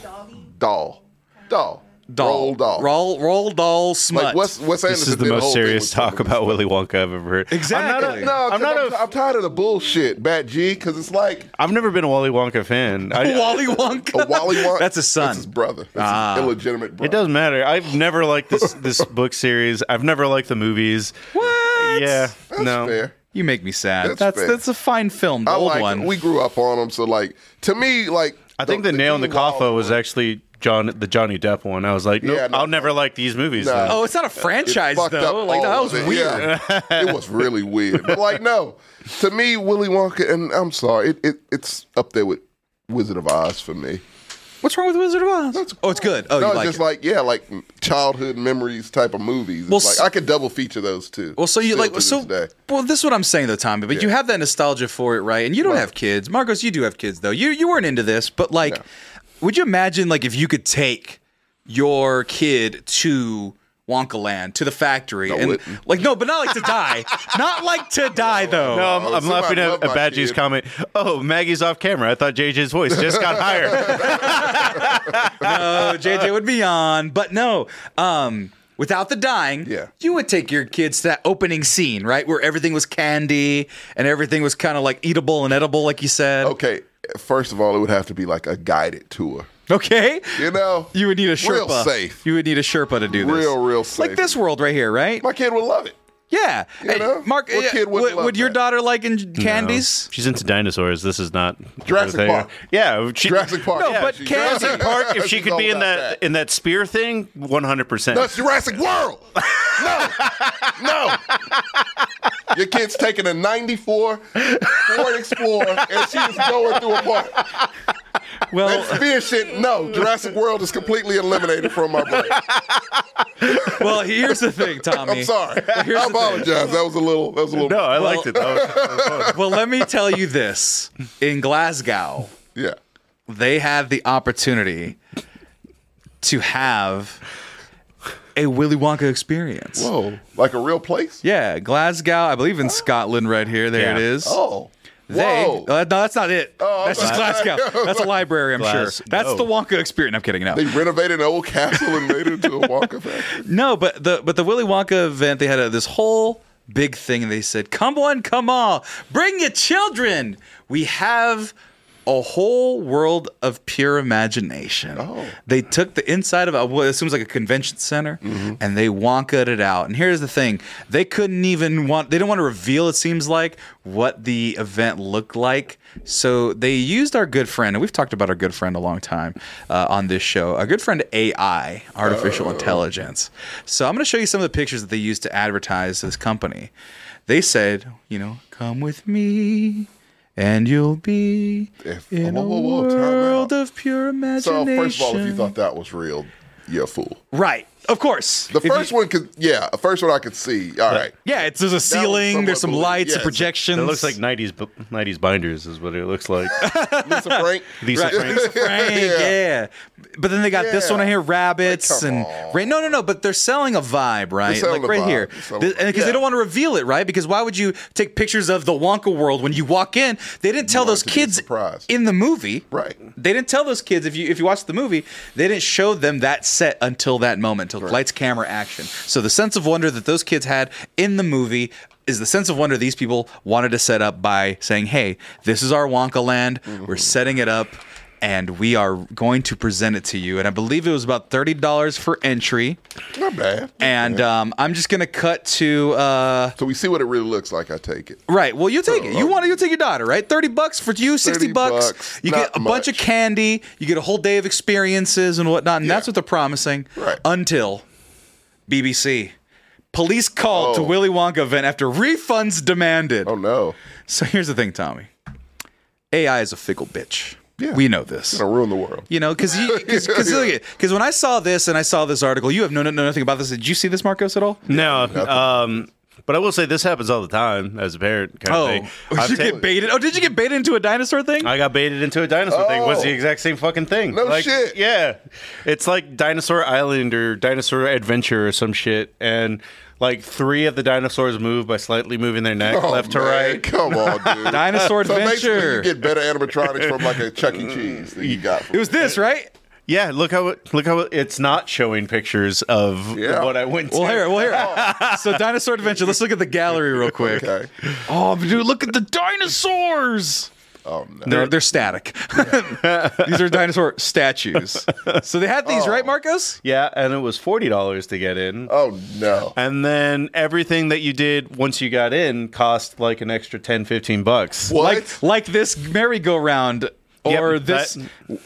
Speaker 3: Doll. Doll.
Speaker 2: doll.
Speaker 3: Roll doll.
Speaker 2: Roll roll doll smut.
Speaker 3: Like Wes, Wes Anderson
Speaker 1: This is the
Speaker 3: did a
Speaker 1: most
Speaker 3: whole thing
Speaker 1: serious
Speaker 3: with
Speaker 1: talk
Speaker 3: something.
Speaker 1: about Willy Wonka I've ever heard.
Speaker 2: Exactly.
Speaker 1: I'm not a,
Speaker 3: No,
Speaker 1: I'm not
Speaker 3: I'm,
Speaker 1: a.
Speaker 3: I'm tired of the bullshit, Bat G, because it's like
Speaker 1: I've never been a Wally Wonka fan. I,
Speaker 2: Wally Wonka.
Speaker 3: a Wally Wonka.
Speaker 2: That's his son.
Speaker 3: That's his brother. That's
Speaker 2: Ah.
Speaker 3: his illegitimate brother.
Speaker 1: It doesn't matter. I've never liked this this book series. I've never liked the movies.
Speaker 2: What?
Speaker 1: Yeah.
Speaker 3: That's
Speaker 1: no.
Speaker 3: fair.
Speaker 2: You make me sad.
Speaker 3: That's
Speaker 2: That's that's,
Speaker 3: fair.
Speaker 2: a fine film. The
Speaker 3: I
Speaker 2: old
Speaker 3: like
Speaker 2: one.
Speaker 3: It. We grew up on him, so like to me, like
Speaker 1: I think the, nail in the
Speaker 3: Gene Wilder
Speaker 1: coffin was
Speaker 3: one-
Speaker 1: actually John the Johnny Depp one. I was like, nope,
Speaker 3: Yeah, no,
Speaker 1: I'll never like these movies.
Speaker 3: No.
Speaker 1: then.
Speaker 2: oh, it's not a
Speaker 3: It
Speaker 2: franchise
Speaker 3: fucked
Speaker 2: though.
Speaker 3: up
Speaker 2: Like no, that
Speaker 3: all
Speaker 2: was
Speaker 3: of it.
Speaker 2: weird.
Speaker 3: Yeah. it was really weird. But like, no, to me, Willy Wonka, and I'm sorry, it, it it's up there with Wizard of Oz for me.
Speaker 2: What's wrong with Wizard of Oz? oh, it's good. Oh,
Speaker 3: no,
Speaker 2: you
Speaker 3: it's
Speaker 2: like
Speaker 3: just
Speaker 2: it.
Speaker 3: like yeah, like childhood memories type of movies. It's
Speaker 2: Well,
Speaker 3: like
Speaker 2: s-
Speaker 3: I could double feature those too.
Speaker 2: Well, so you
Speaker 3: still
Speaker 2: like
Speaker 3: to
Speaker 2: so.
Speaker 3: this day.
Speaker 2: Well, this is what I'm saying though, Tommy. But you have that nostalgia for it, right? And you don't have kids, Marcos. You do have kids though. You you weren't into this, but like, would you imagine like if you could take your kid to Wonka Land to the factory and
Speaker 3: wouldn't.
Speaker 2: like no, but not like to die, not like to die though.
Speaker 1: No, I'm,
Speaker 3: Oh,
Speaker 1: Um, I'm
Speaker 3: somebody
Speaker 1: laughing at,
Speaker 3: love
Speaker 1: at
Speaker 3: my
Speaker 1: Badgie's
Speaker 3: kid.
Speaker 1: comment. Oh, Maggie's off camera. I thought JJ's voice just got higher.
Speaker 2: no, JJ Oh, would be on, but no. Um, without the dying,
Speaker 3: Yeah.
Speaker 2: you would take your kids to that opening scene, right, where everything was candy and everything was kind of like eatable and edible, like you said.
Speaker 3: Okay, first of all, it would have to be like a guided tour.
Speaker 2: Okay.
Speaker 3: You know,
Speaker 2: You would need a Sherpa.
Speaker 3: Real safe.
Speaker 2: You would need a Sherpa to do this.
Speaker 3: Real, real
Speaker 2: Like
Speaker 3: safe.
Speaker 2: this world right here, right?
Speaker 3: My kid would love it.
Speaker 2: yeah.
Speaker 3: You
Speaker 2: Hey,
Speaker 3: know?
Speaker 2: Mark,
Speaker 3: What
Speaker 2: uh,
Speaker 3: kid wouldn't
Speaker 2: would,
Speaker 3: love
Speaker 2: would your
Speaker 3: that?
Speaker 2: daughter like in
Speaker 1: No.
Speaker 2: candies?
Speaker 1: She's into dinosaurs. This is not
Speaker 3: Jurassic
Speaker 1: her thing.
Speaker 3: Park.
Speaker 1: Yeah, she,
Speaker 3: Jurassic Park.
Speaker 2: No,
Speaker 3: Yeah,
Speaker 2: but
Speaker 3: she's-
Speaker 2: Candy
Speaker 1: Jurassic Park. If she
Speaker 3: She's
Speaker 1: could
Speaker 3: all
Speaker 1: be in
Speaker 3: about
Speaker 1: that, in that spear thing, 100. percent
Speaker 3: That's Jurassic World. No, no. Your kid's taking a '94 Ford Explorer and she is going through a park.
Speaker 2: Well,
Speaker 3: That spear shit. No, Jurassic World is completely eliminated from my brain.
Speaker 2: well, here's the thing, Tommy.
Speaker 3: I'm sorry.
Speaker 2: Here's the
Speaker 3: I
Speaker 2: thing.
Speaker 3: apologize. That was a little. That was a little.
Speaker 1: No, I
Speaker 2: Well-
Speaker 1: liked it. That was- that was fun.
Speaker 2: Well, let me tell you this. In Glasgow,
Speaker 3: Yeah.
Speaker 2: they had the opportunity to have a Willy Wonka experience.
Speaker 3: Whoa. Like a real place.
Speaker 2: Yeah, Glasgow, I believe in Scotland, right here. There
Speaker 1: Yeah.
Speaker 2: it is.
Speaker 3: Oh.
Speaker 2: They,
Speaker 3: Whoa.
Speaker 2: uh, no, that's not it.
Speaker 3: Oh,
Speaker 2: that's just
Speaker 3: okay.
Speaker 2: Glasgow. That's a library, I'm
Speaker 1: Glas-
Speaker 2: sure. That's
Speaker 1: no.
Speaker 2: the Wonka experience. I'm kidding. No,
Speaker 3: they renovated an old castle and made it into a Wonka factory.
Speaker 2: no, but the but the Willy Wonka event, they had a, this whole big thing, and they said, "Come on, come on, bring your children. We have." A whole world of pure imagination.
Speaker 3: Oh.
Speaker 2: They took the inside of a, well, it seems like a convention center, and they wonked it out. And here's the thing: they couldn't even want, they didn't want to reveal. It seems like what the event looked like. So they used our good friend, and we've talked about our good friend a long time uh, on this show. Our good friend AI, artificial intelligence. So I'm going to show you some of the pictures that they used to advertise this company. They said, you know, come with me. And you'll be
Speaker 3: If-
Speaker 2: in
Speaker 3: whoa, whoa, whoa,
Speaker 2: a
Speaker 3: time out.
Speaker 2: world of pure
Speaker 3: So
Speaker 2: imagination.
Speaker 3: first of all, if you thought that was real, you're a fool.
Speaker 2: Right. Of course.
Speaker 3: The
Speaker 2: If you-
Speaker 3: first one could, yeah, the first one I could see. All right.
Speaker 2: Yeah, it's there's a ceiling,
Speaker 3: somewhat
Speaker 2: there's some
Speaker 3: believe-
Speaker 2: lights,
Speaker 3: yeah,
Speaker 2: and
Speaker 3: it's-
Speaker 2: projections.
Speaker 1: It looks like 90s bu- 90s binders is what it looks like.
Speaker 3: Lisa Frank.
Speaker 1: Lisa
Speaker 2: Right.
Speaker 1: Frank.
Speaker 2: Lisa Frank, yeah.
Speaker 3: Yeah.
Speaker 2: But then they got this
Speaker 3: Yeah.
Speaker 2: one here, rabbits
Speaker 3: Like, come
Speaker 2: and
Speaker 3: on.
Speaker 2: right. No, no, no. But they're selling a vibe, right?
Speaker 3: selling
Speaker 2: Like
Speaker 3: a
Speaker 2: right
Speaker 3: vibe.
Speaker 2: here,
Speaker 3: They're
Speaker 2: because
Speaker 3: selling a vibe.
Speaker 2: they
Speaker 3: Yeah.
Speaker 2: don't want to reveal it, right? Because why would you take pictures of the Wonka world when you walk in? They didn't tell
Speaker 3: want
Speaker 2: those
Speaker 3: it to be a
Speaker 2: kids
Speaker 3: surprise.
Speaker 2: in the movie,
Speaker 3: Right.
Speaker 2: They didn't tell those kids if you if you watch the movie, they didn't show them that set until that moment, until lights, camera, action. So the sense of wonder that those kids had in the movie is the sense of wonder these people wanted to set up by saying, "Hey, this is our Wonka land. We're setting it up." and we are going to present it to you. And I believe it was about thirty dollars for entry.
Speaker 3: Not bad.
Speaker 2: And um, I'm just gonna cut to. Uh,
Speaker 3: so we see what it really looks like. I take it.
Speaker 2: Right. Well, you take it. You want to. You take your daughter, right? Thirty bucks for you. Sixty
Speaker 3: 30
Speaker 2: bucks.
Speaker 3: bucks,
Speaker 2: You get
Speaker 3: not
Speaker 2: a bunch of candy. You get a whole day of experiences and whatnot. And that's what they're promising. Right. Until BBC. Police call to Willy Wonka event after refunds demanded. Oh
Speaker 3: no.
Speaker 2: So here's the thing, Tommy. AI is a fickle bitch.
Speaker 3: Yeah.
Speaker 2: We know this.
Speaker 3: It'll ruin the world.
Speaker 2: You know, because because when I saw this and I saw this article, you have no, no know nothing about this. Did you see this, Marcos, at all?
Speaker 1: No, um, but I will say this happens all the time as a parent. Kind
Speaker 2: Oh,
Speaker 1: of thing.
Speaker 2: did
Speaker 1: I've
Speaker 2: you
Speaker 1: ta-
Speaker 2: get baited? Oh, did you get baited into a dinosaur thing?
Speaker 1: I got baited into a dinosaur thing. Was the exact same fucking thing.
Speaker 2: No
Speaker 1: Like,
Speaker 2: shit.
Speaker 1: Yeah, it's like Dinosaur Island or Dinosaur Adventure or some shit, and like three of the dinosaurs move by slightly moving their neck
Speaker 3: Oh,
Speaker 1: left
Speaker 3: man,
Speaker 1: to right.
Speaker 3: Come on, dude. so basically, you get better animatronics from like a Chuck E. Cheese that you got. From
Speaker 2: It was this, right?
Speaker 1: Yeah, look how it, look how it- it's not showing pictures of what I went to.
Speaker 2: Well, here, well,
Speaker 3: Oh.
Speaker 2: here. so, Dinosaur Adventure. Let's look at the gallery real quick. Oh, dude, look at the dinosaurs.
Speaker 3: Oh no,
Speaker 2: they're, they're static. these are dinosaur statues. So they had these, right, Marcos?
Speaker 1: Yeah, and it was forty dollars to get in.
Speaker 3: Oh no!
Speaker 1: And then everything that you did once you got in cost like an extra 10, 15 bucks.
Speaker 2: Like like this merry-go-round
Speaker 1: Yep,
Speaker 2: or this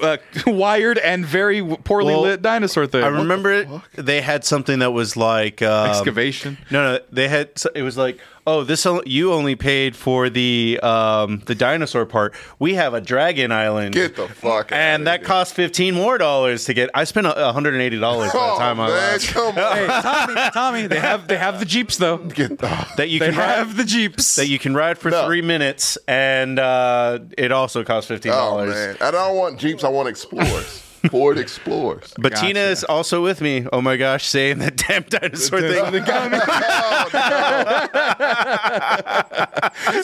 Speaker 2: uh, wired and very w- poorly
Speaker 1: Well,
Speaker 2: lit dinosaur thing.
Speaker 1: I remember it, they had something that was like um,
Speaker 2: Excavation?
Speaker 1: No, no, they had it was like, oh, this on- you only paid for the um, the dinosaur part. We have a dragon island.
Speaker 3: Get the fuck.
Speaker 1: and that cost fifteen more dollars to get. I spent a- a hundred and eighty dollars by
Speaker 3: Oh,
Speaker 1: the time I left.
Speaker 2: Hey, Tommy, Tommy, they have they have the jeeps though.
Speaker 3: Oh,
Speaker 1: That you
Speaker 2: They
Speaker 1: can
Speaker 2: have the jeeps
Speaker 1: that you can ride for three minutes, and uh, it also costs fifteen
Speaker 3: Oh
Speaker 1: dollars.
Speaker 3: man, I don't want Jeeps. I want Explorers. Ford Explorers.
Speaker 1: but Tina is also with me. Oh my gosh, saying that damn dinosaur thing.
Speaker 3: That's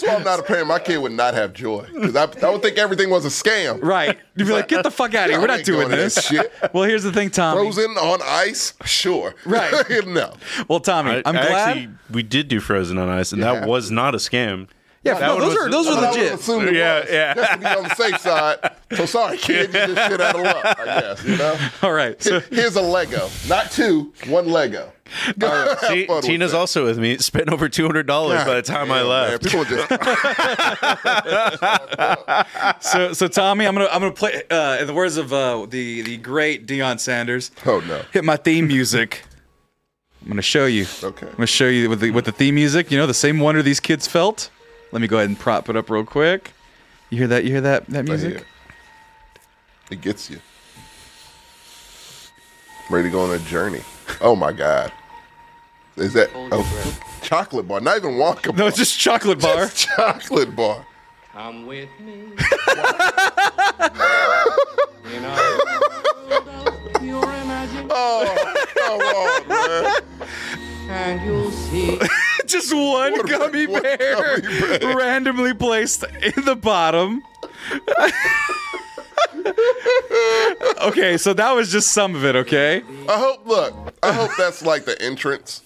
Speaker 3: why I'm not a parent. My kid would not have joy because I, I would think everything was a scam.
Speaker 2: Right? You'd be like, get the fuck out of here. We're not doing this.
Speaker 3: shit.
Speaker 2: Well, here's the thing, Tommy.
Speaker 3: Frozen on ice, sure.
Speaker 2: Right.
Speaker 3: no.
Speaker 2: Well, Tommy, I, am
Speaker 1: I
Speaker 2: glad.
Speaker 1: Actually, we did do Frozen on Ice, and
Speaker 3: Yeah.
Speaker 1: that was not a scam.
Speaker 2: Yeah,
Speaker 1: That
Speaker 2: no,
Speaker 1: one
Speaker 2: those
Speaker 1: was-
Speaker 2: are- those are
Speaker 3: But I
Speaker 2: legit.
Speaker 3: would assume it
Speaker 1: Yeah,
Speaker 3: was,
Speaker 1: yeah.
Speaker 3: Just to be on the safe side. So sorry, kid. You just shit out of luck, I guess. You know.
Speaker 2: All right.
Speaker 3: So here's a Lego, not two, one Lego.
Speaker 1: See, Tina's also with me. Spent over two hundred dollars by the time I left.
Speaker 3: people just
Speaker 2: so, so Tommy, I'm gonna I'm gonna play uh, in the words of uh, the the great Deion Sanders.
Speaker 3: Oh no!
Speaker 2: Hit my theme music. I'm gonna show you.
Speaker 3: Okay.
Speaker 2: I'm gonna show you with the with the theme music. You know the same wonder these kids felt. Let me go ahead and prop it up real quick. You hear that? You hear that? That music?
Speaker 3: it. It gets you. Ready to go on a journey. Oh my God. Is that oh, chocolate bar? Not even Wonka bar.
Speaker 2: No, it's just chocolate bar.
Speaker 3: Just chocolate bar.
Speaker 11: Come with me.
Speaker 3: Oh, come on, man.
Speaker 11: And you'll see.
Speaker 2: just one gummy bear randomly placed in the bottom. okay, so that was just some of it. Okay.
Speaker 3: I hope. Look, I hope that's like the entrance. Like,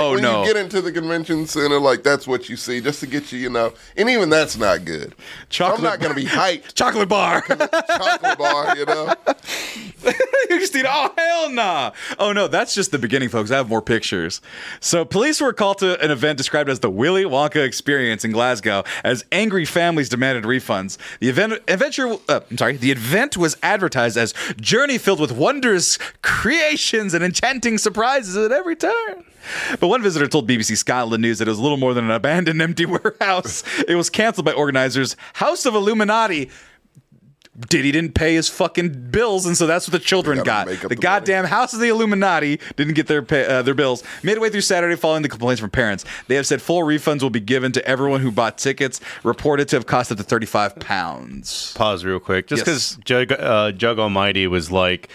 Speaker 2: Oh
Speaker 3: when
Speaker 2: no.
Speaker 3: you get into the convention center, like that's what you see, just to get you, you know. And even that's not good.
Speaker 2: Chocolate
Speaker 3: I'm not gonna be hyped.
Speaker 2: chocolate bar.
Speaker 3: chocolate bar, you know.
Speaker 2: you just need, oh, hell nah. Oh, no, that's just the beginning, folks. I have more pictures. So, police were called to an event described as the Willy Wonka experience in Glasgow as angry families demanded refunds. The event, adventure, uh, I'm sorry, the event was advertised as journey filled with wondrous creations and enchanting surprises at every turn. But one visitor told BBC Scotland News that it was little more than an abandoned empty warehouse. It was canceled by organizers. House of Illuminati Diddy didn't pay his fucking bills, and so that's what the children got. The, goddamn House of the Illuminati didn't get their pay, uh, their bills. Midway through Saturday, following the complaints from parents, they have said full refunds will be given to everyone who bought tickets, reported to have cost up to thirty five pounds.
Speaker 1: Pause real quick, just
Speaker 2: Yes.
Speaker 1: because Jug, uh, Jug Almighty was like.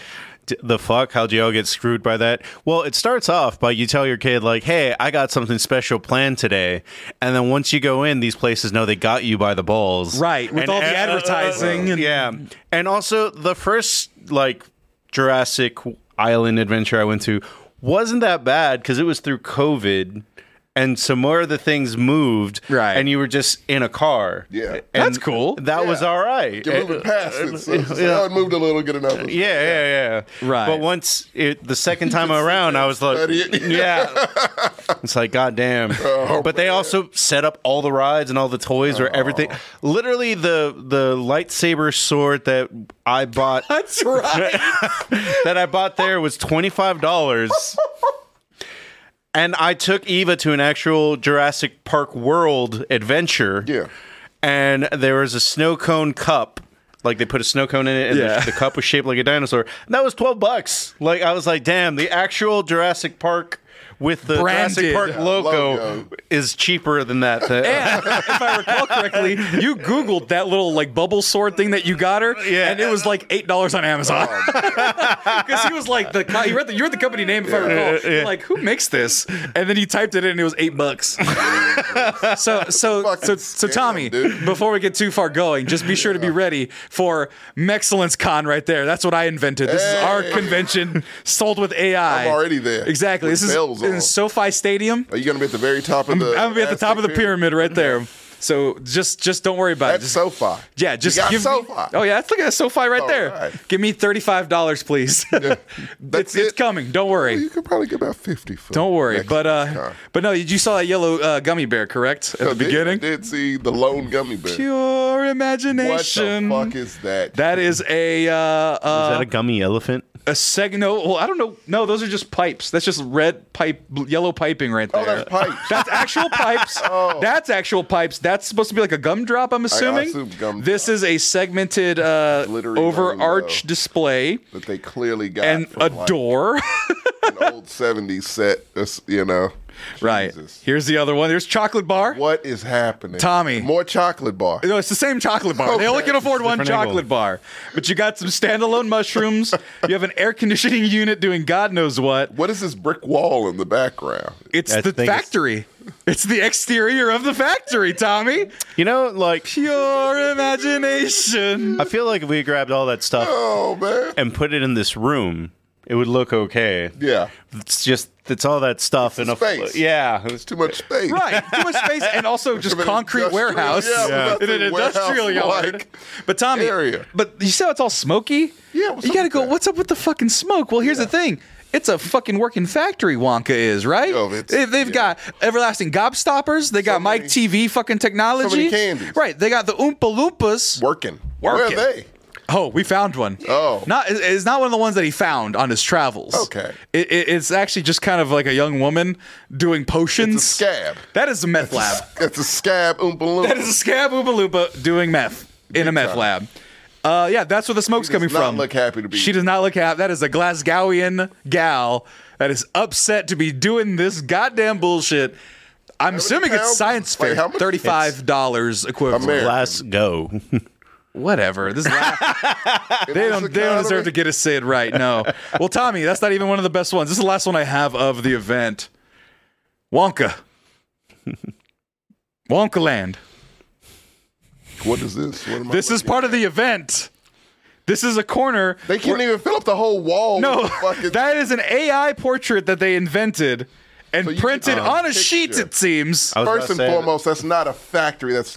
Speaker 1: "D- The fuck? How'd you all get screwed by that? Well, it starts off by you tell your kid, like, hey, I got something special planned today. And then once you go in, these places know they got you by the balls.
Speaker 2: Right, with
Speaker 1: And
Speaker 2: all the
Speaker 1: a-
Speaker 2: advertising and-
Speaker 1: yeah. And also, the first, like, Jurassic Island adventure I went to wasn't that bad because it was through COVID. and some more of the things moved. Right. And you were just in a car.
Speaker 3: Yeah.
Speaker 1: That's cool. That was all right.
Speaker 3: You're moving
Speaker 1: It-
Speaker 3: past it. So, so
Speaker 1: yeah.
Speaker 3: I moved a little, get another.
Speaker 1: Yeah, yeah, yeah.
Speaker 3: Right.
Speaker 1: But once it, the second time around, I was like, yeah. It's like, goddamn.
Speaker 5: Oh,
Speaker 1: but they also set up all the rides and all the toys or everything. Literally, the the lightsaber sword that I bought.
Speaker 5: That's right.
Speaker 1: that I bought there was twenty five dollars. And I took Eva to an actual Jurassic Park World adventure. Yeah. And there was a snow cone cup. Like they put a snow cone in it and the-
Speaker 2: Yeah.
Speaker 1: the, cup was shaped like a dinosaur. And that was 12 bucks. Like I was like, damn, the actual Jurassic Park with the
Speaker 2: Branded.
Speaker 1: Jurassic Park
Speaker 2: Yeah,
Speaker 1: uh, logo,
Speaker 2: logo.
Speaker 1: is cheaper than that.
Speaker 2: if I recall correctly, you Googled that little like bubble sword thing that you got her, yeah. and it was like eight dollars on Amazon.
Speaker 3: Oh,
Speaker 2: Because he was like the co- you read the you read the company name if I recall. You're like who makes this? And then you typed it in and it was eight bucks. so so so so Tommy, before we get too far going, just be sure to be ready for Mexcellence Con right there. That's what I invented. This is our
Speaker 3: Hey.
Speaker 2: convention sold with AI.
Speaker 3: I'm already there.
Speaker 2: Exactly.
Speaker 3: With
Speaker 2: this is
Speaker 3: bells
Speaker 2: in
Speaker 3: on.
Speaker 2: SoFi Stadium.
Speaker 3: Are you gonna be at the very top of the?
Speaker 2: I'm gonna be at the top of the pyramid
Speaker 3: pyramid?
Speaker 2: right there. So just just don't worry about it. Just,
Speaker 3: SoFi.
Speaker 2: Yeah, just
Speaker 3: You got
Speaker 2: give
Speaker 3: SoFi.
Speaker 2: me. Oh yeah, that's look at that SoFi right
Speaker 3: All
Speaker 2: there.
Speaker 3: right.
Speaker 2: Give me thirty five dollars, please. it's, it's coming. Don't worry.
Speaker 3: You could probably get about fifty. For
Speaker 2: don't worry. But uh, but no, you saw that yellow uh, gummy bear, correct? At the beginning.
Speaker 3: I did see the lone gummy bear.
Speaker 2: Pure imagination.
Speaker 3: What the fuck is that?
Speaker 2: That is a uh, uh,
Speaker 1: is that a gummy elephant?
Speaker 2: a seg? No, well, I don't know. No, those are just pipes. That's just red pipe, bl- yellow piping right there.
Speaker 3: Oh, that's pipes.
Speaker 2: That's actual pipes.
Speaker 3: Oh.
Speaker 2: That's actual pipes. That's supposed to be like a gumdrop. I'm assuming.
Speaker 3: assume gumdrop.
Speaker 2: This is a segmented, uh,
Speaker 3: Glittery
Speaker 2: over arch
Speaker 3: rainbow.
Speaker 2: display
Speaker 3: that they clearly got
Speaker 2: and
Speaker 3: from
Speaker 2: a
Speaker 3: like
Speaker 2: door.
Speaker 3: an old '70s set. That's, you know,
Speaker 2: right. Here's the other one. There's chocolate bar.
Speaker 3: What is happening,
Speaker 2: Tommy?
Speaker 3: More chocolate bar.
Speaker 2: No, it's the same chocolate bar. They only
Speaker 3: Okay.
Speaker 2: can afford
Speaker 3: It's a
Speaker 2: one
Speaker 3: different angle.
Speaker 2: chocolate bar. But you got some standalone mushrooms. you have an air conditioning unit doing God knows what.
Speaker 3: What is this brick wall in the background?
Speaker 2: It's
Speaker 3: I
Speaker 2: the
Speaker 3: think it's-
Speaker 2: factory. It's the exterior of the factory, Tommy.
Speaker 1: You know, like
Speaker 2: pure imagination.
Speaker 1: I feel like if we grabbed all that stuff
Speaker 3: Oh man.
Speaker 1: and put it in this room, it would look okay.
Speaker 3: Yeah.
Speaker 1: It's just it's all that stuff in a
Speaker 3: space.
Speaker 1: Yeah,
Speaker 3: it's too much space.
Speaker 2: Right, too much space, and also just
Speaker 3: An
Speaker 2: concrete
Speaker 3: industrial-
Speaker 2: warehouse
Speaker 3: yeah, I was about
Speaker 2: in
Speaker 3: to
Speaker 2: an
Speaker 3: say
Speaker 2: industrial
Speaker 3: warehouse-like
Speaker 2: yard. But Tommy, but you said it's all smoky. Yeah, you gotta go. What's up with the fucking smoke? Well, here's the thing. It's a fucking working factory. Wonka is right. they, they've got everlasting gobstoppers. They got Mike TV fucking technology.
Speaker 3: candies.
Speaker 2: Right. They got the Oompa Loompas
Speaker 3: working. Where are
Speaker 2: Working.
Speaker 3: they?
Speaker 2: Oh, we found one. Oh, not it- it's not one of the ones that he found on his travels.
Speaker 3: Okay.
Speaker 2: it, it- it's actually just kind of like a young woman doing potions. It's a scab. That is a meth lab.
Speaker 3: That's a scab oompa loompa.
Speaker 2: That is a scab oompa loompa doing meth in a meth lab. Uh, yeah, that's where the smoke's coming
Speaker 3: not
Speaker 2: from.
Speaker 3: look happy to be-
Speaker 2: She does not look happy. That is a Glasgowian gal that is upset to be doing this goddamn bullshit. I'm assuming it's
Speaker 3: pounds?
Speaker 2: science fair.
Speaker 3: Wait, how much-
Speaker 2: Thirty-five dollars equivalent.
Speaker 3: American.
Speaker 1: Glasgow.
Speaker 2: Whatever. This is they don't they don't deserve to get a Sid right. No. well, Tommy, that's not even one of the best ones. This is the last one I have of the event. Wonka. Wonka Land.
Speaker 3: What is this? What am
Speaker 2: This is part of the event. This is a corner.
Speaker 3: They can't even fill up the whole wall.
Speaker 2: No,
Speaker 3: with fucking-
Speaker 2: that is an AI portrait that they invented and printed
Speaker 3: Oh,
Speaker 2: on a
Speaker 3: picture.
Speaker 2: sheet. It seems.
Speaker 3: First and foremost, that's not a factory. That's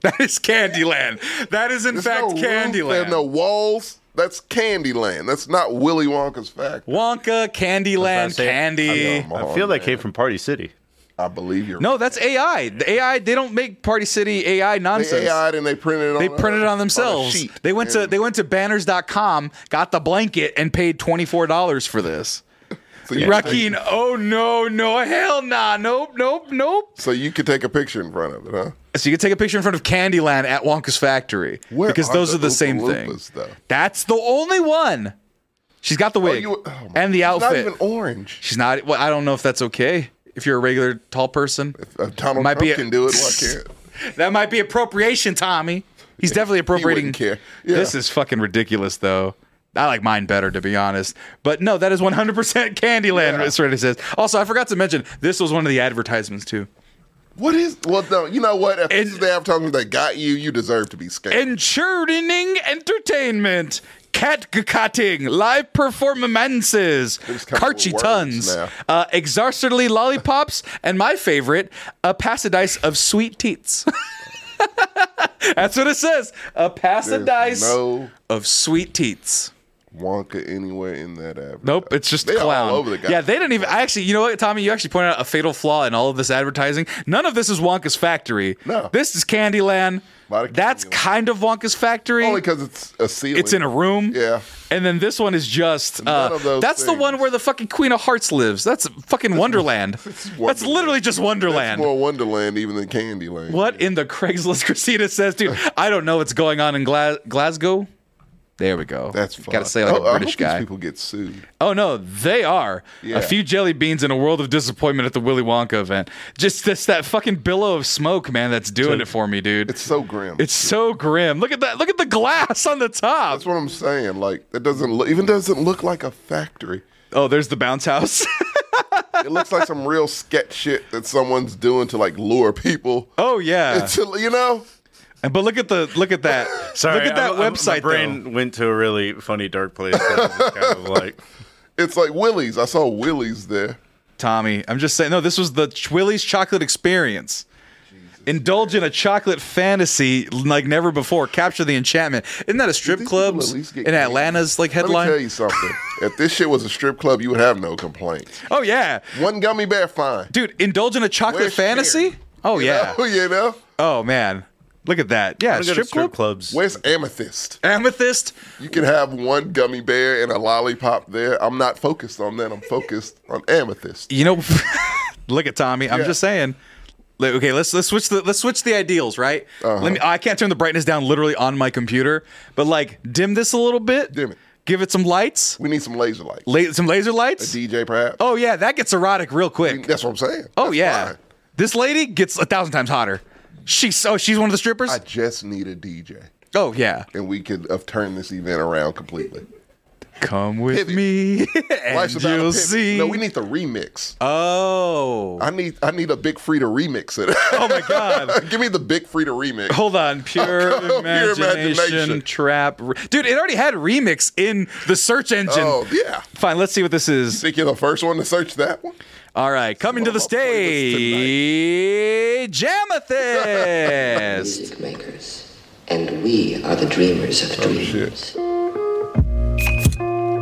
Speaker 2: that is Candyland. That is in
Speaker 3: There's
Speaker 2: fact
Speaker 3: no roof,
Speaker 2: Candyland.
Speaker 3: There's no walls. That's Candyland. That's not Willy Wonka's factory.
Speaker 2: Wonka, Candyland,
Speaker 1: I
Speaker 2: Candy.
Speaker 1: I feel that came from Party City.
Speaker 3: I believe you're.
Speaker 2: No, that's AI. The AI. They don't make Party City AI nonsense.
Speaker 3: They AI'd and they printed it.
Speaker 2: They
Speaker 3: on
Speaker 2: printed
Speaker 3: a,
Speaker 2: it on themselves.
Speaker 3: sheet.
Speaker 2: they went to
Speaker 3: And
Speaker 2: they went to banners.com, got the blanket, and paid twenty four dollars for this.
Speaker 3: So you-
Speaker 2: Rakeen, oh no, no, hell nah, nope, nope, nope.
Speaker 3: So you could take a picture in front of it, huh?
Speaker 2: So you can take a picture in front of Candyland at Wonka's factory
Speaker 3: Where
Speaker 2: because
Speaker 3: are
Speaker 2: those are the
Speaker 3: Oompa
Speaker 2: same thing.
Speaker 3: Loompas, Though?
Speaker 2: That's the only one. She's got the wig
Speaker 3: you- oh
Speaker 2: and the
Speaker 3: It's
Speaker 2: outfit.
Speaker 3: not even orange.
Speaker 2: She's not. Well, I don't know if that's okay. If you're a regular tall person,
Speaker 3: If Uh, Donald
Speaker 2: Might
Speaker 3: Trump
Speaker 2: be a-
Speaker 3: can do it. Why can't?
Speaker 2: that might be appropriation, Tommy. He's definitely appropriating.
Speaker 3: care. Yeah.
Speaker 2: This is fucking ridiculous, though. I like mine better, to be honest. But no, that is 100% Candyland. That's what it says. Also, I forgot to mention this was one of the advertisements too.
Speaker 3: What is? Well, no. You know what? If this is the advertisement that got you, you deserve to be scared.
Speaker 2: Enchurning Entertainment. cat cutting, live performances, karchi
Speaker 3: words
Speaker 2: tons,
Speaker 3: now.
Speaker 2: uh, exarcerly lollipops, and my favorite, a passadice of sweet teats. That's what it says. A passadice
Speaker 3: no-
Speaker 2: of sweet teats.
Speaker 3: Wonka anywhere in that app.
Speaker 2: Nope, it's just
Speaker 3: They all
Speaker 2: clown.
Speaker 3: over the guy.
Speaker 2: Yeah, they didn't even. I actually, you know what, Tommy? You actually pointed out a fatal flaw in all of this advertising. None of this is Wonka's factory. No, this is Candyland. That's kind of Wonka's factory. Only
Speaker 3: because it's a ceiling.
Speaker 2: It's in a room.
Speaker 3: Yeah.
Speaker 2: And then this one is just. Uh,
Speaker 3: of those
Speaker 2: that's the one where the fucking Queen of Hearts lives. That's fucking Wonderland. That's literally just Wonderland.
Speaker 3: It's more Wonderland even than Candyland.
Speaker 2: What in the Craigslist Christina says, dude? I don't know what's going on in Gla- Glasgow. There we go. That's fine. Gotta say like
Speaker 3: Oh,
Speaker 2: a
Speaker 3: I
Speaker 2: British
Speaker 3: hope these
Speaker 2: guy.
Speaker 3: people get sued.
Speaker 2: Oh no, they are
Speaker 3: Yeah.
Speaker 2: a few jelly beans in a world of disappointment at the Willy Wonka event. Just this that fucking billow of smoke, man. That's doing it for me, dude. It's
Speaker 3: so grim.
Speaker 2: It's so grim. Look at that. Look at the glass on the top.
Speaker 3: That's what I'm saying. Like that doesn't look, even doesn't look like a factory.
Speaker 2: Oh, there's the bounce house.
Speaker 3: it looks like some real sketch shit that someone's doing to like lure people.
Speaker 2: Oh yeah.
Speaker 3: It's, you know.
Speaker 2: And But look at the look at that.
Speaker 1: Sorry,
Speaker 2: look at that
Speaker 1: I- I-
Speaker 2: website
Speaker 1: My brain went to a really funny dark place. like
Speaker 3: it's like Willie's. I saw Willie's there.
Speaker 2: Tommy, I'm just saying. No, this was the Ch- Willie's chocolate experience. Indulge in a chocolate fantasy like never before. Capture the enchantment. Isn't that a strip club in Atlanta's like
Speaker 3: Let me tell
Speaker 2: headline?
Speaker 3: you something. if this shit was a strip club, you would have no complaints.
Speaker 2: Oh yeah,
Speaker 3: one gummy bear fine,
Speaker 2: dude. Indulge in a chocolate
Speaker 3: Wear
Speaker 2: fantasy. Oh yeah.
Speaker 3: Oh, you know.
Speaker 2: Oh man, look at that. Yeah, strip, club.
Speaker 1: clubs.
Speaker 3: Where's Amethyst?
Speaker 2: Amethyst.
Speaker 3: You can have one gummy bear and a lollipop there. I'm not focused on that. I'm focused on Amethyst.
Speaker 2: You know, look at Tommy. I'm
Speaker 3: Yeah.
Speaker 2: just saying. Like, Okay, let's let's switch the let's switch the ideals, right?
Speaker 3: Uh-huh.
Speaker 2: Let me. I can't turn the brightness down literally on my computer, but like dim this a little bit. Dim it. Give it some lights.
Speaker 3: We need some laser lights.
Speaker 2: La- some laser lights.
Speaker 3: A DJ, perhaps.
Speaker 2: Oh yeah, that gets erotic real quick.
Speaker 3: that's what I'm saying.
Speaker 2: Oh yeah, this lady gets a thousand times hotter. She's oh she's one of the strippers.
Speaker 3: I just need a DJ.
Speaker 2: Oh yeah.
Speaker 3: And we could have turned this event around completely.
Speaker 2: Come with me,
Speaker 3: Life's
Speaker 2: and
Speaker 3: about a
Speaker 2: you'll
Speaker 3: pivot.
Speaker 2: see.
Speaker 3: No, we need the remix.
Speaker 2: Oh.
Speaker 3: I need I need a Big Frida remix it.
Speaker 2: Oh my god.
Speaker 3: Give me the Big Frida remix.
Speaker 2: Hold on, pure,
Speaker 3: Pure
Speaker 2: imagination,
Speaker 3: imagination.
Speaker 2: trap, re- dude. It already had remix in the search engine.
Speaker 3: Oh, yeah.
Speaker 2: Fine, let's see what this is.
Speaker 3: think you're the first one to search that one?
Speaker 2: All right, coming to the stage, Amethyst.
Speaker 11: And we are the dreamers of dreams.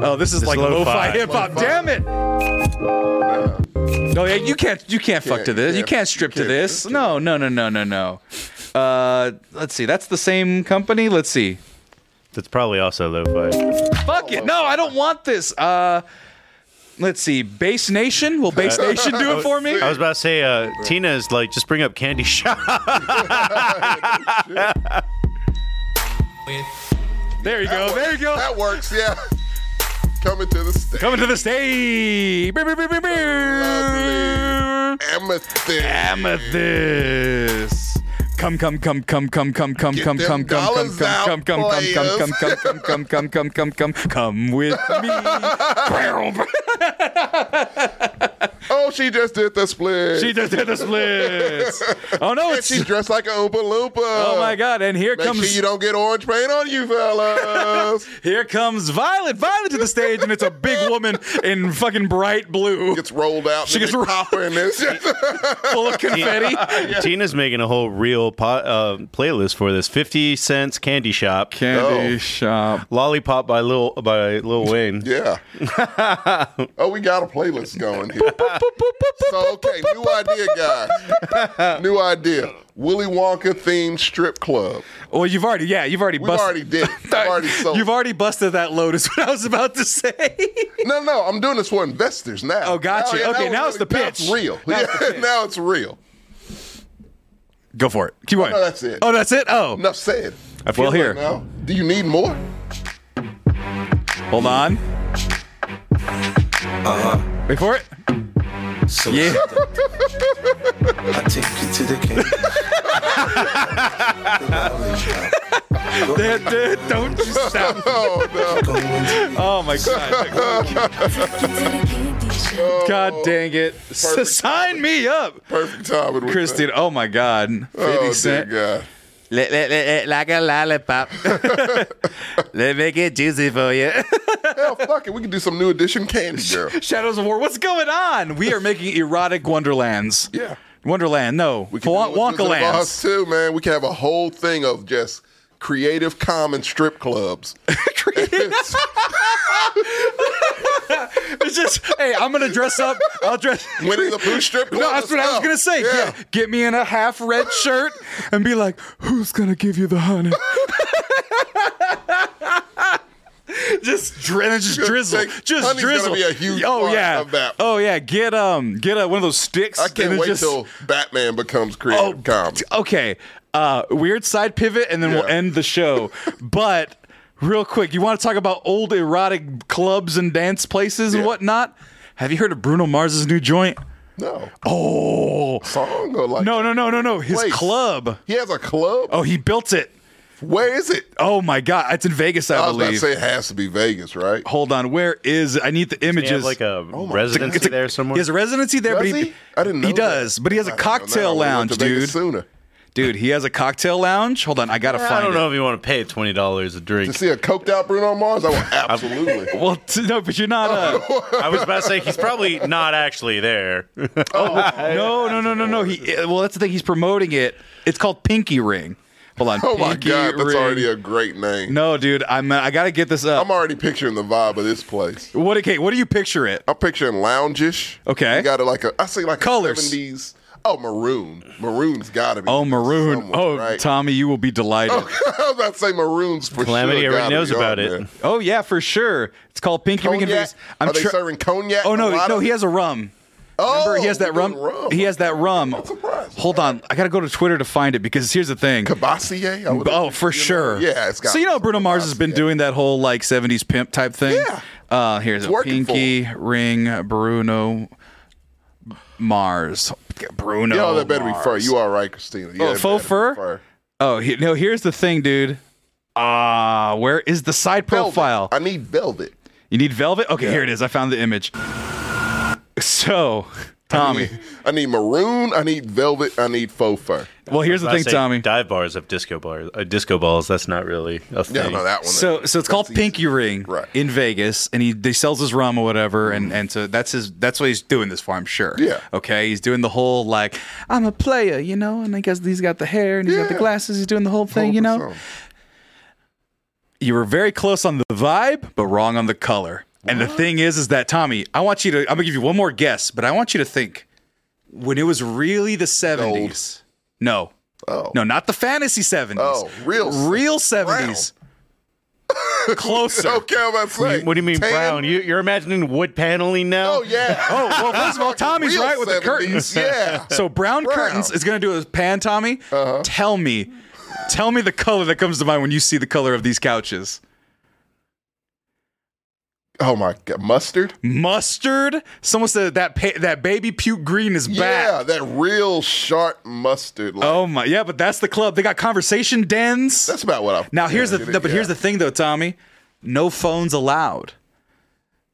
Speaker 2: Oh, this is like lo-fi, hip hop. Damn it! No, yeah, you can't. You can't fuck to this. You can't strip to this. No, no, no, no, no, no. Uh, let's see. That's the same company. Let's see.
Speaker 1: That's probably also lo-fi.
Speaker 2: Fuck it. No, I don't want this. Uh, let's see. Base Nation. Will Base Nation do it for me?
Speaker 1: I was about to say, uh, Tina is like, just bring up Candy Shop.
Speaker 2: There you go. Oh, There you go.
Speaker 3: That works. Yeah. Coming to the stage.
Speaker 2: Coming to the stage. Brr, brr, brr, brr, brr.
Speaker 3: Amethyst.
Speaker 2: Amethyst. Come, come, come, come, come, come, come,
Speaker 5: Get
Speaker 2: come,
Speaker 5: them
Speaker 2: come, come, come,
Speaker 5: dollars out,
Speaker 2: come, come, come, come,
Speaker 5: players.
Speaker 2: come, come, come, come, come, come, come, come, come with me.
Speaker 3: Oh, she just did the split.
Speaker 2: She just did the splits. Oh no,
Speaker 3: it's she dressed like an Oompa Loompa.
Speaker 2: Oh my God! And here
Speaker 3: Make
Speaker 2: comes
Speaker 3: sure you don't get orange paint on you, fellas.
Speaker 2: here comes Violet. Violet to the stage, and it's a big woman in fucking bright blue.
Speaker 3: Gets rolled out.
Speaker 2: She gets
Speaker 3: copper in this.
Speaker 2: full of confetti.
Speaker 1: Tina's making a whole real po- uh, playlist for this. Fifty cents Candy Shop.
Speaker 2: Candy Shop.
Speaker 1: Lollipop by Lil by Lil Wayne.
Speaker 3: yeah. oh, we got a playlist going here. so okay, new idea, guys. New idea. Willy Wonka themed strip club.
Speaker 2: Well, you've already, yeah, you've already.
Speaker 3: We
Speaker 2: busted-
Speaker 3: already did. We've already sold.
Speaker 2: You've already busted that load, is what I was about to say.
Speaker 3: no, no, I'm doing this for investors now. Oh,
Speaker 2: gotcha. Okay, now it's the pitch.
Speaker 3: Now it's real.
Speaker 2: Now
Speaker 3: yeah,
Speaker 2: it's the pitch.
Speaker 3: now it's real.
Speaker 2: Go for it. Keep going.
Speaker 3: No, that's it.
Speaker 2: Oh, that's it. Oh,
Speaker 3: enough said.
Speaker 2: I feel Well, Oh, here.
Speaker 3: like now. Do you need more?
Speaker 2: Hold on. Uh-huh. Wait for it. yeah.
Speaker 5: I take you to the king.
Speaker 2: Dude, dude, don't you stop.
Speaker 3: Oh, no.
Speaker 2: oh my
Speaker 3: god.
Speaker 2: God dang it.
Speaker 3: Perfect
Speaker 2: Sign me up.
Speaker 3: Perfect timing. with
Speaker 2: Christine, oh my God. 50
Speaker 3: Oh, dear
Speaker 2: Cent.
Speaker 3: God.
Speaker 2: Li- li- li- li- Like a lollipop. They make it juicy for you.
Speaker 3: Hell, fuck it. We can do some new edition candy girl.
Speaker 2: Shadows of War. What's going on? We are making erotic wonderlands.
Speaker 3: Yeah.
Speaker 2: Wonderland. No. Won- Wonka lands.
Speaker 3: Us too, man. We can have a whole thing of just creative common strip clubs.
Speaker 2: It's just, hey, I'm gonna dress up. I'll dress.
Speaker 3: Winnie the Pooh strip
Speaker 2: No,
Speaker 3: club
Speaker 2: that's what I was
Speaker 3: stuff.
Speaker 2: gonna say.
Speaker 3: Yeah.
Speaker 2: Get, get me in a half red shirt and be like, "Who's gonna give you the honey?" just dri- just
Speaker 3: Gonna
Speaker 2: drizzle,
Speaker 3: take-
Speaker 2: just
Speaker 3: honey's gonna
Speaker 2: drizzle.
Speaker 3: be a huge
Speaker 2: oh
Speaker 3: part
Speaker 2: yeah,
Speaker 3: of that.
Speaker 2: oh yeah. Get um, get uh, one of those sticks.
Speaker 3: I
Speaker 2: and
Speaker 3: can't
Speaker 2: then
Speaker 3: wait
Speaker 2: just- Oh,
Speaker 3: till Batman becomes creative comedy.
Speaker 2: Okay, uh, weird side pivot, and then we'll
Speaker 3: Yeah.
Speaker 2: end the show. but real quick, you want to talk about old erotic clubs and dance places and whatnot? Have you heard of Bruno Mars's new joint?
Speaker 3: No.
Speaker 2: Oh,
Speaker 3: song or like
Speaker 2: no, no, no, no, no. His
Speaker 3: Place.
Speaker 2: club.
Speaker 3: He has a club.
Speaker 2: Oh, he built it.
Speaker 3: Where is it?
Speaker 2: Oh my God, it's in Vegas, I,
Speaker 3: I was about to
Speaker 2: believe.
Speaker 3: say it has to be Vegas, right?
Speaker 2: Hold on, where is? it? I need the
Speaker 1: Doesn't
Speaker 2: images.
Speaker 1: he have, like, a
Speaker 3: Oh my
Speaker 1: residency
Speaker 2: It's a-
Speaker 1: there somewhere?
Speaker 2: He has a residency there,
Speaker 3: Does
Speaker 2: but he,
Speaker 3: he? I didn't know
Speaker 2: he
Speaker 3: that.
Speaker 2: does, but he has a
Speaker 3: I didn't know that. I
Speaker 2: cocktail
Speaker 3: would've went
Speaker 2: lounge,
Speaker 3: to Vegas
Speaker 2: dude.
Speaker 3: Sooner
Speaker 2: Dude, he has a cocktail lounge. Hold on, I gotta find
Speaker 1: I don't
Speaker 2: it.
Speaker 1: know if you want to pay twenty dollars a
Speaker 3: to
Speaker 1: drink.
Speaker 3: see a coked out Bruno Mars. I would absolutely.
Speaker 2: Well, t- no, but you're not. Uh,
Speaker 1: I was about to say he's probably not actually there.
Speaker 2: no, no, no, no, no. He uh, well, that's the thing. He's promoting it. It's called Pinky Ring. Hold on.
Speaker 3: Oh my
Speaker 2: Pinky
Speaker 3: god, that's
Speaker 2: Ring.
Speaker 3: already a great name.
Speaker 2: no, dude. I'm. Uh, I gotta get this up.
Speaker 3: I'm already picturing the vibe of this place.
Speaker 2: what? Okay. What do you picture it?
Speaker 3: I'm picturing loungish.
Speaker 2: Okay.
Speaker 3: You got it like a I see like
Speaker 2: Colors.
Speaker 3: a 70s. Oh, maroon. Maroon's got to be.
Speaker 2: Oh, maroon.
Speaker 3: somewhere,
Speaker 2: oh,
Speaker 3: right? Oh,
Speaker 2: Tommy, you will be delighted.
Speaker 3: I was about to say maroons for
Speaker 1: Calamity
Speaker 3: sure.
Speaker 1: already
Speaker 3: gotta
Speaker 1: knows
Speaker 3: be on
Speaker 1: about it.
Speaker 3: there.
Speaker 2: Oh yeah, for sure. It's called Pinky Ring and
Speaker 3: Cognac?
Speaker 2: Vegas. I'm
Speaker 3: Oh, Are they
Speaker 2: tr-
Speaker 3: serving cognac?
Speaker 2: Oh no,
Speaker 3: Colada?
Speaker 2: no, he has a rum.
Speaker 3: Oh,
Speaker 2: Remember, he has that
Speaker 3: we're
Speaker 2: rum.
Speaker 3: doing rum.
Speaker 2: He has that rum.
Speaker 3: surprised.
Speaker 2: Hold on, I gotta go to Twitter to find it because here's the thing.
Speaker 3: Cabassier. I would've-
Speaker 2: Oh, for
Speaker 3: you know,
Speaker 2: sure.
Speaker 3: Yeah, it's got.
Speaker 2: So you know, Bruno Mars has been doing that whole like '70s pimp type thing.
Speaker 3: Yeah.
Speaker 2: Uh, here's a
Speaker 3: working for
Speaker 2: pinky ring, Bruno Mars. Bruno.
Speaker 3: Yo, that better be
Speaker 2: Oh, Mars.
Speaker 3: fur. You all right, Christina? Yeah,
Speaker 2: Oh,
Speaker 3: that
Speaker 2: faux
Speaker 3: better
Speaker 2: fur?
Speaker 3: be fur.
Speaker 2: Oh he, no, here's the thing, dude. Ah, where is the side
Speaker 3: Velvet.
Speaker 2: profile?
Speaker 3: I need velvet.
Speaker 2: You need velvet. Okay, here it is. I found the image. So, Tommy.
Speaker 3: I need maroon. I need velvet. I need faux fur.
Speaker 2: Well, here's the
Speaker 1: About to
Speaker 2: thing,
Speaker 1: say,
Speaker 2: Tommy.
Speaker 1: Dive bars have disco bars, uh, disco balls. That's not really a thing.
Speaker 3: Yeah, no, that one.
Speaker 2: So, so it's called
Speaker 3: That's easy.
Speaker 2: Pinky Ring
Speaker 3: Right.
Speaker 2: in Vegas, and he they sells his rum or whatever, and and so that's his that's what he's doing this for, I'm sure.
Speaker 3: Yeah.
Speaker 2: Okay, he's doing the whole like I'm a player, you know, and I guess he's got the hair and he's got the
Speaker 3: Yeah.
Speaker 2: glasses, he's doing the whole thing, you know. You were very close on the vibe, but wrong on the color. And the thing is, is that Tommy, I want you to I'm gonna give you one more guess, but I want you to think when it was really the 70s. No.
Speaker 3: Oh.
Speaker 2: No, not the fantasy 70s.
Speaker 3: Oh, real
Speaker 2: real
Speaker 3: brown.
Speaker 2: 70s. Closer.
Speaker 3: Okay, I'm about to say.
Speaker 1: What do you mean
Speaker 3: Tan?
Speaker 1: brown? You, you're imagining wood paneling now?
Speaker 3: Oh yeah.
Speaker 2: Oh, well, first of all, Tommy's
Speaker 3: Real
Speaker 2: right with the
Speaker 3: 70s,
Speaker 2: curtains.
Speaker 3: yeah. Uh-huh.
Speaker 2: So brown,
Speaker 3: Brown.
Speaker 2: curtains is going to do a pan, Tommy. Tell me, tell me the color that comes to mind when you see the color of these couches.
Speaker 3: Oh my god, mustard.
Speaker 2: Mustard. Someone said that pa- that baby puke green is
Speaker 3: Yeah,
Speaker 2: back.
Speaker 3: that real sharp mustard. Like,
Speaker 2: Oh my, yeah, but that's the club. They got conversation dens.
Speaker 3: that's about what I.
Speaker 2: now here's the
Speaker 3: Yeah,
Speaker 2: but here's the thing though, Tommy. No phones allowed.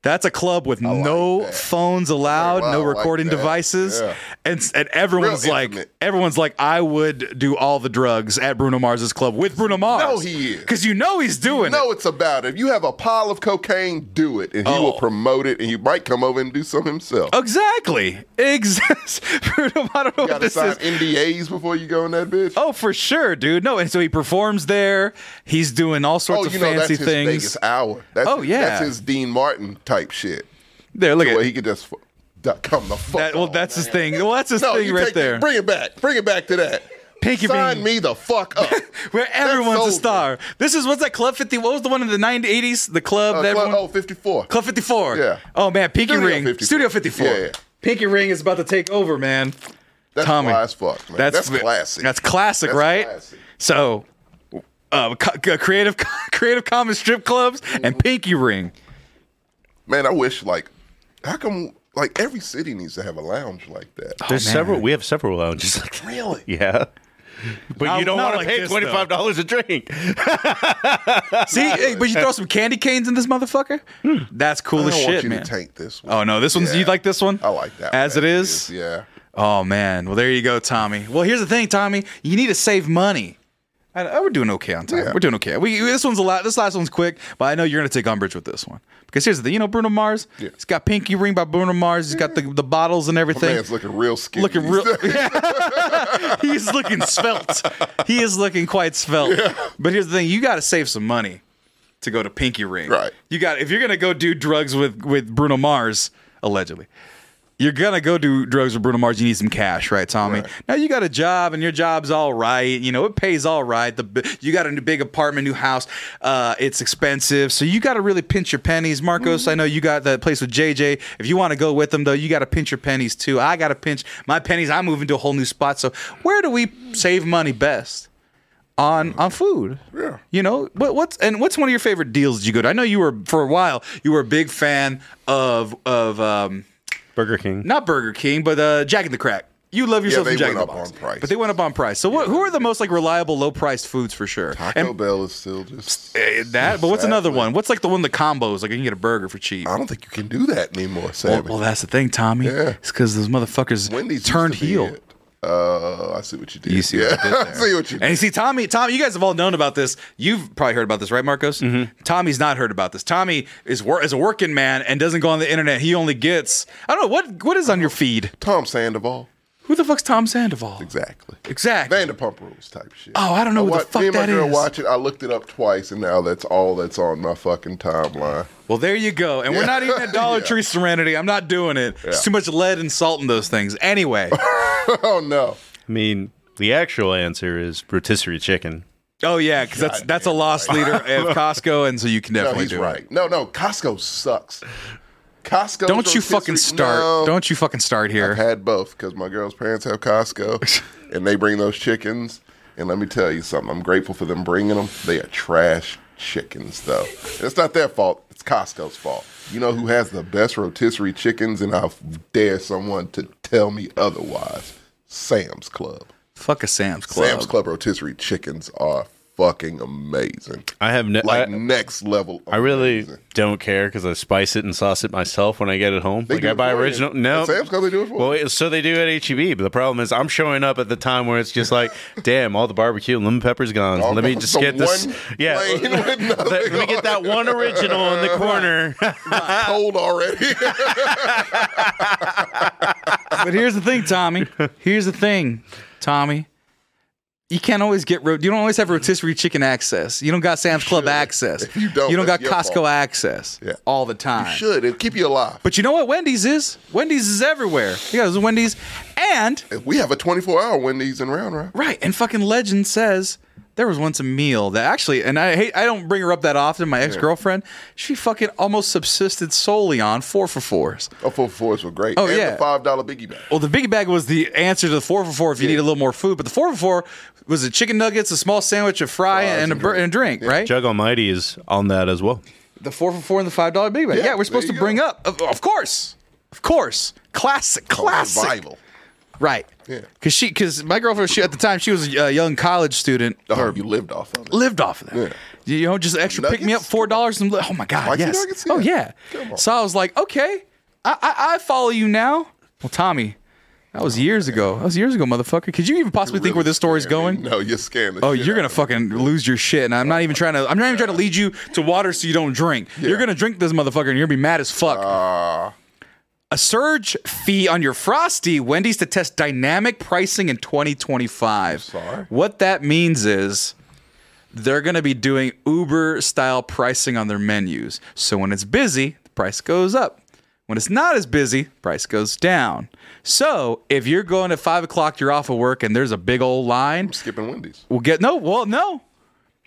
Speaker 2: That's a club with no
Speaker 3: that.
Speaker 2: phones allowed,
Speaker 3: wow, I
Speaker 2: no
Speaker 3: like
Speaker 2: recording
Speaker 3: that.
Speaker 2: devices,
Speaker 3: Yeah.
Speaker 2: and and everyone's
Speaker 3: Real
Speaker 2: like,
Speaker 3: intimate.
Speaker 2: everyone's like, I would do all the drugs at Bruno Mars's club with Bruno Mars.
Speaker 3: know he is.
Speaker 2: because you know he's doing
Speaker 3: No,
Speaker 2: it.
Speaker 3: it's about it. If you have a pile of cocaine, do it, and he will
Speaker 2: Oh.
Speaker 3: promote it, and he might come over and do some himself.
Speaker 2: Exactly, exactly. Bruno, I don't know
Speaker 3: You
Speaker 2: what
Speaker 3: gotta
Speaker 2: this
Speaker 3: sign
Speaker 2: is.
Speaker 3: NDAs before you go in that bitch.
Speaker 2: Oh, for sure, dude. No, and so he performs there. He's doing all sorts
Speaker 3: Oh,
Speaker 2: of
Speaker 3: you know that's
Speaker 2: fancy
Speaker 3: his
Speaker 2: things.
Speaker 3: Vegas hour. That's
Speaker 2: Oh,
Speaker 3: his-
Speaker 2: yeah.
Speaker 3: that's his Dean Martin type shit.
Speaker 2: There, look
Speaker 3: Where
Speaker 2: at
Speaker 3: he could just f- da- come the fuck.
Speaker 2: that. Well,
Speaker 3: on,
Speaker 2: that's his
Speaker 3: man.
Speaker 2: thing. Well, that's his
Speaker 3: no,
Speaker 2: thing
Speaker 3: you
Speaker 2: right
Speaker 3: take that-
Speaker 2: there.
Speaker 3: Bring it back. Bring it back to that.
Speaker 2: Pinky
Speaker 3: Sign
Speaker 2: ring.
Speaker 3: me the fuck up.
Speaker 2: Where
Speaker 3: That
Speaker 2: everyone's a
Speaker 3: sold
Speaker 2: star.
Speaker 3: me.
Speaker 2: This is what's that Club 50? What was the one in the 90s, 80s? The club
Speaker 3: Uh,
Speaker 2: that
Speaker 3: Club,
Speaker 2: everyone-
Speaker 3: oh, 54.
Speaker 2: Club 54.
Speaker 3: Yeah.
Speaker 2: Oh man, Pinky
Speaker 3: Studio
Speaker 2: Ring.
Speaker 3: 54.
Speaker 2: Studio 54.
Speaker 3: Yeah, yeah.
Speaker 2: Pinky Ring is about to take over, man.
Speaker 3: that's
Speaker 2: Tommy.
Speaker 3: fly as fuck, man. That's, classic.
Speaker 2: That's classic,
Speaker 3: That's
Speaker 2: right?
Speaker 3: classic.
Speaker 2: So, uh, co- co- creative, creative commons strip clubs
Speaker 3: Mm-hmm.
Speaker 2: and Pinky Ring.
Speaker 3: man, I wish like how come like every city needs to have a lounge like that?
Speaker 1: There's
Speaker 2: man.
Speaker 1: several. We have several lounges. like that.
Speaker 3: Really?
Speaker 1: yeah. But
Speaker 2: Not-
Speaker 1: you don't
Speaker 2: not
Speaker 1: want
Speaker 2: like
Speaker 1: to pay
Speaker 2: this, though.
Speaker 1: twenty five dollars a drink.
Speaker 2: See, hey, but you throw some candy canes in this motherfucker. That's cool
Speaker 3: Hmm. I
Speaker 2: as
Speaker 3: don't
Speaker 2: shit,
Speaker 3: want you
Speaker 2: man.
Speaker 3: to tank this one.
Speaker 2: Oh no, this one's
Speaker 3: Yeah.
Speaker 2: you like this one?
Speaker 3: I like that.
Speaker 2: As
Speaker 3: one.
Speaker 2: it is.
Speaker 3: Yeah.
Speaker 2: Oh man. Well, there you go, Tommy. Well, here's the thing, Tommy. You need to save money. I, I- we're doing okay on time. We're doing okay. We, this one's a lot. This last one's quick, but I know you're gonna take umbrage with this one because here's the thing. You know, Bruno Mars. He's got pinky ring by Bruno Mars. He's got the, the bottles and everything.
Speaker 3: man's looking real skinny.
Speaker 2: Oh, Looking real. Yeah. He's looking svelte. He is looking quite svelte. But here's the thing: you got to save some money to go to pinky ring. Right. You got if you're gonna go do drugs with with Bruno Mars allegedly. You're gonna go do drugs with Bruno Mars. You need some cash, right, Tommy? Now you got a job, and your job's all right. You know it pays all right. The b- you got a new big apartment, new house. Uh, it's expensive, so you got to really pinch your pennies, Marcos. I know you got that place with JJ. If you want to go with them, though, you got to pinch your pennies too. I got to pinch my pennies. I'm moving to a whole new spot, so where do we save money best? on on food. Yeah. You know, but what's and what's one of your favorite deals did you go to? I know you were for a while you were a big fan of of um,
Speaker 1: Burger King.
Speaker 2: Not Burger King, but uh, Jack in the Crack. You love
Speaker 3: Yeah,
Speaker 2: yourself
Speaker 3: they
Speaker 2: from Jack
Speaker 3: went
Speaker 2: in the
Speaker 3: up
Speaker 2: Box,
Speaker 3: on price.
Speaker 2: but they went up on price. So what, who are the most like reliable low priced foods for sure?
Speaker 3: Taco Bell is still just
Speaker 2: Eh, that. But what's another one? What's like the one the combos? Like you can get a burger for cheap. I
Speaker 3: don't think you can do that anymore.
Speaker 2: Well,
Speaker 3: Savage.
Speaker 2: well, that's the thing, Tommy. Yeah. It's because those motherfuckers turned heel.
Speaker 3: Uh, I see what you did.
Speaker 2: You see what I did
Speaker 3: Yeah. I
Speaker 2: there.
Speaker 3: see what you did.
Speaker 2: And you see, Tommy, Tom, you guys have all known about this. You've probably heard about this, right, Marcos? Tommy's not heard about this. Tommy is wor- is a working man and doesn't go on the internet. He only gets I don't know what what is on your feed.
Speaker 3: Tom Sandoval.
Speaker 2: Who the fuck's Tom Sandoval?
Speaker 3: Exactly.
Speaker 2: Exactly.
Speaker 3: Vanderpump Rules type shit.
Speaker 2: Oh, I don't know what
Speaker 3: I
Speaker 2: the
Speaker 3: wa-
Speaker 2: fuck
Speaker 3: me and
Speaker 2: that
Speaker 3: my girl
Speaker 2: is.
Speaker 3: watch it. I looked it up twice, and now that's all that's on my fucking timeline.
Speaker 2: Well, there you go. And we're
Speaker 3: Yeah.
Speaker 2: not eating at Dollar
Speaker 3: Yeah.
Speaker 2: Tree Serenity. I'm not doing it. It's too much lead and salt in those things. Anyway.
Speaker 3: oh no.
Speaker 1: I mean, the actual answer is rotisserie chicken.
Speaker 2: Oh yeah, because that's that's a lost leader of Costco, and so you can
Speaker 3: no,
Speaker 2: definitely
Speaker 3: he's
Speaker 2: do
Speaker 3: right.
Speaker 2: it.
Speaker 3: No, no, Costco sucks. Costco.
Speaker 2: Don't you fucking start. Don't you fucking start here.
Speaker 3: I've had both because my girl's parents have Costco, and they bring those chickens. And let me tell you something. I'm grateful for them bringing them. They are trash chickens, though. And it's not their fault. It's Costco's fault. You know who has the best rotisserie chickens, and I dare someone to tell me otherwise. Sam's Club.
Speaker 2: Fuck a Sam's Club.
Speaker 3: Sam's Club rotisserie chickens are fucking amazing.
Speaker 1: I have no.
Speaker 3: Like next level.
Speaker 1: I really don't care because I spice it and sauce it myself when I get it home.
Speaker 3: They
Speaker 1: like
Speaker 3: do
Speaker 1: I
Speaker 3: it
Speaker 1: buy
Speaker 3: for you.
Speaker 1: original. No,
Speaker 3: At Sam's Club, they do it for
Speaker 1: Well, it- so they do at HEB, but the problem is I'm showing up at the time where it's just like, damn, all the barbecue and lemon pepper's gone.
Speaker 3: All
Speaker 1: Let me
Speaker 3: gone.
Speaker 1: just
Speaker 3: The
Speaker 1: get this.
Speaker 3: one
Speaker 1: Yeah,
Speaker 3: plane with
Speaker 1: let me get
Speaker 3: Oh
Speaker 1: that one original in the corner.
Speaker 3: Cold already.
Speaker 2: but here's the thing, Tommy. Here's the thing, Tommy. You can't always get ro- you don't always have rotisserie chicken access. You don't got Sam's Club access.
Speaker 3: If you don't,
Speaker 2: you don't got
Speaker 3: that's your
Speaker 2: Costco
Speaker 3: fault.
Speaker 2: access all the time.
Speaker 3: You should. It'll keep you alive.
Speaker 2: But you know what Wendy's is? Wendy's is everywhere. You got those Wendy's and
Speaker 3: we have a 24 hour Wendy's in Round Rock.
Speaker 2: Right. And fucking legend says there was once a meal that actually and I hate I don't bring her up that often, my ex-girlfriend, she fucking almost subsisted solely on 4 for 4s.
Speaker 3: Oh, four for fours were great.
Speaker 2: Oh
Speaker 3: and
Speaker 2: yeah.
Speaker 3: the five dollar biggie bag.
Speaker 2: Well, the biggie bag was the answer to the four for four if you need a little more food. But the four for four was a chicken nuggets, a small sandwich, a fry, and, a, bur- and a drink, right?
Speaker 1: Jug Almighty is on that as well.
Speaker 2: The four for four and the five dollar biggie bag. Yeah, we're supposed to bring up, of, of course, of course, classic, Oh, classic,
Speaker 3: Survival.
Speaker 2: right?
Speaker 3: Yeah.
Speaker 2: Because she, because my girlfriend, she at the time she was a young college student.
Speaker 3: Oh, you lived off of it.
Speaker 2: Lived off of that. You know, just extra pick me up four dollars and oh my god,
Speaker 3: Why can't I get
Speaker 2: yes,
Speaker 3: see
Speaker 2: oh
Speaker 3: that?
Speaker 2: yeah.
Speaker 3: Come on.
Speaker 2: So I was like, okay, I, I I follow you now. Well, Tommy, that was years ago. That was years ago, motherfucker. Could you even possibly think where this story's going?
Speaker 3: No, you're scamming.
Speaker 2: Oh, you're gonna fucking lose your shit, and I'm not even trying to. I'm not even trying to lead you to water so you don't drink. You're gonna drink this motherfucker, and you're gonna be mad as fuck. a surge fee on your frosty Wendy's to test dynamic pricing in 2025. Sorry. What that means is they're gonna be doing Uber style pricing on their menus. So when it's busy, the price goes up. When it's not as busy, price goes down. So if you're going at five o'clock, you're off of work, and there's a big old line.
Speaker 3: skipping Wendy's.
Speaker 2: We'll get no. Well, no.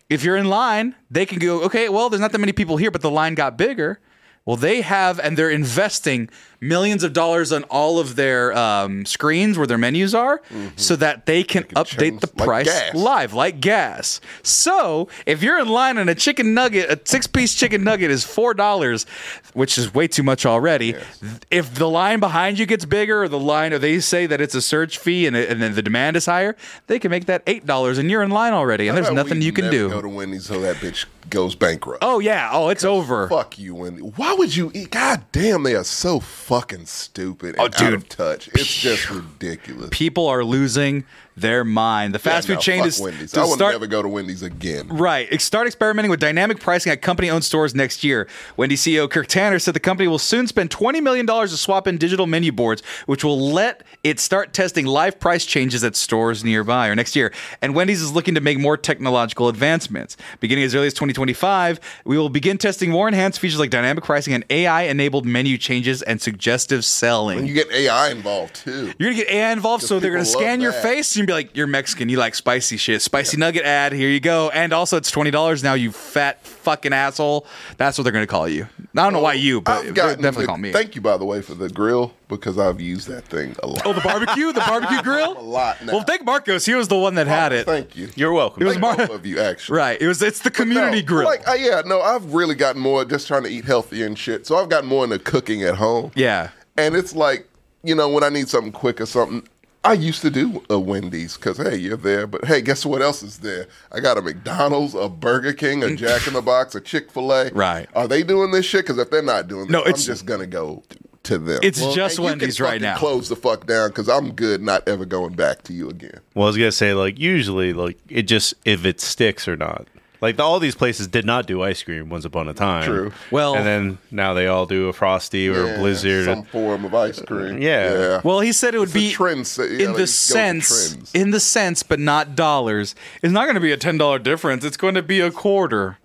Speaker 2: If you're in line, they can go. Okay, well, there's not that many people here, but the line got bigger. Well, they have, and they're investing millions of dollars on all of their um, screens where their menus are,
Speaker 3: Mm-hmm.
Speaker 2: so that they can, update the price
Speaker 3: gas.
Speaker 2: live, like gas. So if you're in line and a chicken nugget, a six-piece chicken nugget is four dollars, which is way too much already. th- If the line behind you gets bigger, or the line, or they say that it's a surge fee, and, it- and then the demand is higher, they can make that eight dollars, and you're in line already, and
Speaker 3: How
Speaker 2: there's
Speaker 3: about
Speaker 2: nothing
Speaker 3: we
Speaker 2: you can
Speaker 3: never
Speaker 2: do.
Speaker 3: Go to Wendy's so that bitch goes bankrupt.
Speaker 2: Oh yeah. Oh, it's over.
Speaker 3: Fuck you, Wendy. Why would you eat? God damn, they are so fucking stupid and
Speaker 2: Oh,
Speaker 3: out of
Speaker 2: dude.
Speaker 3: touch. It's just ridiculous.
Speaker 2: People are losing their mind. The fast
Speaker 3: Yeah,
Speaker 2: food
Speaker 3: no,
Speaker 2: chain
Speaker 3: fuck
Speaker 2: is
Speaker 3: Wendy's.
Speaker 2: to
Speaker 3: I would
Speaker 2: start-
Speaker 3: never go to Wendy's again.
Speaker 2: Right. Ex- Start experimenting with dynamic pricing at company owned stores next year. Wendy CEO Kirk Tanner said the company will soon spend $20 million to swap in digital menu boards, which will let it start testing live price changes at stores nearby or next year. And Wendy's is looking to make more technological advancements. Beginning as early as 2025, we will begin testing more enhanced features like dynamic pricing and AI enabled menu changes and suggestive selling.
Speaker 3: And you get AI involved too.
Speaker 2: You're gonna get AI involved, so they're gonna
Speaker 3: people love
Speaker 2: scan your
Speaker 3: that.
Speaker 2: face and be like, "You're Mexican. You like spicy shit. Spicy nugget ad. Here you go." And also, it's twenty dollars now. You fat fucking asshole. That's what they're gonna call you. I don't know why you, but they're
Speaker 3: gotten
Speaker 2: definitely
Speaker 3: the-
Speaker 2: call me.
Speaker 3: Thank you, by the way, for the grill because I've used that thing a lot.
Speaker 2: oh, the barbecue, the barbecue grill. a
Speaker 3: lot now. Oh,
Speaker 2: Well, thank Marcos. He was the one that had it.
Speaker 3: Thank you.
Speaker 1: You're welcome.
Speaker 2: It was Mar-
Speaker 3: both of you actually.
Speaker 2: right. It was. It's the community grill.
Speaker 3: Like, uh, yeah, no, I've really gotten more just trying to eat healthier and shit. So I've gotten more into cooking at home.
Speaker 2: yeah.
Speaker 3: And it's like, you know, when I need something quick or something, I used to do a Wendy's because, hey, you're there. But hey, guess what else is there? I got a McDonald's, a Burger King, a Jack in the Box, a Chick fil A.
Speaker 2: Right.
Speaker 3: Are they doing this shit? Because if they're not doing this,
Speaker 2: No,
Speaker 3: I'm
Speaker 2: it's-
Speaker 3: just going to go to them.
Speaker 2: It's just
Speaker 3: and you can
Speaker 2: Wendy's right
Speaker 3: fucking
Speaker 2: now.
Speaker 3: Close the fuck down because I'm good not ever going back to you again.
Speaker 1: Well, I was gonna say like usually like it just if it sticks or not. Like all these places did not do ice cream once upon a time.
Speaker 3: True.
Speaker 2: Well-
Speaker 1: and then now they all do a frosty or
Speaker 3: Yeah,
Speaker 1: a blizzard.
Speaker 3: Some form of ice cream.
Speaker 1: Yeah.
Speaker 2: Well, he said it would be
Speaker 3: Trends.
Speaker 2: in the sense, in the sense, but not dollars. It's not going to be a ten dollar difference. It's going to be a quarter.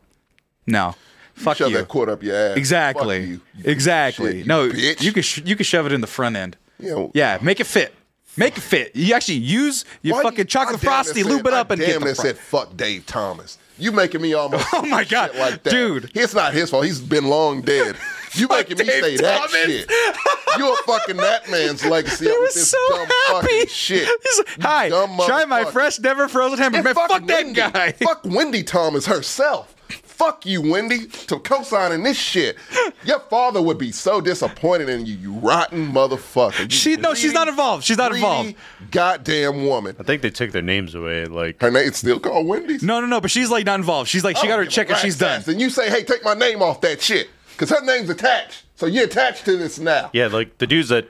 Speaker 2: No, fuck
Speaker 3: shove
Speaker 2: you.
Speaker 3: that quarter up your ass. Fuck
Speaker 2: Exactly.
Speaker 3: you.
Speaker 2: Exactly.
Speaker 3: Shit, you
Speaker 2: no,
Speaker 3: bitch.
Speaker 2: you can sh- you can shove it in the front end.
Speaker 3: Yeah, well-
Speaker 2: Yeah, make it fit. Make it fit. You actually use your
Speaker 3: Why you-
Speaker 2: fucking chocolate
Speaker 3: I damn near
Speaker 2: frosty,
Speaker 3: said-
Speaker 2: lube it
Speaker 3: I
Speaker 2: up, and
Speaker 3: damn
Speaker 2: get the
Speaker 3: near
Speaker 2: front.
Speaker 3: said fuck Dave Thomas. You making me almost
Speaker 2: Oh my
Speaker 3: shit
Speaker 2: God,
Speaker 3: like that.
Speaker 2: dude.
Speaker 3: It's not his fault. He's been long dead. You making me
Speaker 2: Dave
Speaker 3: say
Speaker 2: Thomas.
Speaker 3: that shit. You're fucking that man's legacy up
Speaker 2: He
Speaker 3: with
Speaker 2: was
Speaker 3: this
Speaker 2: so
Speaker 3: dumb
Speaker 2: happy.
Speaker 3: fucking shit.
Speaker 2: He's like, Hi,
Speaker 3: dumb
Speaker 2: try my
Speaker 3: motherfucker.
Speaker 2: fresh, never frozen hamburger.
Speaker 3: And
Speaker 2: Man, fuck,
Speaker 3: Wendy.
Speaker 2: that guy.
Speaker 3: Fuck Wendy Thomas herself. Fuck you, Wendy, to co-signing this shit. Your father would be so disappointed in you, you rotten motherfucker. You
Speaker 2: She- no, she's not involved. She's not
Speaker 3: greedy
Speaker 2: involved.
Speaker 3: Goddamn woman.
Speaker 1: I think they took their names away. Like
Speaker 3: Her name's still called Wendy's.
Speaker 2: No, no, no. But she's like not involved. She's like she got her check and she's done.
Speaker 3: And you say, hey, take my name off that shit. Because her name's attached. So you're attached to this now.
Speaker 1: yeah, like the dudes that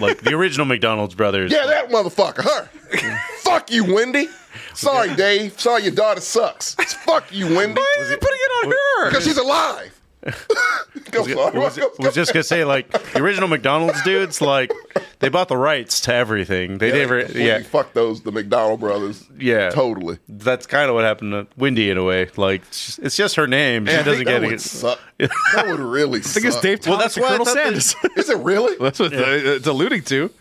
Speaker 1: like the original McDonald's brothers.
Speaker 3: Yeah, that motherfucker, her. Fuck you, Wendy. Sorry, Dave. Sorry, your daughter sucks. Fuck you, Wendy.
Speaker 2: Why is he putting it on her?
Speaker 3: Because she's alive. Go, Florida,
Speaker 1: was,
Speaker 3: go, go.
Speaker 1: was just gonna say like the original McDonald's dudes like they bought the rights to everything. They never
Speaker 3: Wendy,
Speaker 1: yeah
Speaker 3: Fuck those, the McDonald brothers.
Speaker 1: yeah
Speaker 3: Totally.
Speaker 1: That's kind of what happened to Wendy in a way. Like it's just, it's just her name. She
Speaker 3: Man, I
Speaker 1: doesn't
Speaker 3: think that
Speaker 1: get
Speaker 3: would
Speaker 1: it.
Speaker 3: suck. That would really suck.
Speaker 2: I think it's Dave
Speaker 1: Well,
Speaker 2: Thomas
Speaker 1: that's
Speaker 2: and
Speaker 1: why I
Speaker 2: Colonel
Speaker 1: thought they-
Speaker 2: Sanders.
Speaker 3: Is it really?
Speaker 2: That's what the, it's alluding to.
Speaker 3: Oh,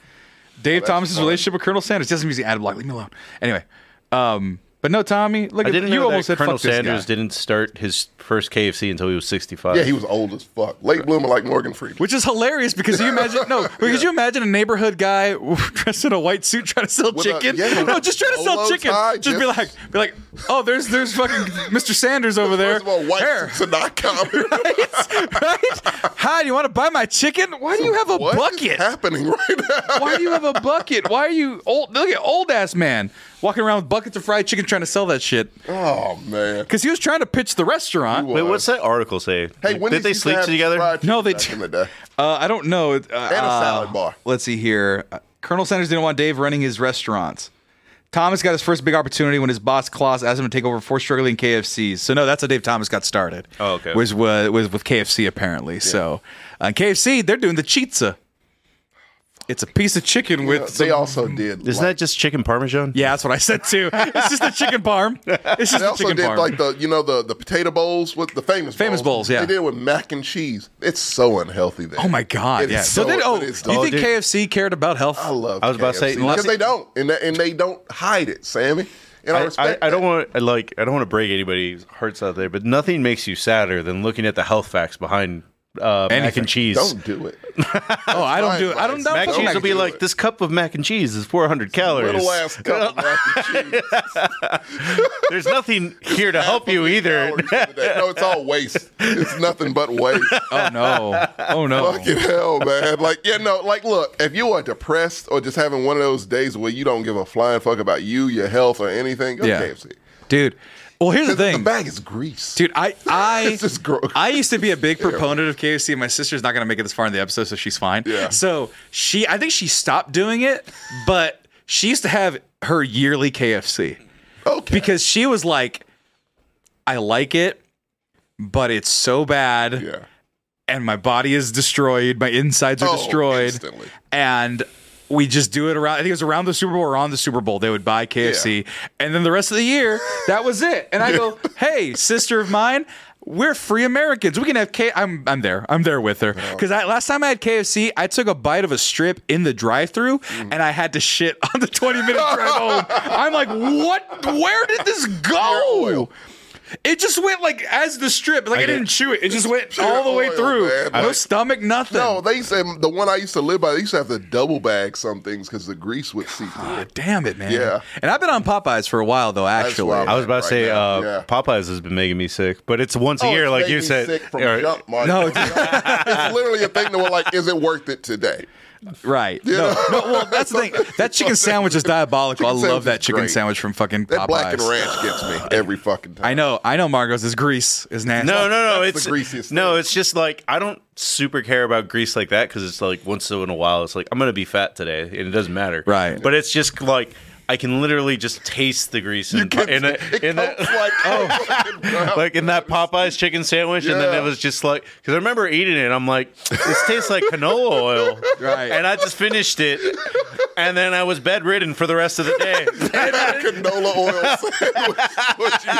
Speaker 2: Dave Thomas's
Speaker 3: fun.
Speaker 2: relationship with Colonel Sanders doesn't use the ad block. Leave me alone. Anyway, um, but no, Tommy. Look,
Speaker 1: I
Speaker 2: at
Speaker 1: didn't
Speaker 2: you
Speaker 1: know
Speaker 2: almost
Speaker 1: that
Speaker 2: said
Speaker 1: Colonel
Speaker 2: fuck this
Speaker 1: Sanders
Speaker 2: guy.
Speaker 1: didn't start his first KFC until he was 65.
Speaker 3: Yeah, he was old as fuck. Late bloomer like Morgan Freeman.
Speaker 2: Which is hilarious because you imagine no, because you imagine a neighborhood guy dressed in a white suit trying to sell
Speaker 3: With a-
Speaker 2: chicken.
Speaker 3: yeah, with
Speaker 2: no,
Speaker 3: a
Speaker 2: just trying to sell
Speaker 3: polo
Speaker 2: chicken.
Speaker 3: tie,
Speaker 2: just be
Speaker 3: just-
Speaker 2: like, be like, oh, there's there's fucking Mr. Sanders over there.
Speaker 3: First of all, white
Speaker 2: Here.
Speaker 3: suits are not common.
Speaker 2: right? Hi, do you want to buy my chicken? Why do you have a
Speaker 3: What is
Speaker 2: bucket?
Speaker 3: happening right now?
Speaker 2: Why do you have a bucket? Why are you old? Look at old ass man walking around with buckets of fried chicken trying to sell that shit.
Speaker 3: Oh man.
Speaker 2: Because he was trying to pitch the restaurant.
Speaker 1: Wait, what's that article say?
Speaker 3: Hey,
Speaker 1: Like,
Speaker 3: when
Speaker 1: did they sleep together?
Speaker 2: No, they
Speaker 3: did.
Speaker 2: did-
Speaker 3: In the day.
Speaker 2: Uh, I don't know. Uh, and
Speaker 3: a salad bar.
Speaker 2: Let's see here. Uh, Colonel Sanders didn't want Dave running his restaurants. Thomas got his first big opportunity when his boss Klaus asked him to take over four struggling KFCs. So no, that's how Dave Thomas got started.
Speaker 1: Oh, okay.
Speaker 2: Was was, was with KFC apparently. So uh, KFC, they're doing the chizza. It's a piece of chicken with
Speaker 3: they
Speaker 2: some
Speaker 3: also did.
Speaker 1: Isn't
Speaker 3: like-
Speaker 1: that just chicken parmesan?
Speaker 2: Yeah, that's what I said too. It's just a chicken parm. It's just
Speaker 3: They
Speaker 2: a
Speaker 3: also
Speaker 2: chicken
Speaker 3: did
Speaker 2: parm.
Speaker 3: like the you know the the potato bowls with the famous
Speaker 2: Famous bowls, yeah.
Speaker 3: They did it with mac and cheese. It's so unhealthy there.
Speaker 2: oh my god!
Speaker 3: It is
Speaker 2: yeah. So,
Speaker 3: so-
Speaker 2: then, oh,
Speaker 3: but
Speaker 2: you
Speaker 3: it's
Speaker 2: think
Speaker 3: delicious.
Speaker 2: KFC cared about health?
Speaker 3: I love.
Speaker 1: I was about to say, unless-
Speaker 3: because they don't, and they, and they don't hide it, Sammy. And I,
Speaker 1: I, I,
Speaker 3: respect.
Speaker 1: I don't
Speaker 3: that.
Speaker 1: want I like I don't want to break anybody's hearts out there, but nothing makes you sadder than looking at the health facts behind uh, mac
Speaker 2: Anything.
Speaker 1: and cheese.
Speaker 3: Don't do it.
Speaker 2: oh, I don't
Speaker 3: fine,
Speaker 2: do it. I don't. I
Speaker 3: right.
Speaker 1: mac
Speaker 2: don't
Speaker 1: and
Speaker 2: fuck
Speaker 1: cheese will
Speaker 2: with
Speaker 1: be
Speaker 3: do
Speaker 1: like
Speaker 3: it.
Speaker 1: this cup of mac and cheese is 400 calories.
Speaker 3: Little ass cup of mac and cheese.
Speaker 1: There's nothing here to help you
Speaker 3: Fucking
Speaker 1: either.
Speaker 3: calories in the day. No, it's all waste. It's nothing but waste.
Speaker 2: Oh no! Oh no!
Speaker 3: Fucking hell, man. Like, yeah, no, like, look, if you are depressed or just having one of those days where you don't give a flying fuck about you, your health, or anything, go to
Speaker 2: Yeah.
Speaker 3: KFC.
Speaker 2: Dude, Well, here's the thing.
Speaker 3: The bag is grease.
Speaker 2: Dude, I I
Speaker 3: It's just gross.
Speaker 2: I used to be a big proponent of KFC. My sister's not gonna make it this far in the episode, so she's fine.
Speaker 3: Yeah.
Speaker 2: So she, I think she stopped doing it, but she used to have her yearly KFC.
Speaker 3: Okay.
Speaker 2: Because she was like, I like it, but it's so bad.
Speaker 3: Yeah.
Speaker 2: And my body is destroyed. My insides are
Speaker 3: Oh,
Speaker 2: destroyed.
Speaker 3: instantly.
Speaker 2: And we just do it around. I think it was around the Super Bowl or on the Super Bowl. They would buy KFC, and then the rest of the year, that was it. And I go, "Hey, sister of mine, we're free Americans. We can have K." I'm I'm there. I'm there with her because I last time I had KFC, I took a bite of a strip in the drive-through,
Speaker 3: Mm.
Speaker 2: and I had to shit on the 20 minute drive home. I'm like, "What? Where did this go?" It just went like as the strip, like I, didn't chew it. It just went
Speaker 3: pure
Speaker 2: all the way
Speaker 3: oil,
Speaker 2: through.
Speaker 3: man.
Speaker 2: No
Speaker 3: Like-
Speaker 2: stomach, nothing.
Speaker 3: No, they said the one I used to live by. They used to have to double bag some things because the grease would seep through. it.
Speaker 2: Damn it, man.
Speaker 3: Yeah.
Speaker 2: And I've been on Popeyes for a while though, actually.
Speaker 3: why I'm
Speaker 1: I was about to say
Speaker 3: Right now,
Speaker 1: uh,
Speaker 3: yeah.
Speaker 1: Popeyes has been making me sick, but it's once
Speaker 3: Oh,
Speaker 1: a year,
Speaker 3: it's
Speaker 1: like
Speaker 3: made
Speaker 1: you
Speaker 3: me
Speaker 1: said.
Speaker 3: sick from
Speaker 1: or-
Speaker 3: jump, Mark.
Speaker 2: No,
Speaker 3: it's, literally a thing that we're like, is it worth it today?
Speaker 2: Right. No, no, well, that's the thing. That chicken sandwich is diabolical. I
Speaker 3: Chicken
Speaker 2: love
Speaker 3: sandwich
Speaker 2: that
Speaker 3: is
Speaker 2: chicken
Speaker 3: great.
Speaker 2: sandwich from fucking
Speaker 3: That black and
Speaker 2: Popeyes.
Speaker 3: ranch gets me every fucking time.
Speaker 2: I know, I know, Margot's is grease is nasty.
Speaker 1: No, no, no.
Speaker 3: That's
Speaker 1: it's
Speaker 3: the greasiest
Speaker 1: no. It's just like I don't super care about grease like that because it's like once in a while, it's like I'm gonna be fat today, and it doesn't matter.
Speaker 2: Right.
Speaker 1: But it's just like I can literally just taste the grease in, in, a, in that.
Speaker 3: like,
Speaker 2: Oh.
Speaker 1: Like in that Popeyes chicken sandwich, and then
Speaker 3: Yeah.
Speaker 1: it was just like because I remember eating it. I'm like, this tastes like canola oil,
Speaker 2: Right.
Speaker 1: And I just finished it, and then I was bedridden for the rest of the day.
Speaker 3: canola oil sandwich. what you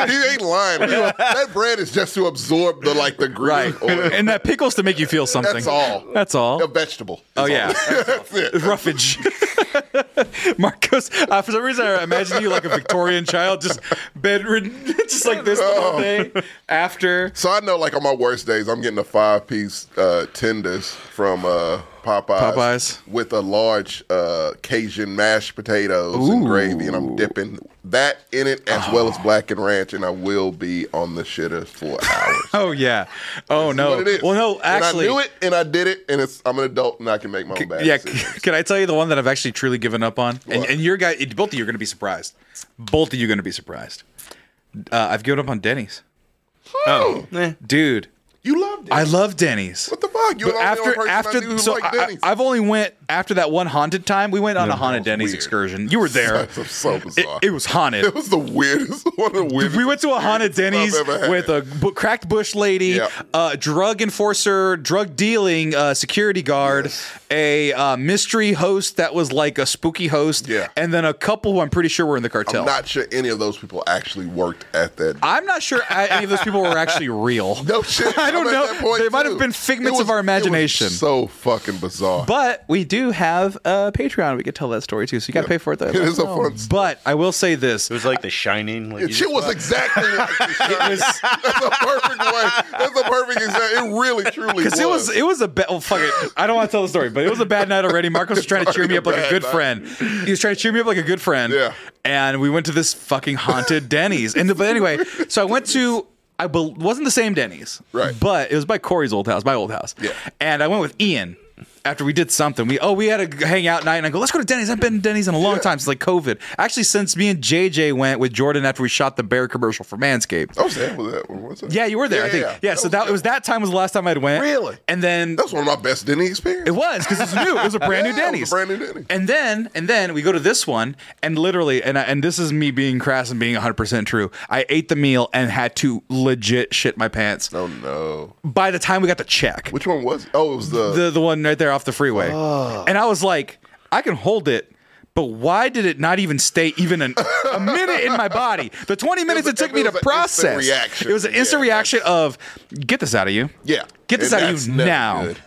Speaker 3: had? He ain't lying. man. That bread is just to absorb the like the grease
Speaker 2: Right.
Speaker 3: oil.
Speaker 2: and that pickle's to make you feel something.
Speaker 3: That's all.
Speaker 2: That's all.
Speaker 3: A vegetable.
Speaker 2: Oh
Speaker 3: It's
Speaker 2: yeah,
Speaker 3: That's it.
Speaker 2: roughage. Marcos, uh, for some reason, I imagine you like a Victorian child, just bedridden, just like this the
Speaker 3: Oh.
Speaker 2: whole day. After
Speaker 3: So I know, like on my worst days, I'm getting a five piece uh, tenders from uh, Popeyes,
Speaker 2: Popeyes.
Speaker 3: with a large uh, Cajun mashed potatoes and gravy, and I'm dipping that in it as well
Speaker 2: Ah.
Speaker 3: as black and ranch, and I will be on the shitter for hours.
Speaker 2: oh yeah, oh no,
Speaker 3: What it is.
Speaker 2: well no, actually,
Speaker 3: and I knew it, and I did it, and it's I'm an adult, and I can make my own bad
Speaker 2: yeah,
Speaker 3: decisions.
Speaker 2: can I tell you the one that I've actually truly given up on? And,
Speaker 3: What?
Speaker 2: and your guy, both of you are going to be surprised. Both of you are going to be surprised. Uh, I've given up on Denny's,
Speaker 1: oh, eh.
Speaker 2: dude.
Speaker 3: You loved it.
Speaker 2: I love Denny's.
Speaker 3: what the fuck? You were
Speaker 2: But
Speaker 3: the only
Speaker 2: after
Speaker 3: person I
Speaker 2: after
Speaker 3: knew who
Speaker 2: so
Speaker 3: liked
Speaker 2: I,
Speaker 3: Denny's.
Speaker 2: have only went after that one haunted time. We went on a haunted
Speaker 3: that was
Speaker 2: Denny's
Speaker 3: weird.
Speaker 2: excursion. You were there.
Speaker 3: That's so bizarre.
Speaker 2: It, it was haunted.
Speaker 3: It was the weirdest one of the weirdest.
Speaker 2: we went to a haunted Denny's
Speaker 3: experiences I've ever had.
Speaker 2: with a bu- cracked bush lady,
Speaker 3: Yeah.
Speaker 2: a drug enforcer, drug dealing uh, security guard, a uh, mystery host that was like a spooky host,
Speaker 3: Yeah.
Speaker 2: and then a couple who I'm pretty sure were in the cartel.
Speaker 3: I'm not sure any of those people actually worked at that.
Speaker 2: I'm not sure I- any of those people were actually real.
Speaker 3: no shit.
Speaker 2: I don't
Speaker 3: I'm at
Speaker 2: know.
Speaker 3: that point,
Speaker 2: They might have
Speaker 3: too.
Speaker 2: been figments
Speaker 3: It was-
Speaker 2: of our
Speaker 3: it was
Speaker 2: imagination.
Speaker 3: so fucking bizarre.
Speaker 2: But we do have a Patreon. We could tell that story too, so you got to pay for it. Though. Oh.
Speaker 3: It is a fun story.
Speaker 2: But I will say this:
Speaker 1: it was like The Shining. Like you
Speaker 3: It
Speaker 1: just
Speaker 3: shit was exactly like this. It was, That's a perfect way. That's a perfect example. It really, truly was.
Speaker 2: Because it was it was a bad oh, fuck it I don't want to tell the story but it was a bad night already Marcos was trying to cheer me up like a
Speaker 3: Bad
Speaker 2: good
Speaker 3: night.
Speaker 2: friend he was trying to cheer me up like a good friend
Speaker 3: Yeah.
Speaker 2: and we went to this fucking haunted Denny's and but anyway so I went to I bel wasn't the same Denny's
Speaker 3: Right.
Speaker 2: but it was by Corey's old house my old house
Speaker 3: Yeah.
Speaker 2: and I went with Ian after we did something we oh we had a hangout night and I go let's go to Denny's I've been to Denny's in a long time since like COVID actually since me and JJ went with Jordan after we shot the bear commercial for Manscaped
Speaker 3: I was there with that one. wasn't I?
Speaker 2: yeah, you were there. I think. Yeah. so that it was that time was the last time I'd went.
Speaker 3: Really?
Speaker 2: And then
Speaker 3: That was one of my best Denny experiences.
Speaker 2: it was because it's new. It was a brand new
Speaker 3: Yeah, it was a
Speaker 2: Denny's.
Speaker 3: brand new Denny's.
Speaker 2: And then and then we go to this one and literally and I, and this is me being crass and being 100 percent true. I ate the meal and had to legit shit my pants.
Speaker 3: Oh no!
Speaker 2: By the time we got the check,
Speaker 3: Which one was? It? Oh, it was the.
Speaker 2: the the one right there off the freeway, and I was like, I can hold it. But why did it not even stay even an, a minute in my body? The 20 minutes it,
Speaker 3: was a-
Speaker 2: took
Speaker 3: it
Speaker 2: me to
Speaker 3: was an instant
Speaker 2: process.
Speaker 3: reaction.
Speaker 2: It was an
Speaker 3: Yeah,
Speaker 2: instant
Speaker 3: that's-
Speaker 2: reaction of get this out of you.
Speaker 3: yeah.
Speaker 2: Get this
Speaker 3: And
Speaker 2: out of
Speaker 3: that's
Speaker 2: you
Speaker 3: never
Speaker 2: now.
Speaker 3: good.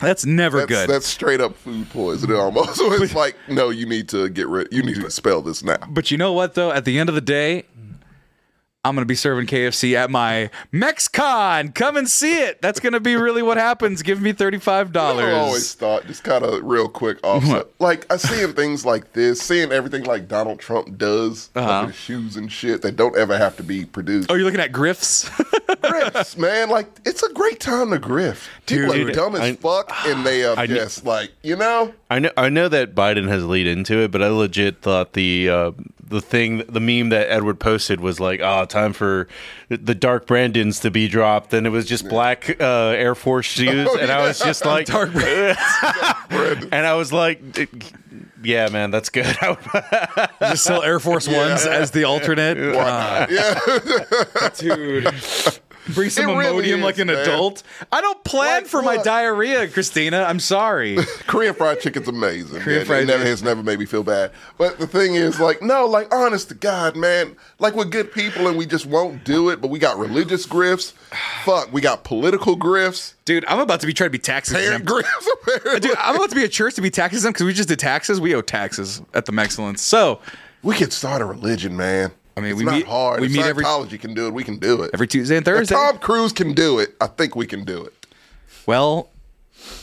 Speaker 2: That's never
Speaker 3: That's,
Speaker 2: good.
Speaker 3: that's straight up food poisoning almost. So it's like, no, you need to get rid. You need to expel this now.
Speaker 2: but you know what though? At the end of the day, I'm gonna be serving KFC at my MexCon. Come and see it. That's gonna be really what happens. Give me thirty-five
Speaker 3: I
Speaker 2: dollars.
Speaker 3: always thought, just kind of real quick offset. like I seeing things like this, seeing everything like Donald Trump does, like
Speaker 2: Uh-huh.
Speaker 3: with shoes and shit that don't ever have to be produced.
Speaker 2: Oh, you're looking at Griff's.
Speaker 3: Grifts, man, like it's a great time to grift. People
Speaker 1: Dude,
Speaker 3: are dumb as
Speaker 1: I-
Speaker 3: fuck, and they are
Speaker 1: I kn-
Speaker 3: just like, you know,
Speaker 1: I know I know that Biden has lead into it, but I legit thought the uh, the thing, the meme that Edward posted was like, "Ah, time for the Dark Brandons to be dropped," and it was just black uh, Air Force shoes,
Speaker 3: Oh,
Speaker 1: and I was
Speaker 3: yeah.
Speaker 1: just like,
Speaker 3: Dark
Speaker 1: and I was like, "Yeah, man, that's good."
Speaker 2: Just sell Air Force Ones as the alternate. Ah. dude. Bring some
Speaker 3: It really
Speaker 2: Imodium
Speaker 3: is,
Speaker 2: like an
Speaker 3: man.
Speaker 2: adult. I don't plan for my diarrhea, Christina. I'm sorry.
Speaker 3: Korean fried chicken's amazing.
Speaker 2: Korean
Speaker 3: man.
Speaker 2: fried
Speaker 3: it never,
Speaker 2: chicken.
Speaker 3: has never made me feel bad. But the thing is, like, no, like, honest to God, man, like we're good people and we just won't do it. But we got religious grifts. Fuck, we got political grifts.
Speaker 2: Dude, I'm about to be trying to be tax
Speaker 3: Parent
Speaker 2: exempt.
Speaker 3: grifts. apparently.
Speaker 2: Dude, I'm about to be a church to be taxes because we just did taxes. We owe taxes at the Excellence. So
Speaker 3: we could start a religion, man.
Speaker 2: I mean,
Speaker 3: it's
Speaker 2: we
Speaker 3: not
Speaker 2: meet
Speaker 3: hard.
Speaker 2: We
Speaker 3: if
Speaker 2: meet every
Speaker 3: Scientology can do it, we can do it.
Speaker 2: every Tuesday and Thursday.
Speaker 3: If Tom Cruise can do it, I think we can do it.
Speaker 2: Well,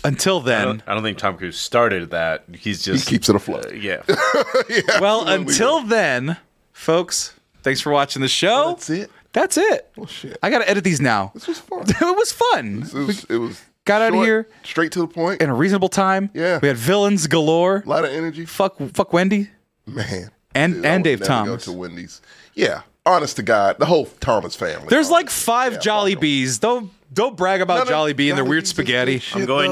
Speaker 2: until
Speaker 1: I
Speaker 2: then.
Speaker 1: don't, I don't think Tom Cruise started that. He's just
Speaker 3: keeps it afloat.
Speaker 1: Uh, yeah.
Speaker 2: well, until then, folks, thanks for watching the show. that's
Speaker 3: it.
Speaker 2: That's it.
Speaker 3: Oh shit.
Speaker 2: I got to edit these now.
Speaker 3: This was fun.
Speaker 2: it was fun.
Speaker 3: It was, it was
Speaker 2: Got out of
Speaker 3: short,
Speaker 2: here
Speaker 3: straight to the point.
Speaker 2: in a reasonable time.
Speaker 3: Yeah.
Speaker 2: We had villains galore.
Speaker 3: A lot of energy.
Speaker 2: Fuck, fuck Wendy
Speaker 3: Man.
Speaker 2: and
Speaker 3: Dude, I
Speaker 2: and
Speaker 3: would
Speaker 2: Dave
Speaker 3: never go
Speaker 2: Thomas.
Speaker 3: to Wendy's. Yeah, honest to God, the whole Thomas family.
Speaker 2: There's like five Jolly Bees. Don't don't brag about
Speaker 3: None of
Speaker 2: Jolly Bee and their
Speaker 3: Jolly
Speaker 2: weird
Speaker 3: Bees is
Speaker 2: spaghetti.
Speaker 3: good
Speaker 1: I'm going.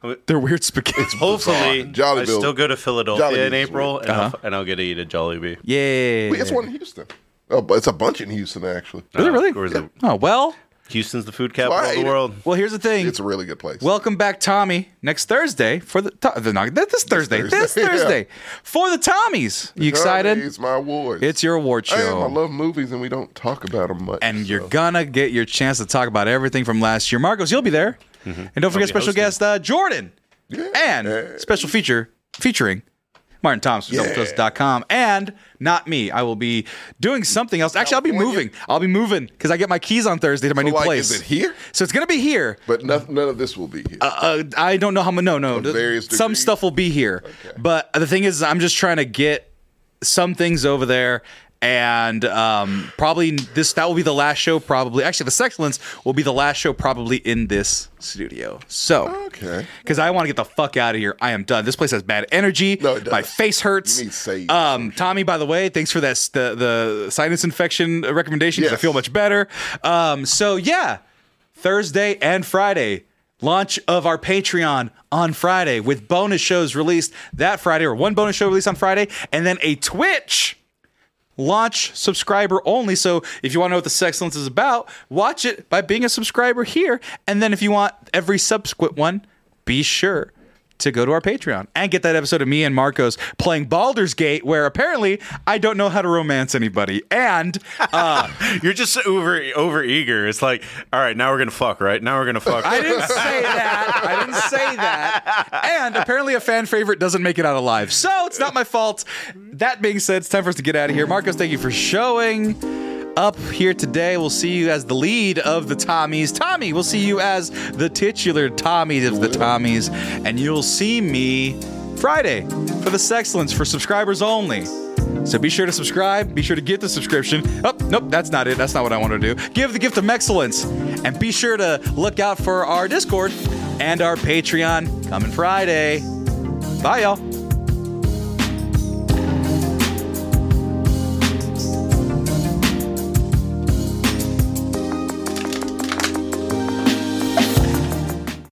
Speaker 3: though.
Speaker 2: Their weird spaghetti.
Speaker 1: Hopefully,
Speaker 3: Oh. Jolly
Speaker 1: I
Speaker 3: Bill-
Speaker 1: still go to
Speaker 3: Jolly
Speaker 1: Philadelphia in
Speaker 3: Bee's
Speaker 1: April,
Speaker 3: weird.
Speaker 1: and, I'll, and I'll get to eat a Jollibee.
Speaker 2: Yeah.
Speaker 3: Wait, it's one in Houston. Oh, but it's a bunch in Houston actually.
Speaker 2: Is it really?
Speaker 1: Or is it
Speaker 2: Oh well.
Speaker 1: Houston's the food
Speaker 3: why
Speaker 1: capital
Speaker 3: I
Speaker 1: of the
Speaker 3: ate it.
Speaker 1: world?
Speaker 2: Well, here's the thing.
Speaker 3: It's a really good place.
Speaker 2: Welcome back, Tommy. Next Thursday for the, to- the not- this, Thursday, this
Speaker 3: Thursday, yeah.
Speaker 2: Thursday for the Tommies. You excited?
Speaker 3: It's my awards.
Speaker 2: It's your award
Speaker 3: I am. I
Speaker 2: show.
Speaker 3: love movies, and we don't talk about them much.
Speaker 2: And you're gonna get your chance to talk about everything from last year. Marcos, you'll be there.
Speaker 3: Mm-hmm.
Speaker 2: And don't forget
Speaker 1: be
Speaker 2: special
Speaker 1: hosting.
Speaker 2: guest uh, Jordan. And
Speaker 3: Yeah.
Speaker 2: special feature featuring Martin Thomas from
Speaker 3: Yeah.
Speaker 2: DoubleTrust.com and not me. I will be doing something else. Actually, I'll be
Speaker 3: California?
Speaker 2: moving. I'll be moving because I get my keys on Thursday to my
Speaker 3: So,
Speaker 2: new
Speaker 3: like,
Speaker 2: place.
Speaker 3: is it here?
Speaker 2: So it's gonna be here.
Speaker 3: But none, none of this will be here.
Speaker 2: uh, I don't know how much. No, no.
Speaker 3: Of various
Speaker 2: some
Speaker 3: degrees?
Speaker 2: stuff will be here, but the thing is, I'm just trying to get some things over there, and um, probably this that will be the last show. Probably actually, the Sexcellence will be the last show probably in this studio. So
Speaker 3: Okay.
Speaker 2: because I want to get the fuck out of here. I am done. This place has bad energy.
Speaker 3: No, it
Speaker 2: My
Speaker 3: does.
Speaker 2: face hurts.
Speaker 3: You need sage.
Speaker 2: Um, Tommy, by the way, thanks for that s- the the sinus infection recommendation. 'cause I
Speaker 3: Yes.
Speaker 2: feel much better. Um, so yeah, Thursday and Friday. Launch of our Patreon on Friday with bonus shows released that Friday, or one bonus show released on Friday, and then a Twitch launch subscriber only. So if you want to know what the Sexcellence is about, watch it by being a subscriber here. And then if you want every subsequent one, be sure to go to our Patreon and get that episode of me and Marcos playing Baldur's Gate, where apparently I don't know how to romance anybody. And uh,
Speaker 1: You're just over over eager. It's like, all right, now we're gonna fuck, right? Now we're gonna fuck.
Speaker 2: I didn't say that. I didn't say that. And apparently a fan favorite doesn't make it out alive. So it's not my fault. That being said, it's time for us to get out of here. Marcos, thank you for showing up here today. We'll see you as the lead of the Tommies. Tommy, we'll see you as the titular Tommy of the Tommies. And you'll see me Friday for the Sexcellence for subscribers only. So be sure to subscribe. Be sure to get the subscription. Oh, nope, that's not it. That's not what I want to do. Give the gift of excellence. And be sure to look out for our Discord and our Patreon coming Friday. Bye, y'all.